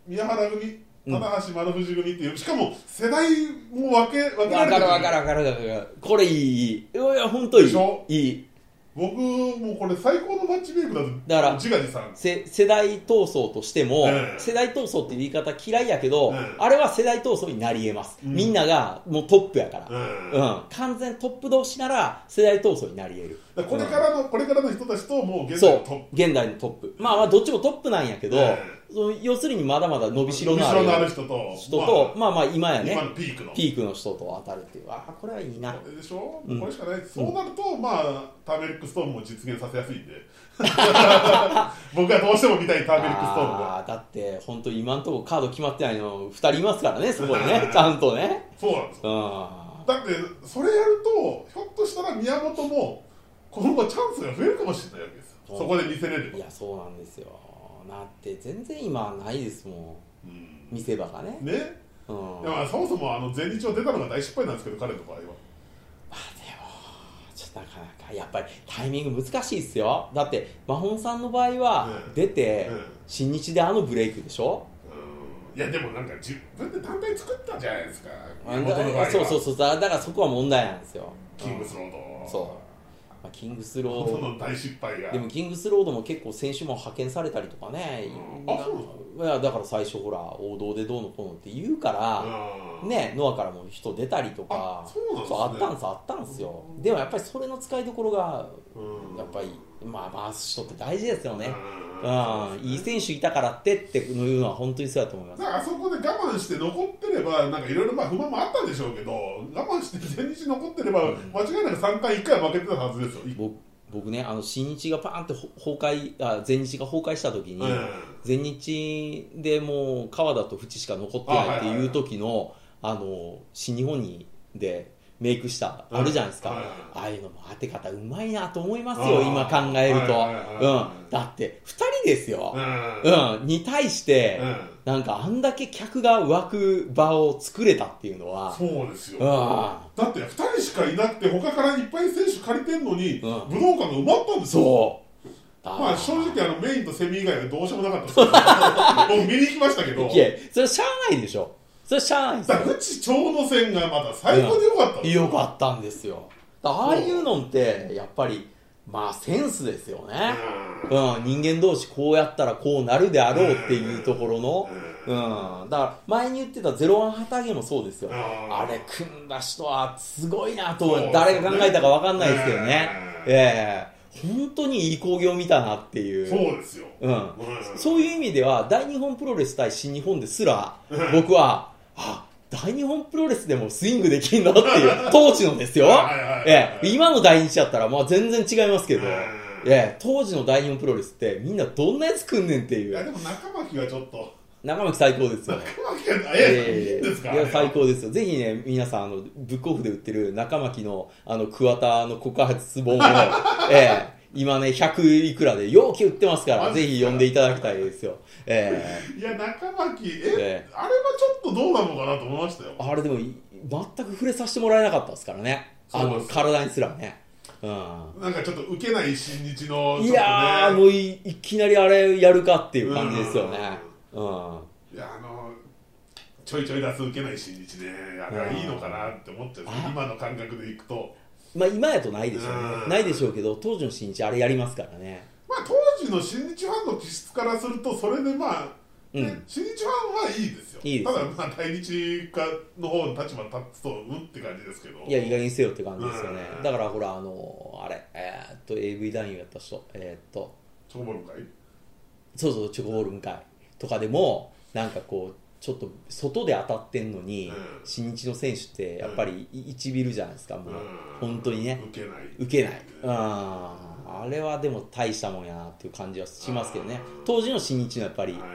Speaker 2: 宮原組
Speaker 1: うん
Speaker 2: 棚橋丸藤組っていう、しかも世代も分け
Speaker 1: え
Speaker 2: 分けら
Speaker 1: わかる
Speaker 2: れてる
Speaker 1: わかるわかるわかるこれいいいいいや本当い
Speaker 2: でしょ
Speaker 1: いいい
Speaker 2: 僕もうこれ最高のマッチメイクだと
Speaker 1: だから
Speaker 2: 自画自賛
Speaker 1: せ世代闘争としても、
Speaker 2: うん
Speaker 1: 世代闘争っていう言い方嫌いやけど、
Speaker 2: うん
Speaker 1: あれは世代闘争になり得ます、
Speaker 2: うん
Speaker 1: みんながもうトップやから、
Speaker 2: う
Speaker 1: うんん、完全トップ同士なら世代闘争になり得る
Speaker 2: だからこれからの、これからの人たちともう現在
Speaker 1: そ
Speaker 2: の
Speaker 1: う
Speaker 2: トップ
Speaker 1: 現代のトップまあまあどっちもトップなんやけど、
Speaker 2: え
Speaker 1: その要するにまだまだ伸びしろのあ
Speaker 2: 後ろのある
Speaker 1: る
Speaker 2: 人と
Speaker 1: 人と、まあ、まあ今
Speaker 2: まあ
Speaker 1: やね
Speaker 2: 今のピークの
Speaker 1: ピークの人と当たるっていうああこれはいいな
Speaker 2: でしょ、
Speaker 1: うん
Speaker 2: これしかないそうなるとまあターメリックストーンも実現させやすいんで 僕はどうしても見たいターメリックストーンが
Speaker 1: あーだって本当今んとこカード決まってないの2人いますからねそこに ねちゃんとね
Speaker 2: そうなんですよ
Speaker 1: うん
Speaker 2: だってそれやるとひょっとしたら宮本も今後チャンスが増えるかもしれないわけですよ
Speaker 1: うん
Speaker 2: そこで見せれれば
Speaker 1: いやそうなんですよなって全然今ないですも
Speaker 2: うん
Speaker 1: ん見せ場がね
Speaker 2: ね
Speaker 1: うん
Speaker 2: いやまあそもそもあの前日を出たのが大失敗なんですけど彼の場合は
Speaker 1: まあでもちょっとなかなかやっぱりタイミング難しいっすよだってマホンさんの場合は
Speaker 2: うん
Speaker 1: 出て、
Speaker 2: うん
Speaker 1: 新日であのブレイクでしょ、
Speaker 2: うんいやでもなんか自分で団体作ったじゃないですか
Speaker 1: あだ
Speaker 2: 妹の場合は
Speaker 1: そうそうそうだだからそこは問題なんですよ
Speaker 2: キングスロード
Speaker 1: そうまあキングスロ
Speaker 2: 元
Speaker 1: ー
Speaker 2: の大失敗が
Speaker 1: でもキングスロードも結構選手も派遣されたりとかね、
Speaker 2: うんあそう
Speaker 1: いやだから最初ほら王道でどうのこうのって言うから、
Speaker 2: うん
Speaker 1: ねノアからも人出たりとか
Speaker 2: あそうなんですね
Speaker 1: あったんすあったんすよでもやっぱりそれの使いどころが
Speaker 2: うん
Speaker 1: やっぱり、まあ、回す人って大事ですよね、
Speaker 2: う
Speaker 1: うん
Speaker 2: ん
Speaker 1: いい選手いたからってっていうのは本当にそうだと思います
Speaker 2: なんかあそこで我慢して残ってればなんかいろいろまあ不満もあったんでしょうけど我慢して前日残ってれば間違いなく3回1回は負けてたはずですよ、い
Speaker 1: 僕僕ねあの新日がパーンってほ崩壊あ前日が崩壊した時に、
Speaker 2: うん
Speaker 1: 前日でもう川田と淵しか残ってないって
Speaker 2: あはいはい
Speaker 1: い
Speaker 2: はいう
Speaker 1: 時のあの新日本にでメイクした
Speaker 2: うん
Speaker 1: あるじゃないですか、
Speaker 2: はいはい
Speaker 1: ああいうのも当て方うまいなと思います
Speaker 2: あ
Speaker 1: よ
Speaker 2: ー
Speaker 1: 今考えると、
Speaker 2: はいはいはいはい
Speaker 1: うん、だって2人ですよ、
Speaker 2: う
Speaker 1: うんんに対して、なんかあんだけ客が湧く場を作れたっていうのは、
Speaker 2: そうですよ、
Speaker 1: う
Speaker 2: だって2人しかいなくて他からいっぱい選手借りてんのに、
Speaker 1: うん
Speaker 2: 武道館が埋まったんで
Speaker 1: ん、
Speaker 2: すよ
Speaker 1: そう。だ
Speaker 2: まあ正直あのメインとセミ以外はどうしようもなかったですけど僕見に行きましたけど
Speaker 1: いや、それしゃあないでしょ。それしゃあないです
Speaker 2: だ
Speaker 1: よ
Speaker 2: からうち長野戦がまだ最高でよかったんです
Speaker 1: よかったんですよ。だああいうのって、やっぱり、まあセンスですよね。うん、人間同士こうやったらこうなるであろうっていうところの、うん、だから前に言ってた「ゼロワン旗揚げ」もそうですよ
Speaker 2: うん
Speaker 1: あれ組んだ人はすごいなと
Speaker 2: そうですね
Speaker 1: 誰が考えたかわかんないですけどね
Speaker 2: うん
Speaker 1: ええ本当にいい興行見たなっていう
Speaker 2: そうですよ、
Speaker 1: うん
Speaker 2: うん
Speaker 1: そういう意味では大日本プロレス対新日本ですら僕はあ大日本プロレスでもスイングできんのってい う当時のですよ
Speaker 2: はいはいはいはい
Speaker 1: ええ今の大日だったらまあ全然違いますけど
Speaker 2: うん
Speaker 1: ええ当時の大日本プロレスってみんなどんなやつ組んねんってい
Speaker 2: いや
Speaker 1: う
Speaker 2: でも中巻はちょっと
Speaker 1: 中巻最高ですよ
Speaker 2: 中巻は
Speaker 1: え
Speaker 2: えいいんですか
Speaker 1: いや最高ですよ、ぜひね、皆さん、あのブックオフで売ってる中巻のあの桑田の告発 本を、ええ今ね、100いくらで、容器売ってますから、
Speaker 2: マ
Speaker 1: ぜ
Speaker 2: ジですか
Speaker 1: ひ読んでいただきたいですよ、え
Speaker 2: いや中巻え、
Speaker 1: ええ
Speaker 2: あれはちょっとどうなのかなと思いましたよ
Speaker 1: えあれでも、い全く触れさせてもらえなかったですからね、あ
Speaker 2: そう
Speaker 1: の
Speaker 2: です
Speaker 1: 体にすらね。うん
Speaker 2: なんかちょっと受けない新日のちょっと、ね、
Speaker 1: いやー、もういいきなりあれやるかっていう感じですよね。うん
Speaker 2: いやあのちょいちょい出す受けない新日ねあれはいいのかなって思っちゃうんですよ
Speaker 1: あ
Speaker 2: 今の感覚でいくと
Speaker 1: まあ、今やとないでしょうね、
Speaker 2: うん
Speaker 1: ないでしょうけど、当時の新日、あれやりますからね。
Speaker 2: まあ当時の新日ファンの気質からするとそれでまあ、
Speaker 1: う
Speaker 2: ね
Speaker 1: ん
Speaker 2: 新日ファンはいいですよ
Speaker 1: いいです
Speaker 2: た
Speaker 1: よ
Speaker 2: だまあ対日化の方の立場に立つとうんって感じですけど
Speaker 1: いや、意外にせよって感じですよね
Speaker 2: う。ん
Speaker 1: だから、ほら、あのーあれ、えーっと、AV 男優やった人、えーっと、
Speaker 2: チョコボールかい
Speaker 1: そうそう、チョコボール向かいとかでも、なんかこう、ちょっと外で当たってんのに、
Speaker 2: うん
Speaker 1: 新日の選手って、やっぱり1ビルじゃないですか、もう、本当にね、
Speaker 2: 受けない
Speaker 1: 受けない。うん、あれはでも大したもんやなっていう感じはしますけどね。当時の新日のやっぱり、
Speaker 2: はいはい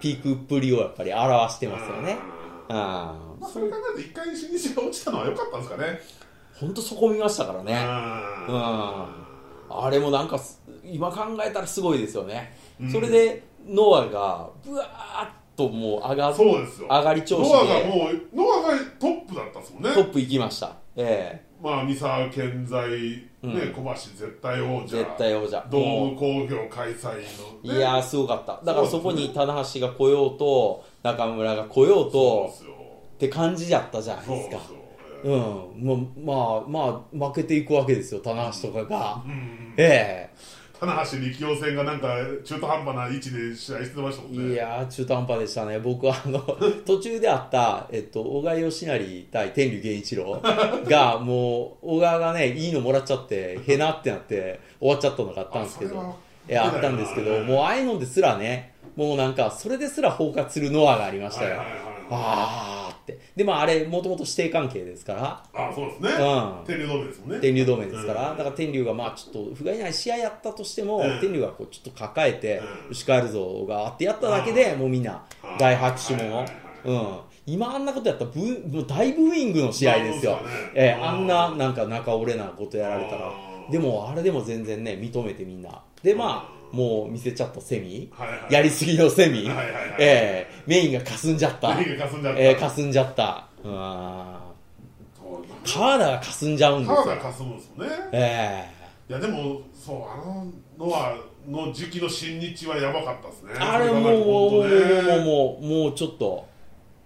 Speaker 1: ピークっぷりをやっぱり表してますよね。
Speaker 2: うん
Speaker 1: あ
Speaker 2: まあそれ考えると一回新日が落ちたのは良かったんですかね
Speaker 1: ほんとそこ見ましたからね。
Speaker 2: うん
Speaker 1: あれもなんかす今考えたらすごいですよね、それでノアがぶわーっともう上が
Speaker 2: そうですよ
Speaker 1: 上がり調子
Speaker 2: ノアが
Speaker 1: で
Speaker 2: もうノアがトップだったんですもんね
Speaker 1: トップ行きました、え
Speaker 2: まあ三沢健在、ね
Speaker 1: うん
Speaker 2: 小橋絶対王
Speaker 1: え
Speaker 2: 者
Speaker 1: 絶対王者
Speaker 2: ドー
Speaker 1: も
Speaker 2: ム興行開催
Speaker 1: う
Speaker 2: の、ね、
Speaker 1: いやーすごかっただから
Speaker 2: そ
Speaker 1: そう
Speaker 2: で
Speaker 1: こ
Speaker 2: すね
Speaker 1: に棚橋が来ようと中村が来よう
Speaker 2: そうで
Speaker 1: と
Speaker 2: すよ
Speaker 1: って感じだったじゃない
Speaker 2: そう
Speaker 1: です
Speaker 2: です
Speaker 1: か
Speaker 2: よ
Speaker 1: うんもうまあまあ負けていくわけですよ棚橋とかが、
Speaker 2: うん
Speaker 1: ええ
Speaker 2: 棚橋力夫戦がなんか中途半端な位置で試合してましたもんね
Speaker 1: いやー中途半端でしたね、僕はあ の途中であった、えっと、小川義成対天竜源一郎 が、もう小川がね、いいのもらっちゃって、へなってなって、終わっちゃったのがあったんですけ
Speaker 2: あそれ
Speaker 1: ど
Speaker 2: は、
Speaker 1: いやあったんですけど、もうああいうのですらね、もうなんか、それですら包括するノアがありましたよ、
Speaker 2: はいはいはい
Speaker 1: あーって、でもあれ、もともと指定関係ですから、
Speaker 2: あそうですね、
Speaker 1: うん
Speaker 2: 天竜ドームですもんね
Speaker 1: 天竜同盟ですから、
Speaker 2: うん
Speaker 1: だから天竜がまあちょっと不甲斐ない試合やったとしても、
Speaker 2: うん
Speaker 1: 天竜がこうちょっと抱えて、
Speaker 2: うん
Speaker 1: 牛飼えるぞがあってやっただけで、もうみんな大拍手も
Speaker 2: は
Speaker 1: う
Speaker 2: い、
Speaker 1: ん、今あんなことやったらブーもう大ブーイングの試合ですよ
Speaker 2: そうですよね、
Speaker 1: ええ
Speaker 2: うん
Speaker 1: あんななんか中折れなことやられたら
Speaker 2: う
Speaker 1: でもあれでも全然ね認めてみんなでまあもう見せちゃったセミ
Speaker 2: はいはい
Speaker 1: やりすぎのセミ、
Speaker 2: はいはいはい
Speaker 1: ええメインがかすんじゃった
Speaker 2: メインがかすんじゃった
Speaker 1: ええかすんじゃったうん
Speaker 2: そう
Speaker 1: 川田がかすんじゃうんですよ
Speaker 2: 川がかすむんですもんね
Speaker 1: え
Speaker 2: いやでもそうあのノアの時期の新日はやばかったですね
Speaker 1: えあれもう
Speaker 2: そ考
Speaker 1: もうもうも
Speaker 2: えると本当ね
Speaker 1: うもうもうちょっと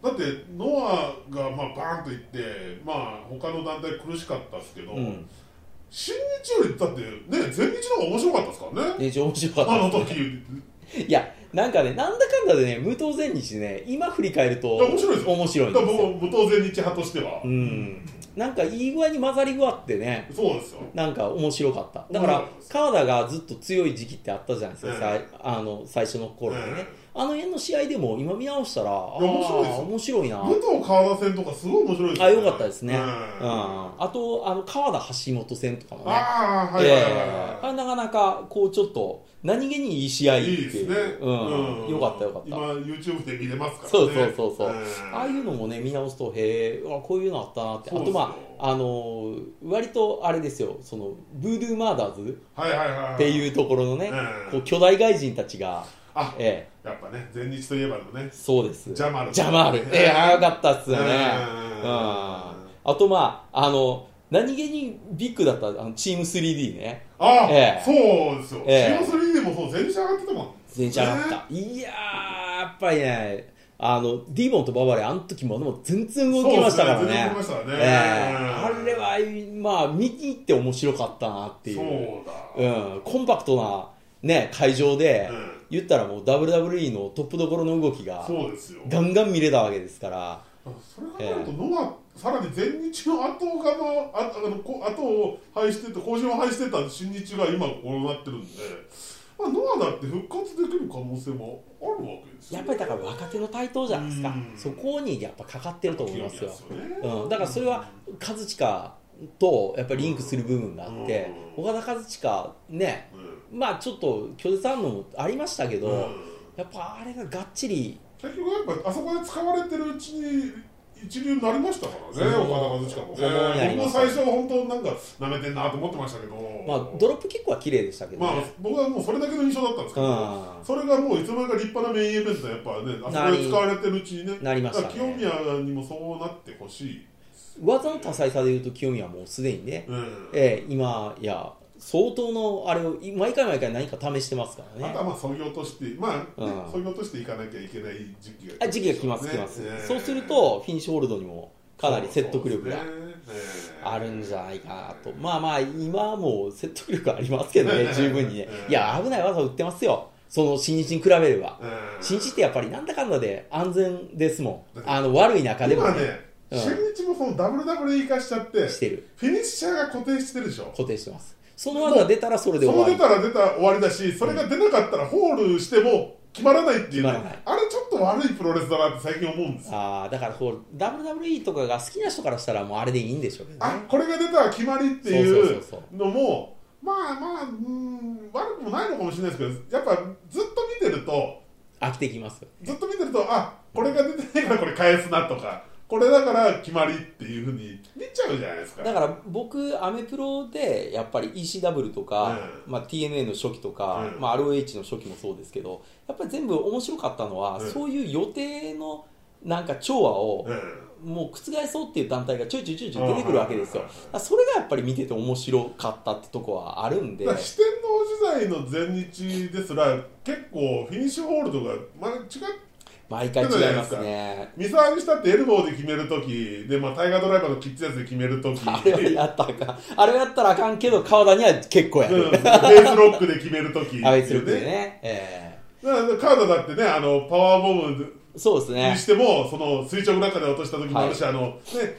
Speaker 2: だってノアがまあバーンといってまあ他の団体苦しかったですけど、
Speaker 1: うん
Speaker 2: 新日よりだってね全日の方が面白かったですからね
Speaker 1: で面白かった
Speaker 2: あ
Speaker 1: で
Speaker 2: の
Speaker 1: すね
Speaker 2: 時より
Speaker 1: いやなんかねなんだかんだでね無党前日ね今振り返ると
Speaker 2: いや面白いですよ
Speaker 1: 面白い
Speaker 2: だ
Speaker 1: ん
Speaker 2: か
Speaker 1: で
Speaker 2: ら
Speaker 1: すよ
Speaker 2: 僕無当然日派としては、
Speaker 1: うんなんかいい具合に混ざり具合ってね
Speaker 2: そうですよ
Speaker 1: なんか面白かっただから
Speaker 2: 面白かったです
Speaker 1: 川田がずっと強い時期ってあったじゃないですか、
Speaker 2: ええ
Speaker 1: さいあの最初の頃でね、
Speaker 2: え
Speaker 1: あの辺の試合でも今見直したらあー
Speaker 2: 面白いですよ
Speaker 1: 面白いな
Speaker 2: 武藤川田戦とかすごい面白いです
Speaker 1: あ良かったですね、
Speaker 2: うん
Speaker 1: うん、
Speaker 2: あ
Speaker 1: あとあの川田橋本戦とかもね
Speaker 2: あーはいはいはいは
Speaker 1: え
Speaker 2: い、
Speaker 1: えあれなかなかこうちょっと何気にいい試合って
Speaker 2: いい
Speaker 1: い
Speaker 2: で
Speaker 1: う
Speaker 2: すね、
Speaker 1: うんよかったよかった
Speaker 2: 今 YouTube で見れますからね
Speaker 1: そうそうそうそう、
Speaker 2: ん
Speaker 1: ああいうのもね見直すとへえあこういうのあったなってあ
Speaker 2: そう
Speaker 1: と
Speaker 2: ですよ
Speaker 1: まああのー割とあれですよそのブードゥーマーダーズ
Speaker 2: はいはいはい
Speaker 1: って
Speaker 2: う
Speaker 1: いうところのね、
Speaker 2: うん
Speaker 1: こう巨大外人たちが、
Speaker 2: あ
Speaker 1: え
Speaker 2: やっぱね前日といえばのね
Speaker 1: え、そうです
Speaker 2: ジャマル
Speaker 1: ジャマールええあよかったっすよね
Speaker 2: うん
Speaker 1: うんあとまああの何気にビッグだったあのチーム 3D ね
Speaker 2: あ、
Speaker 1: ええ
Speaker 2: そうですよ、
Speaker 1: ええ
Speaker 2: CO3 でもそう前日上がってたもん
Speaker 1: 全然上がっ
Speaker 2: ね
Speaker 1: た、いやーやっぱりねあのディーボンとババレあの時ももう全然動きましたから
Speaker 2: そうですね
Speaker 1: ね
Speaker 2: 全然動きましたからね
Speaker 1: ええあれはまあ見に行って面白かったなっていう
Speaker 2: そうだ、
Speaker 1: うん、コンパクトな、ね、会場で、
Speaker 2: うん
Speaker 1: 言ったらもう WWE のトップどころの動きが
Speaker 2: そうですよ
Speaker 1: ガンガン見れたわけですから
Speaker 2: それ考えると、ノア、さらに前日の後がの、ああのこ後を廃してて、後進を廃してた新日が今、こうなってるんで、まあ、ノアだって復活できる可能性もあるわけですよ、
Speaker 1: やっぱりだから若手の台頭じゃないですか
Speaker 2: うん
Speaker 1: そこにやっぱかかってると思いますよ、
Speaker 2: 清宮ですよね
Speaker 1: うん、だからそれは和親とやっぱりリンクする部分があって
Speaker 2: うん
Speaker 1: 岡田和親ね
Speaker 2: うん
Speaker 1: まあちょっと拒絶反応もありましたけど、
Speaker 2: うん
Speaker 1: やっぱあれががっちり
Speaker 2: 結局、やっぱあそこで使われてるうちに、一流になりましたからね、
Speaker 1: そう
Speaker 2: 岡田和親も
Speaker 1: そうなり
Speaker 2: ね。
Speaker 1: ま
Speaker 2: 僕も
Speaker 1: した
Speaker 2: 最初は本当、なんか、なめてんなと思ってましたけど、
Speaker 1: まあドロップキックは綺麗でしたけど
Speaker 2: まあ
Speaker 1: ね、
Speaker 2: 僕はもうそれだけの印象だったんですけど、
Speaker 1: うん
Speaker 2: それがもういつの間にか立派なメインイベントでやっぱねあそこで使われてるうちにね
Speaker 1: なりましたね
Speaker 2: だから清宮にもそうなってほしい、
Speaker 1: 技の多彩さでいうと清宮はもうすでにね、
Speaker 2: うん
Speaker 1: ええ今いや相当のあれを毎回毎回何か試してますから
Speaker 2: あ
Speaker 1: ね
Speaker 2: とはまあそぎ落としてまあ、ね
Speaker 1: うん
Speaker 2: そぎ落としていかなきゃいけない時期が
Speaker 1: あ時期が来ます、
Speaker 2: ね
Speaker 1: 来ます、
Speaker 2: ね
Speaker 1: そうするとフィニッシュホールドにもかなり説得力が
Speaker 2: そうですねね
Speaker 1: あるんじゃないかなと、まあまあ今はもう説得力ありますけどね十分にね
Speaker 2: うん
Speaker 1: いや危ない技を打ってますよその新日に比べれば
Speaker 2: うん
Speaker 1: 新日ってやっぱりなんだかんだで安全ですもんあの悪い中でも
Speaker 2: 今
Speaker 1: ね
Speaker 2: ね、
Speaker 1: うん
Speaker 2: 新日もその WWE 化しちゃって
Speaker 1: してる
Speaker 2: フィニッシャーが固定してるでしょ
Speaker 1: 固定してますその技出たらそれで
Speaker 2: そ
Speaker 1: 終わ
Speaker 2: の
Speaker 1: り
Speaker 2: 出たら出た終わりだし、それが出なかったらホールしても決まらないってい
Speaker 1: 決
Speaker 2: う、ね、
Speaker 1: まらない
Speaker 2: あれちょっと悪いプロレスだなって最近思うんですよ。
Speaker 1: あーだからこう WWE とかが好きな人からしたらもうあれでいいんでしょうけど
Speaker 2: あ
Speaker 1: ね
Speaker 2: これが出たら決まりって
Speaker 1: そう
Speaker 2: い
Speaker 1: そううそう
Speaker 2: のも、まあまあ、うん、悪くもないのかもしれないですけど、やっぱずっと見てると、
Speaker 1: 飽きてきますよ
Speaker 2: ずっと見てると、あこれが出てないからこれ返すなとか、これだから決まりっていうふうに見ちゃうじゃないですか。
Speaker 1: だから僕アメプロでやっぱり ECW とか、まあ、TNA の初期とか、
Speaker 2: うん
Speaker 1: まあ、ROH の初期もそうですけどやっぱり全部面白かったのは、
Speaker 2: うん
Speaker 1: そういう予定のなんか調和を
Speaker 2: う、ん
Speaker 1: もう覆そうっていう団体がちょいちょいちょいちょい出てくるわけですよ、
Speaker 2: うん
Speaker 1: だからそれがやっぱり見てて面白かったってとこはあるんで
Speaker 2: だから四天王時代の前日ですら結構フィニッシュホールドが、まあ、違っ
Speaker 1: 毎回違いますね
Speaker 2: ミサーにしたってエルボーで決めるとき、で、まあ、タイガードライバーのキッズやつで決めるとき、
Speaker 1: あれはやったらあかんあれはやったらあかんけど川田には結構や
Speaker 2: う
Speaker 1: る
Speaker 2: ん ベースロックで決めるとき、
Speaker 1: アベスルクでね、え
Speaker 2: だからカードだってね、あの、パワーボム
Speaker 1: えそうです
Speaker 2: に
Speaker 1: ね
Speaker 2: しても、その、垂直落下で落としたときもあるし、あの、ね、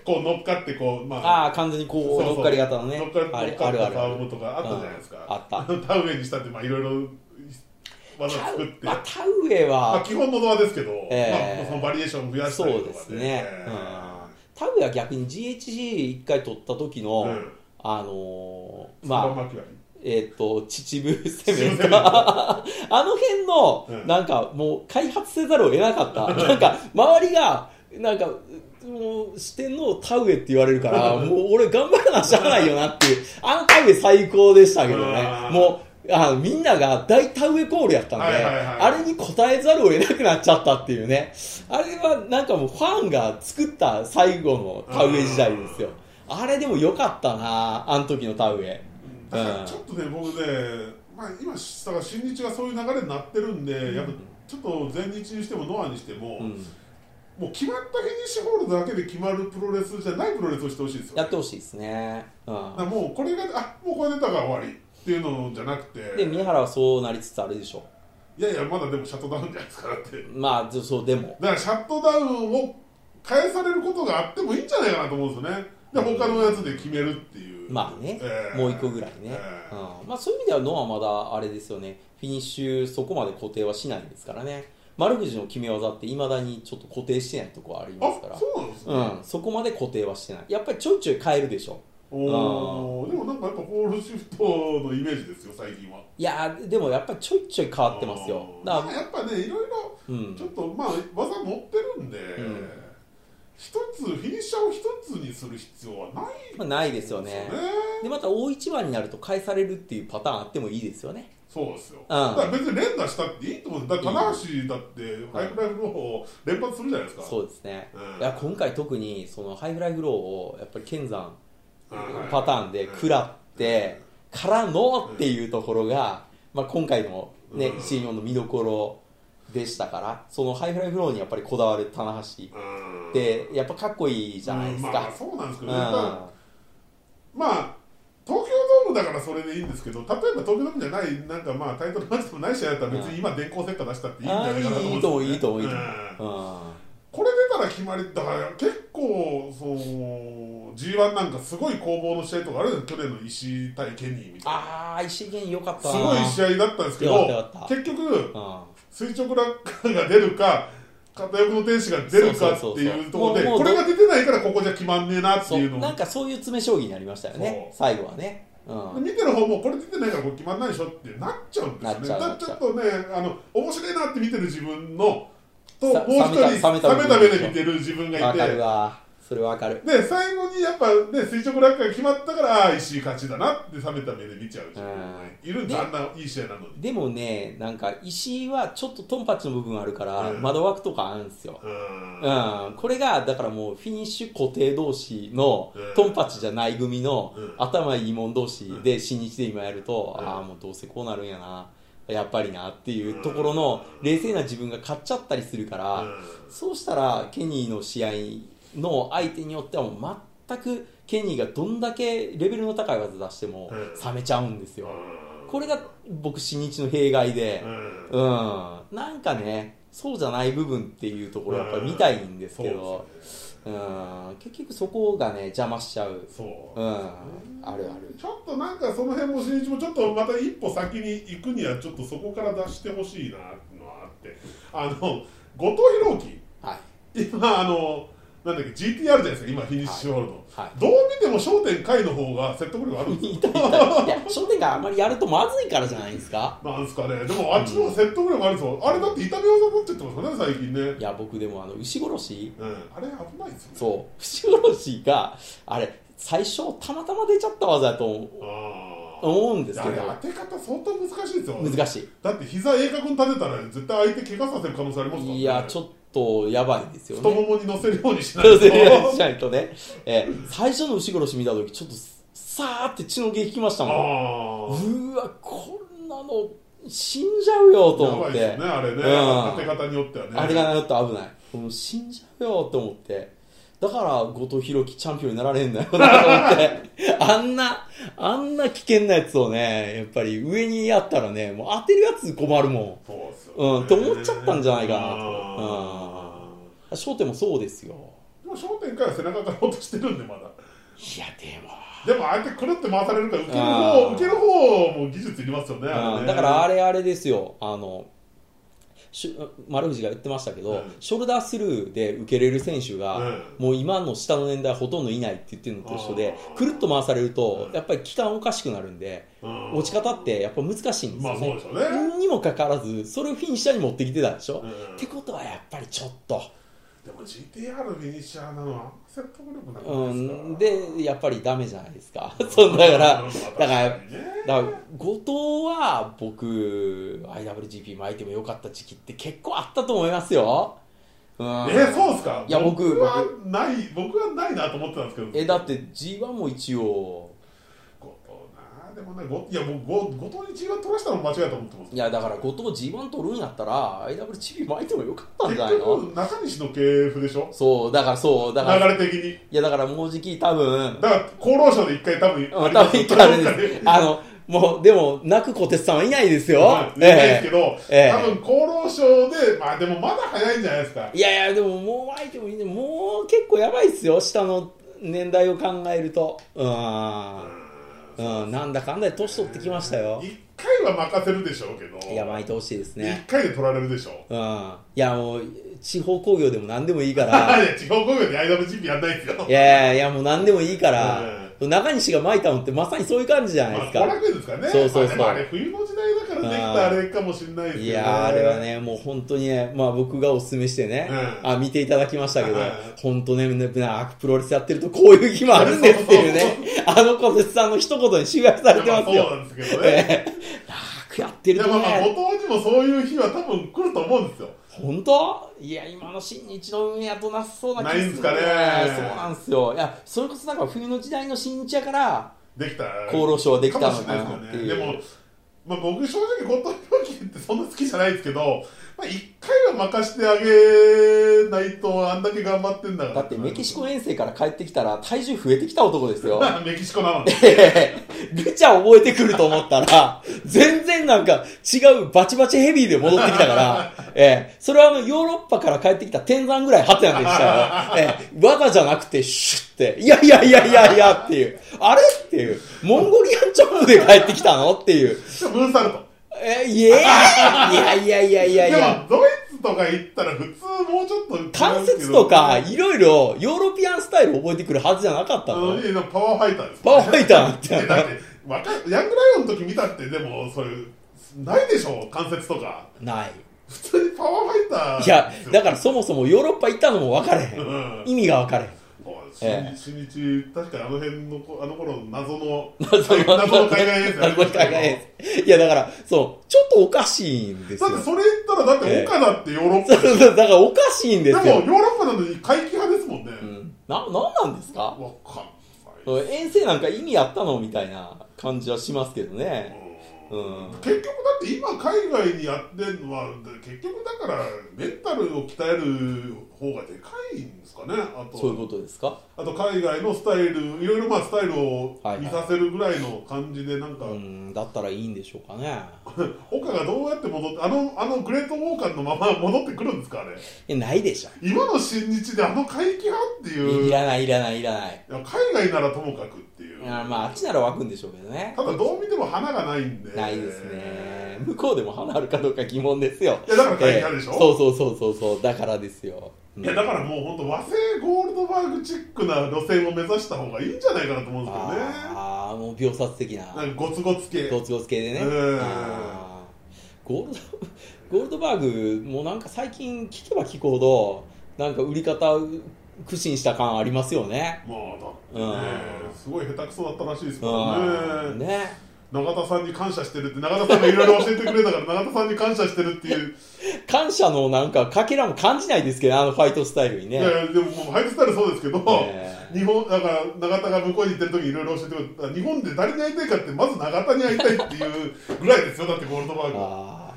Speaker 2: こう乗っかって、こう、まあ、
Speaker 1: ああ完全にこう
Speaker 2: そうそう
Speaker 1: 乗っかり型のね
Speaker 2: 乗っかり
Speaker 1: あれ
Speaker 2: 乗っか
Speaker 1: あ
Speaker 2: った
Speaker 1: るある
Speaker 2: パワーボムとかあったじゃないですか。
Speaker 1: うんあった
Speaker 2: の田植えにしたって、まあ、いろいろ技
Speaker 1: タ
Speaker 2: 作っ
Speaker 1: ウ
Speaker 2: て、
Speaker 1: ま
Speaker 2: ま
Speaker 1: あ、タウエ
Speaker 2: あ、
Speaker 1: は
Speaker 2: 基本のドアですけど、
Speaker 1: ええ
Speaker 2: まあ、そのバリエーションを増やしたり
Speaker 1: そう
Speaker 2: とか
Speaker 1: ですね、うん、タウエは逆に GHC1 回取った時の、
Speaker 2: うん
Speaker 1: あのー
Speaker 2: まあ、
Speaker 1: まあ
Speaker 2: 巻き割り
Speaker 1: えっ、と秩父攻
Speaker 2: 秩
Speaker 1: め
Speaker 2: 父攻め
Speaker 1: か あの辺の、
Speaker 2: うん
Speaker 1: なんかもう開発せざるを得なかったなんか周りがなんかもう四天王田植えって言われるから、もう俺頑張らなしゃあないよなっていう、あの田植え最高でしたけどね
Speaker 2: う、ん
Speaker 1: もうあみんなが大田植えコールやったんで、
Speaker 2: はいはいはい
Speaker 1: あれに応えざるを得なくなっちゃったっていうね、あれはなんかもうファンが作った最後の田植え時代ですよ。あれでも良かったな、あの時の田植え。
Speaker 2: だからちょっとね、僕ね、まあ、今、だから新日がそういう流れになってるんで、やっぱちょっと前日にしてもノアにしても、
Speaker 1: うん、
Speaker 2: もう決まったヘニッシュホールだけで決まるプロレスじゃないプロレスをしてほしいですよ、ね。
Speaker 1: やってほしいですね。うん
Speaker 2: だからもうこれが、あもうこれ出たから終わりっていうのじゃなくて、
Speaker 1: で宮原はそうなりつつあるでしょ
Speaker 2: いやいや、まだでもシャットダウンじゃないですか、だって。
Speaker 1: まあずそうでも
Speaker 2: だからシャットダウンを返されることがあってもいいんじゃないかなと思うんですよね。で、他のやつで決めるっていう。
Speaker 1: まあね、
Speaker 2: ええ
Speaker 1: もう一個ぐらいね、
Speaker 2: ええ
Speaker 1: うんまあそういう意味ではノアまだあれですよねフィニッシュそこまで固定はしないんですからね丸藤の決め技っていまだにちょっと固定してないとこはありますから
Speaker 2: あそうなんですね。
Speaker 1: うん、そこまで固定はしてないやっぱりちょいちょい変えるでしょ
Speaker 2: おーでもなんかやっぱホールシフトのイメージですよ最近はい
Speaker 1: やーでもやっぱりちょいちょい変わってますよ
Speaker 2: うん
Speaker 1: だか
Speaker 2: まあ
Speaker 1: ら
Speaker 2: やっぱねいろいろ
Speaker 1: うん
Speaker 2: ちょっとまあ技持ってるんで、
Speaker 1: ん
Speaker 2: 一つフィニッシャーを一つにする必要はない
Speaker 1: まあないですよ
Speaker 2: で
Speaker 1: ね
Speaker 2: すよね
Speaker 1: でまた大一番になると返されるっていうパターンあってもいいですよね
Speaker 2: そうですよ、
Speaker 1: ん
Speaker 2: だから別に連打したっていいと思うんですだから棚橋だってハイフライフローを連発するじゃないですか
Speaker 1: そうですね、
Speaker 2: うん
Speaker 1: いや今回特にそのハイフライフローをやっぱり剣山
Speaker 2: はい
Speaker 1: パターンで食らってからのっていうところが、まあ、今回の、ね
Speaker 2: うん、
Speaker 1: 新日本の見どころでしたからそのハイフライフローにやっぱりこだわる棚橋
Speaker 2: うん
Speaker 1: ってやっぱかっこいいじゃないです
Speaker 2: うんまあ、
Speaker 1: か。
Speaker 2: そうなんです
Speaker 1: う
Speaker 2: け
Speaker 1: ん
Speaker 2: ど、やっぱまあ東京ドームだからそれでいいんですけど例えば東京ドームじゃないなんかまあタイトルマッチでもない試合だったら別に今電光石火出したっていいんじゃないかなと
Speaker 1: いいと思
Speaker 2: 思う
Speaker 1: うんいい
Speaker 2: です
Speaker 1: と
Speaker 2: よ
Speaker 1: 思う
Speaker 2: ね
Speaker 1: いいと
Speaker 2: うん
Speaker 1: 思う
Speaker 2: これ出たら決まりだから結構その G1 なんかすごい攻防の試合とかあるじゃん去年の石井対ケニーみたいな
Speaker 1: ああ石井源よかっ
Speaker 2: す
Speaker 1: たな
Speaker 2: ごい試合だったんですけ
Speaker 1: よかったよ
Speaker 2: ど
Speaker 1: かった
Speaker 2: 結局
Speaker 1: うん
Speaker 2: 垂直落下が出るか片翼の天使が出るかって
Speaker 1: そうそうそうそう
Speaker 2: いうところで
Speaker 1: もうもう
Speaker 2: これが出てないからここじゃ決まんねえなって
Speaker 1: そ
Speaker 2: いう
Speaker 1: う
Speaker 2: の
Speaker 1: な
Speaker 2: を
Speaker 1: んかそういう詰め将棋になりましたよね最後はね、うん、
Speaker 2: 見てる方もこれ出てないからこれ決まんないでしょってなっちゃうんです
Speaker 1: な
Speaker 2: よ
Speaker 1: っ
Speaker 2: ね
Speaker 1: ちゃ
Speaker 2: だう
Speaker 1: う
Speaker 2: ちょっとねあの面白いなって見てる自分のともう
Speaker 1: さ
Speaker 2: 一人冷め
Speaker 1: 冷めた
Speaker 2: た
Speaker 1: 冷めた
Speaker 2: 目で見てる自分が
Speaker 1: わ
Speaker 2: い
Speaker 1: かる
Speaker 2: て
Speaker 1: わそれわかる
Speaker 2: で最後にやっぱね垂直落下が決まったからああ石井勝ちだなって冷めた目で見ちゃう自分がいるんで
Speaker 1: で
Speaker 2: すあんないい試合なのに
Speaker 1: でもねなんか石井はちょっとトンパチの部分あるから
Speaker 2: うん
Speaker 1: 窓枠とかあるんですよ、
Speaker 2: う
Speaker 1: うんん、これがだからもうフィニッシュ固定同士の
Speaker 2: うん
Speaker 1: トンパチじゃない組の
Speaker 2: うん
Speaker 1: 頭いいもん同士で新日で今やると
Speaker 2: うん
Speaker 1: ああもうどうせこうなるんやなやっぱりなっていうところの冷静な自分が買っちゃったりするから、そうしたらケニーの試合の相手によってはもう全くケニーがどんだけレベルの高い技出しても
Speaker 2: うん
Speaker 1: 冷めちゃうんですよ、
Speaker 2: うん
Speaker 1: これが僕新日の弊害で
Speaker 2: うん
Speaker 1: うん、なんかねそうじゃない部分っていうところやっぱり見たいんです
Speaker 2: そう
Speaker 1: け
Speaker 2: で
Speaker 1: ど、
Speaker 2: す
Speaker 1: うん結局そこがね邪魔しちゃう、
Speaker 2: よね
Speaker 1: う、
Speaker 2: そうん
Speaker 1: あるある
Speaker 2: ちょっとなんかその辺も新一もちょっとまた一歩先に行くにはちょっとそこから出してほしいなっていうのはあってあの後藤弘樹
Speaker 1: はい
Speaker 2: 今あのなんだっけ GTR じゃないですか今フィニッシュホールド、
Speaker 1: はい
Speaker 2: どう見ても焦点回の方が説得力 あ るんですよ
Speaker 1: いや商店街あんまりやるとまずいからじゃないですか
Speaker 2: なんですかねでもあっちの方が説得力あるんですよ、あれだって痛み技持っちゃってますよね最近ね、
Speaker 1: いや僕でもあの牛殺し
Speaker 2: うん、あれ危ないですよね
Speaker 1: そう節殺しがあれ最初たまたま出ちゃった技だと思う
Speaker 2: あー
Speaker 1: 思うんです
Speaker 2: あ
Speaker 1: け
Speaker 2: れ
Speaker 1: ど
Speaker 2: 当て方相当難しいですよ
Speaker 1: 難し
Speaker 2: だって膝鋭角に立てたら絶対相手怪我させる可能性ありますから、ね、
Speaker 1: いいやちょっとやばいですよ
Speaker 2: 太
Speaker 1: ね
Speaker 2: ももに乗せるようにしない
Speaker 1: そ
Speaker 2: と。
Speaker 1: うそうそうしないとね、えー最初の牛殺し見た時ちょっとさーって血の毛引きました
Speaker 2: あ
Speaker 1: もんう
Speaker 2: ー
Speaker 1: ーわこんなの死んじゃうよと
Speaker 2: や
Speaker 1: 思
Speaker 2: ば
Speaker 1: っ
Speaker 2: い
Speaker 1: て、
Speaker 2: ですね、あれね。
Speaker 1: うん
Speaker 2: 当て方によってはね。
Speaker 1: あれがないと危ないもう死んじゃうよと思ってだから後藤弘樹チャンピオンになられへんだよなと思ってあんなあんな危険なやつをねやっぱり上にやったらねもう当てるやつ困るもん
Speaker 2: そうっすよね
Speaker 1: うんって思っちゃったんじゃないかなと
Speaker 2: あ
Speaker 1: 『笑点』もそうですよ
Speaker 2: ーでも焦点から背中から落としてるんで、ま
Speaker 1: い
Speaker 2: だ。
Speaker 1: やでも
Speaker 2: でも、あえてくるって回されるから、受ける
Speaker 1: あ
Speaker 2: 方、
Speaker 1: ー
Speaker 2: 受ける方も技術いりますよね、あれ
Speaker 1: うん
Speaker 2: ね。
Speaker 1: だからあ
Speaker 2: れ、
Speaker 1: れあれですよあのしゅ丸藤が言ってましたけど、
Speaker 2: うん
Speaker 1: ショルダースルーで受けれる選手が、
Speaker 2: うん
Speaker 1: もう今の下の年代ほとんどいないって言ってるのと一緒で
Speaker 2: あー
Speaker 1: くるっと回されると、
Speaker 2: うん
Speaker 1: やっぱり期間おかしくなるんで、持ち方ってやっぱ難しいんですよね,、
Speaker 2: まあ、そうでしょうね。
Speaker 1: にもかかわらずそれをフィニッシャーに持ってきてたでしょ、
Speaker 2: うん
Speaker 1: ってことはやっぱりちょっと
Speaker 2: でも GTR フィニッシャーなのはあんま説得力な
Speaker 1: う
Speaker 2: いですから
Speaker 1: ん、でやっぱりダメじゃないですか そうだからだから
Speaker 2: ね
Speaker 1: だから後藤は僕 IWGP 巻いても良かった時期って結構あったと思いますよ、うん、
Speaker 2: えそうですか
Speaker 1: いや僕
Speaker 2: はない僕はないなと思ってたんですけど
Speaker 1: えだって G1 も一応
Speaker 2: 後藤なでもねごいや僕ご後藤に血が取らしたのも間違いだと思ってます
Speaker 1: いやだから後藤 G1 取るんやったら IWGP 巻いても良かったんじゃない
Speaker 2: 結
Speaker 1: の
Speaker 2: 局中西の系譜でしょ
Speaker 1: そうだからそうだからい
Speaker 2: 流れ的に
Speaker 1: やだからもうじき多分
Speaker 2: だから厚労省で一回多分
Speaker 1: うん多分一回あれ
Speaker 2: どっか
Speaker 1: ですあのもうでも泣く小鉄さんはいないですよ、
Speaker 2: はいいないですけ
Speaker 1: え
Speaker 2: ど、
Speaker 1: ええ
Speaker 2: 多分厚労省でまあでもまだ早いんじゃないですか
Speaker 1: えいやいやでももう巻いてもいいねもう結構やばいっすよ下の年代を考えるとうんうん、なんだかんだで年取ってきましたよ。
Speaker 2: 一回は任せるでしょうけど
Speaker 1: いや、巻いてほしいです
Speaker 2: 一
Speaker 1: ね。
Speaker 2: 回で取られるでしょう
Speaker 1: うん。いや、もう、地方工業でも何でもいいから。
Speaker 2: いや地方工業で IWGP やんないですよ
Speaker 1: いやいやいや、もう何でもいいから。中西が巻いたのってまさにそういう感じじゃない
Speaker 2: ま
Speaker 1: です
Speaker 2: あ後
Speaker 1: か。
Speaker 2: 楽園ですからね
Speaker 1: そうそうそう
Speaker 2: まあでもあれ冬の時代だからできたあれかもしれないですけど、
Speaker 1: いやーあれはね、もう本当にね、まあ僕がおすすめしてね、
Speaker 2: うん
Speaker 1: あ見ていただきましたけど
Speaker 2: うん、
Speaker 1: 本当ね、なプロレスやってるとこういう日もあるんですっていうね
Speaker 2: そう、
Speaker 1: あの小説さんの一言に集約されて
Speaker 2: まあ
Speaker 1: ますよ。
Speaker 2: そうなんですけどね、
Speaker 1: ええ楽やって
Speaker 2: い
Speaker 1: る
Speaker 2: や
Speaker 1: と
Speaker 2: まあまあ
Speaker 1: ね、
Speaker 2: 後藤にもそういう日は多分来ると思うんですよ
Speaker 1: 本当いや、今の新日の運やとなさそうな気がする
Speaker 2: ないんすかね
Speaker 1: そうなんですよ。いや、それこそなんか冬の時代の新日やから、
Speaker 2: できたら
Speaker 1: 厚労省はできたの
Speaker 2: もし
Speaker 1: か
Speaker 2: れな
Speaker 1: ない
Speaker 2: で
Speaker 1: っ
Speaker 2: す
Speaker 1: て
Speaker 2: よ
Speaker 1: い
Speaker 2: ね
Speaker 1: う。
Speaker 2: でも、まあ、僕正直後藤弘樹ってそんな好きじゃないですけど、まあ、一回は任してあげないとあんだけ頑張ってんだから
Speaker 1: だってメキシコ遠征から帰ってきたら体重増えてきた男ですよ。
Speaker 2: メキシコなのに
Speaker 1: ルチャ覚えてくると思ったら、全然なんか違うバチバチヘビーで戻ってきたから、ええそれはあのヨーロッパから帰ってきた天山ぐらいハテナでしたよ。ええ技じゃなくてシュッて、いやいやいやいやいやっていう、あれっていう、モンゴリアンチョップで帰ってきたのっていう。
Speaker 2: ブーサルト
Speaker 1: え、いえいやいやいやいやいや。
Speaker 2: でもドイツとか行ったら普通もうちょっと違うんですけど
Speaker 1: 関節とか、いろいろ、ヨーロピアンスタイル覚えてくるはずじゃなかった
Speaker 2: あの
Speaker 1: の
Speaker 2: いやでもパワーファイターです
Speaker 1: パワーファイターなんて
Speaker 2: いや だって若いヤングライオンの時見たってでもそれないでしょ関節とか
Speaker 1: ない。
Speaker 2: 普通にパワーファイター
Speaker 1: いや
Speaker 2: です、よ
Speaker 1: だからそもそもヨーロッパ行ったのも分かれへ。
Speaker 2: うんん
Speaker 1: 意味が分かれへん。
Speaker 2: 新
Speaker 1: ええ
Speaker 2: 新日、確かにあの辺のこあの頃の謎の
Speaker 1: 謎の
Speaker 2: 謎の海外遠 征
Speaker 1: 謎の海外遠征いや、だから、そう、ちょっとおかしいんです
Speaker 2: だ
Speaker 1: よ。
Speaker 2: ってそれ言ったらだ
Speaker 1: え
Speaker 2: って
Speaker 1: え
Speaker 2: 岡田ってヨーロッパ、
Speaker 1: そう そうそうだからおかしいんで
Speaker 2: ですもヨ
Speaker 1: よ。
Speaker 2: ーロッパなのに怪奇派ですもんね、
Speaker 1: うんな、なんなんですか
Speaker 2: わかんない、
Speaker 1: そう遠征なんか意味あったのみたいな感じはしますけどね。うん。
Speaker 2: 結局だって今海外にやってんのは結局だからメンタルを鍛える方がでかいんですかねあと
Speaker 1: そういうことですか
Speaker 2: あと海外のスタイルいろいろまあスタイルを
Speaker 1: はいはい
Speaker 2: 見させるぐらいの感じでなんか、
Speaker 1: うん、だったらいいんでしょうかね。
Speaker 2: 岡がどうやって戻ってあのあのグレートウォーカーのまま戻ってくるんですかあれ
Speaker 1: いやないでしょ。
Speaker 2: 今の新日であの怪奇派っていう
Speaker 1: い
Speaker 2: いや
Speaker 1: らない、いらない、いらない。
Speaker 2: 海外ならともかくっていう
Speaker 1: いやまあ、あっちなら湧くんでしょうけどね。
Speaker 2: ただどう見ても花がないんで
Speaker 1: ないですね。向こうでも花あるかどうか疑問ですよ。
Speaker 2: いやだから怪奇派でしょ、
Speaker 1: ええそうそうそうそうそうだからですよ、うん
Speaker 2: いやだからもう本当和製ゴールドバーグチックな路線を目指した方がいいんじゃないかなと思うんですけどね
Speaker 1: ああもう秒殺的な
Speaker 2: なんかゴツゴツ系
Speaker 1: ゴツゴツ系でね
Speaker 2: うん
Speaker 1: あーゴールド ゴールドバーグもうなんか最近聞けば聞くほどなんか売り方苦心した感ありますよね
Speaker 2: まあだってね
Speaker 1: うん
Speaker 2: すごい下手くそだったらしいです
Speaker 1: う
Speaker 2: から
Speaker 1: ん
Speaker 2: ね
Speaker 1: ね
Speaker 2: 永田さんに感謝してるって永田さんがいろいろ教えてくれたから永田さんに感謝してるっていう
Speaker 1: 感謝のなんかかけらも感じないですけどねあのファイトスタイルに
Speaker 2: い
Speaker 1: ね
Speaker 2: やいやでももうハイブスタイルそうですけど、
Speaker 1: え
Speaker 2: 日本だから永田が向こうに行ってる時にいろいろ教えてくれた日本で誰に会いたいかってまず永田に会いたいっていうぐらいですよだってゴールドバーグは
Speaker 1: あ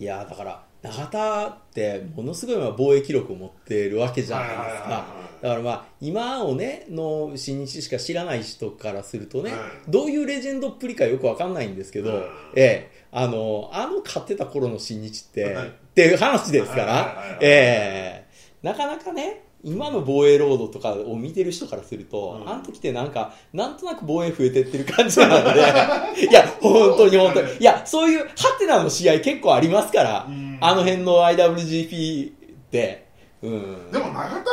Speaker 1: ーいやだから永田ってものすごいまあ防衛記録を持っているわけじゃないですか、
Speaker 2: はいはいはいはい
Speaker 1: だからまあ今をねの新日しか知らない人からするとね、
Speaker 2: はい
Speaker 1: どういうレジェンドっぷりかよくわかんないんですけど、
Speaker 2: はい
Speaker 1: ええあのあの勝ってた頃の新日って、
Speaker 2: はい
Speaker 1: っていう話ですから、
Speaker 2: はいはいはいはい
Speaker 1: ええなかなかね今の防衛ロードとかを見てる人からすると、
Speaker 2: うん
Speaker 1: あの時ってなんかなんとなく防衛増えてってる感じなので いや本当に本当にいやそういうハテナの試合結構ありますから、
Speaker 2: うん
Speaker 1: あの辺の IWGP って、うん、
Speaker 2: でも永田は結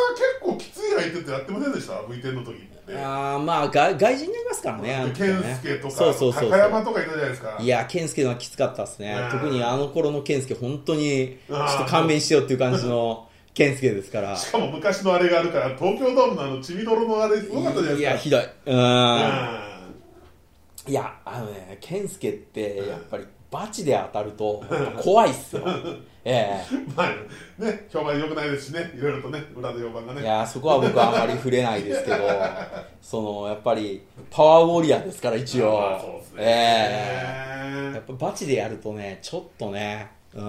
Speaker 2: 構きつい相手とやってませんでした V10 の時って、
Speaker 1: あーまあ外外人になりますからね、あの人
Speaker 2: 健
Speaker 1: ね
Speaker 2: 介とか
Speaker 1: そうそうそう
Speaker 2: 高山とかいたじゃないですか
Speaker 1: いや、健介のはきつかったですね
Speaker 2: う、ん
Speaker 1: 特にあの頃の健介、本当にち
Speaker 2: う
Speaker 1: ょ
Speaker 2: ん
Speaker 1: っと勘弁してよっていう感じの、 健介ですから
Speaker 2: しかも昔のあれがあるから東京ドームのあのちびどろのあれすごかったじゃない
Speaker 1: い
Speaker 2: で
Speaker 1: や
Speaker 2: す
Speaker 1: ひどいうーん
Speaker 2: か
Speaker 1: いやあのね健介ってやっぱりバチで当たる とやっぱ怖いっすよえ
Speaker 2: うんまあね評判良くないですしねいろいろとね裏で評判が
Speaker 1: え
Speaker 2: ね
Speaker 1: いやそこは僕はあまり触れないですけどそのやっぱりパワーウォリアーですから一応、
Speaker 2: まあそうですね、
Speaker 1: ええやっぱバチでやるとねちょっとねうーん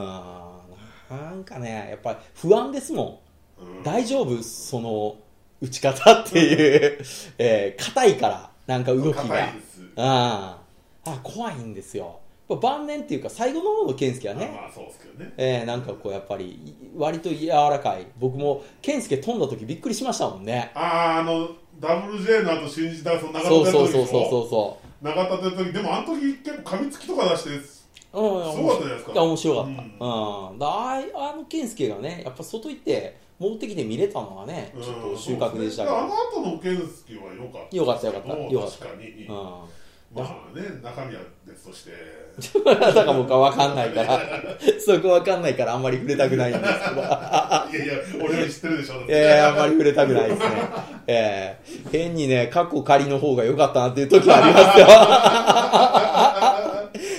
Speaker 1: なんかねやっぱり不安ですも
Speaker 2: うん
Speaker 1: ん大丈夫その打ち方っていう、ええ硬いからなんか動き
Speaker 2: 硬
Speaker 1: が
Speaker 2: いです
Speaker 1: あああ怖いんですよやっぱ晩年っていうか最後の方の健介はね、
Speaker 2: まあそうですけどね
Speaker 1: えー、なんかこうやっぱりい割と柔らかい僕も健介飛んだ時びっくりしましたもんね
Speaker 2: あああの WJ の後新日だそ
Speaker 1: そ
Speaker 2: の長
Speaker 1: う
Speaker 2: 田
Speaker 1: そ
Speaker 2: の
Speaker 1: う
Speaker 2: 時
Speaker 1: そう
Speaker 2: でし
Speaker 1: そう
Speaker 2: ょ
Speaker 1: そうそ
Speaker 2: 長田の時でもあの時結構噛みつきとか出してす
Speaker 1: ううんうん
Speaker 2: ごかったじゃないですか
Speaker 1: いや面白かった、う
Speaker 2: うん
Speaker 1: んだあいあの健介がねやっぱ外行って戻ってきて見れたのがねちょっと収穫でしたけど、
Speaker 2: うんそうすねあの後の健介は良かった
Speaker 1: よかったよかったよかっ
Speaker 2: 確かに、
Speaker 1: うん
Speaker 2: まあね中身は別として
Speaker 1: だから僕は分かんないから そこ分かんないからあんまり触れたくないんですけど
Speaker 2: いやいや俺より知ってるでしょだって
Speaker 1: ええあんまり触れたくないですね。ええ変にね、過去仮の方が良かったなっていう時はありますよ。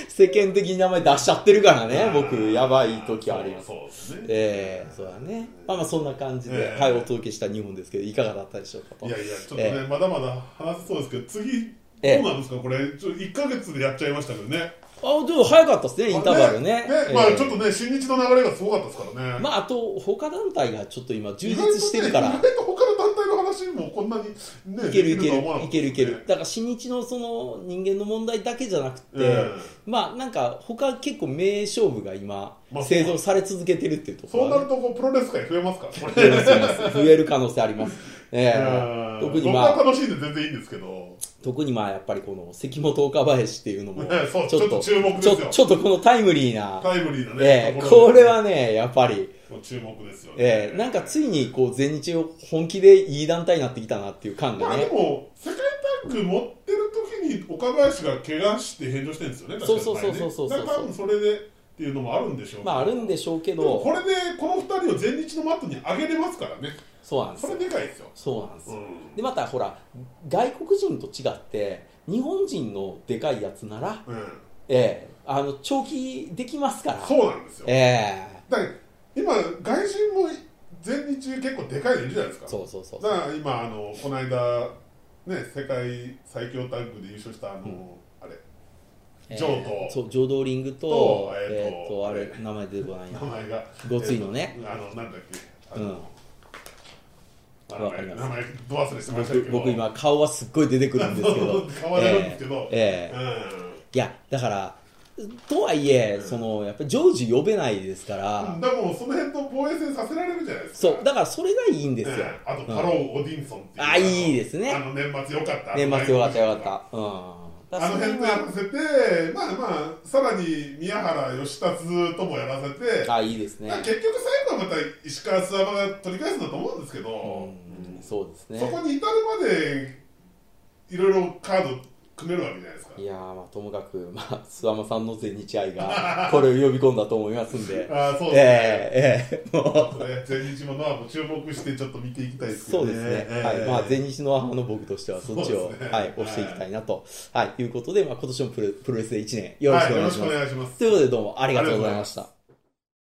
Speaker 1: 世 間的に名前出しちゃってるからね、僕、やばい時はあります。
Speaker 2: そうですね
Speaker 1: ええそうだね。まあまあ、そんな感じで、
Speaker 2: ええ
Speaker 1: はい、お届けした2本ですけど、いかがだったでしょうかと。
Speaker 2: いやいやちょっとね、
Speaker 1: え
Speaker 2: まだまだ話せそうですけど次
Speaker 1: ええ
Speaker 2: どうなんですかこれちょ1か月でやっちゃいましたけどね
Speaker 1: あ、でも早かったですね、インターバルね。
Speaker 2: ねまあ
Speaker 1: ええ
Speaker 2: ちょっとね新日の流れがすごかったですからね
Speaker 1: まあ、あと、他団体がちょっと今、充実してるから
Speaker 2: 意。外と他の団体の話もこんなにね
Speaker 1: いけるい
Speaker 2: で
Speaker 1: け
Speaker 2: き
Speaker 1: る
Speaker 2: とは思わなか
Speaker 1: い
Speaker 2: っ
Speaker 1: け
Speaker 2: た
Speaker 1: るい
Speaker 2: です
Speaker 1: け
Speaker 2: ね
Speaker 1: るだから新日のその人間の問題だけじゃなくて、
Speaker 2: え
Speaker 1: まあなんか他結構名勝負が今
Speaker 2: まあ
Speaker 1: 製造され続けてるっていうとこ
Speaker 2: そう
Speaker 1: ろ
Speaker 2: な
Speaker 1: は
Speaker 2: る
Speaker 1: ね
Speaker 2: とこうプロレス界増えますからこれ
Speaker 1: 増えます増えます増える可能性あります、 ええ特にま
Speaker 2: 僕は
Speaker 1: あ
Speaker 2: 楽しいんで全然いいんですけど
Speaker 1: 特にまあやっぱりこの関本岡林っていうのも
Speaker 2: ね そうちょっと注目です
Speaker 1: ちょ
Speaker 2: よ
Speaker 1: ちょっとこのタイムリーな、
Speaker 2: タイムリーな
Speaker 1: え
Speaker 2: ね、
Speaker 1: え
Speaker 2: とろ
Speaker 1: こ
Speaker 2: で
Speaker 1: れはねやっぱり、
Speaker 2: もう注目ですよね、
Speaker 1: ええなんかついにこう全日を本気でいい団体になってきたなっていう感
Speaker 2: ま
Speaker 1: が
Speaker 2: あで
Speaker 1: ね
Speaker 2: も世界タッグ持ってる時に岡林が怪我して返上してるんですよね
Speaker 1: そうそう
Speaker 2: 確かにね
Speaker 1: そうそうそうそう
Speaker 2: だから多分それでっていうのもあるんでしょうけど
Speaker 1: まああるんでしょうけ
Speaker 2: でも
Speaker 1: ど
Speaker 2: これでこの2人を全日のマットに上げれますからね
Speaker 1: そうなんです
Speaker 2: そ
Speaker 1: よ
Speaker 2: れでかいですよ、
Speaker 1: そうなんです
Speaker 2: う
Speaker 1: よ、
Speaker 2: ん
Speaker 1: でまたほら外国人と違って日本人のでかいやつなら、
Speaker 2: うん、
Speaker 1: ええあの長期できますから
Speaker 2: そうなんですよ
Speaker 1: ええ
Speaker 2: だから今外人も全日結構でかいのいるじゃないですか
Speaker 1: そうそうそう
Speaker 2: だから今あのこの間ね世界最強タッグで優勝したあの、あれジョーと
Speaker 1: ええそう浄土リングと
Speaker 2: と
Speaker 1: え
Speaker 2: え
Speaker 1: え
Speaker 2: ーと
Speaker 1: とあれ名前出てこないな
Speaker 2: 名前が
Speaker 1: ごついのね
Speaker 2: えーとあのなんだっけあ
Speaker 1: うん
Speaker 2: の、名
Speaker 1: わかり
Speaker 2: 前
Speaker 1: ます
Speaker 2: 名前ど忘れしてましたけ
Speaker 1: 僕
Speaker 2: ど
Speaker 1: 僕今顔はすっごい出てくるんですけ ど
Speaker 2: 変わらないんですけど
Speaker 1: ええええいやだからとはいえ、そのやっぱり常時呼べないですから、
Speaker 2: うん、でもその辺と防衛戦させられるじゃないですか
Speaker 1: そうだからそれがいいんですよ、
Speaker 2: ええあと
Speaker 1: うん
Speaker 2: パロー・オディンソンっていう、
Speaker 1: あいいですね
Speaker 2: あの年末よかった
Speaker 1: 年末よかったよかった、うん、だから
Speaker 2: あの
Speaker 1: それ
Speaker 2: 辺
Speaker 1: は
Speaker 2: とやらせて、まあまあ、さらに宮原義達ともやらせて、
Speaker 1: あいいですね
Speaker 2: まあ結局最後はまた石川諏訪間が取り返すんだと思うんですけど、
Speaker 1: うんそうです
Speaker 2: そこ
Speaker 1: ね
Speaker 2: に至るまでいろいろカード組めるわけじゃないですか。
Speaker 1: いやーまあともかく、まあ、諏訪間さんの全日愛がこれを呼び込んだと思いますん で
Speaker 2: ああ、そうですね。
Speaker 1: ええええもう
Speaker 2: 全日もノアも注目してちょっと見ていきたいですけ
Speaker 1: そ
Speaker 2: ど
Speaker 1: う
Speaker 2: ね。
Speaker 1: ですね、
Speaker 2: ええ
Speaker 1: はいまあ、前日のアハの僕としてはそっち
Speaker 2: そ
Speaker 1: を、
Speaker 2: うですね
Speaker 1: はい、押していきたいなと、はい、いうことで、まあ、今年もプロプロレスで1年よろしくお願いします、
Speaker 2: はいよろしくお願いします
Speaker 1: ということでどうもありがとうございました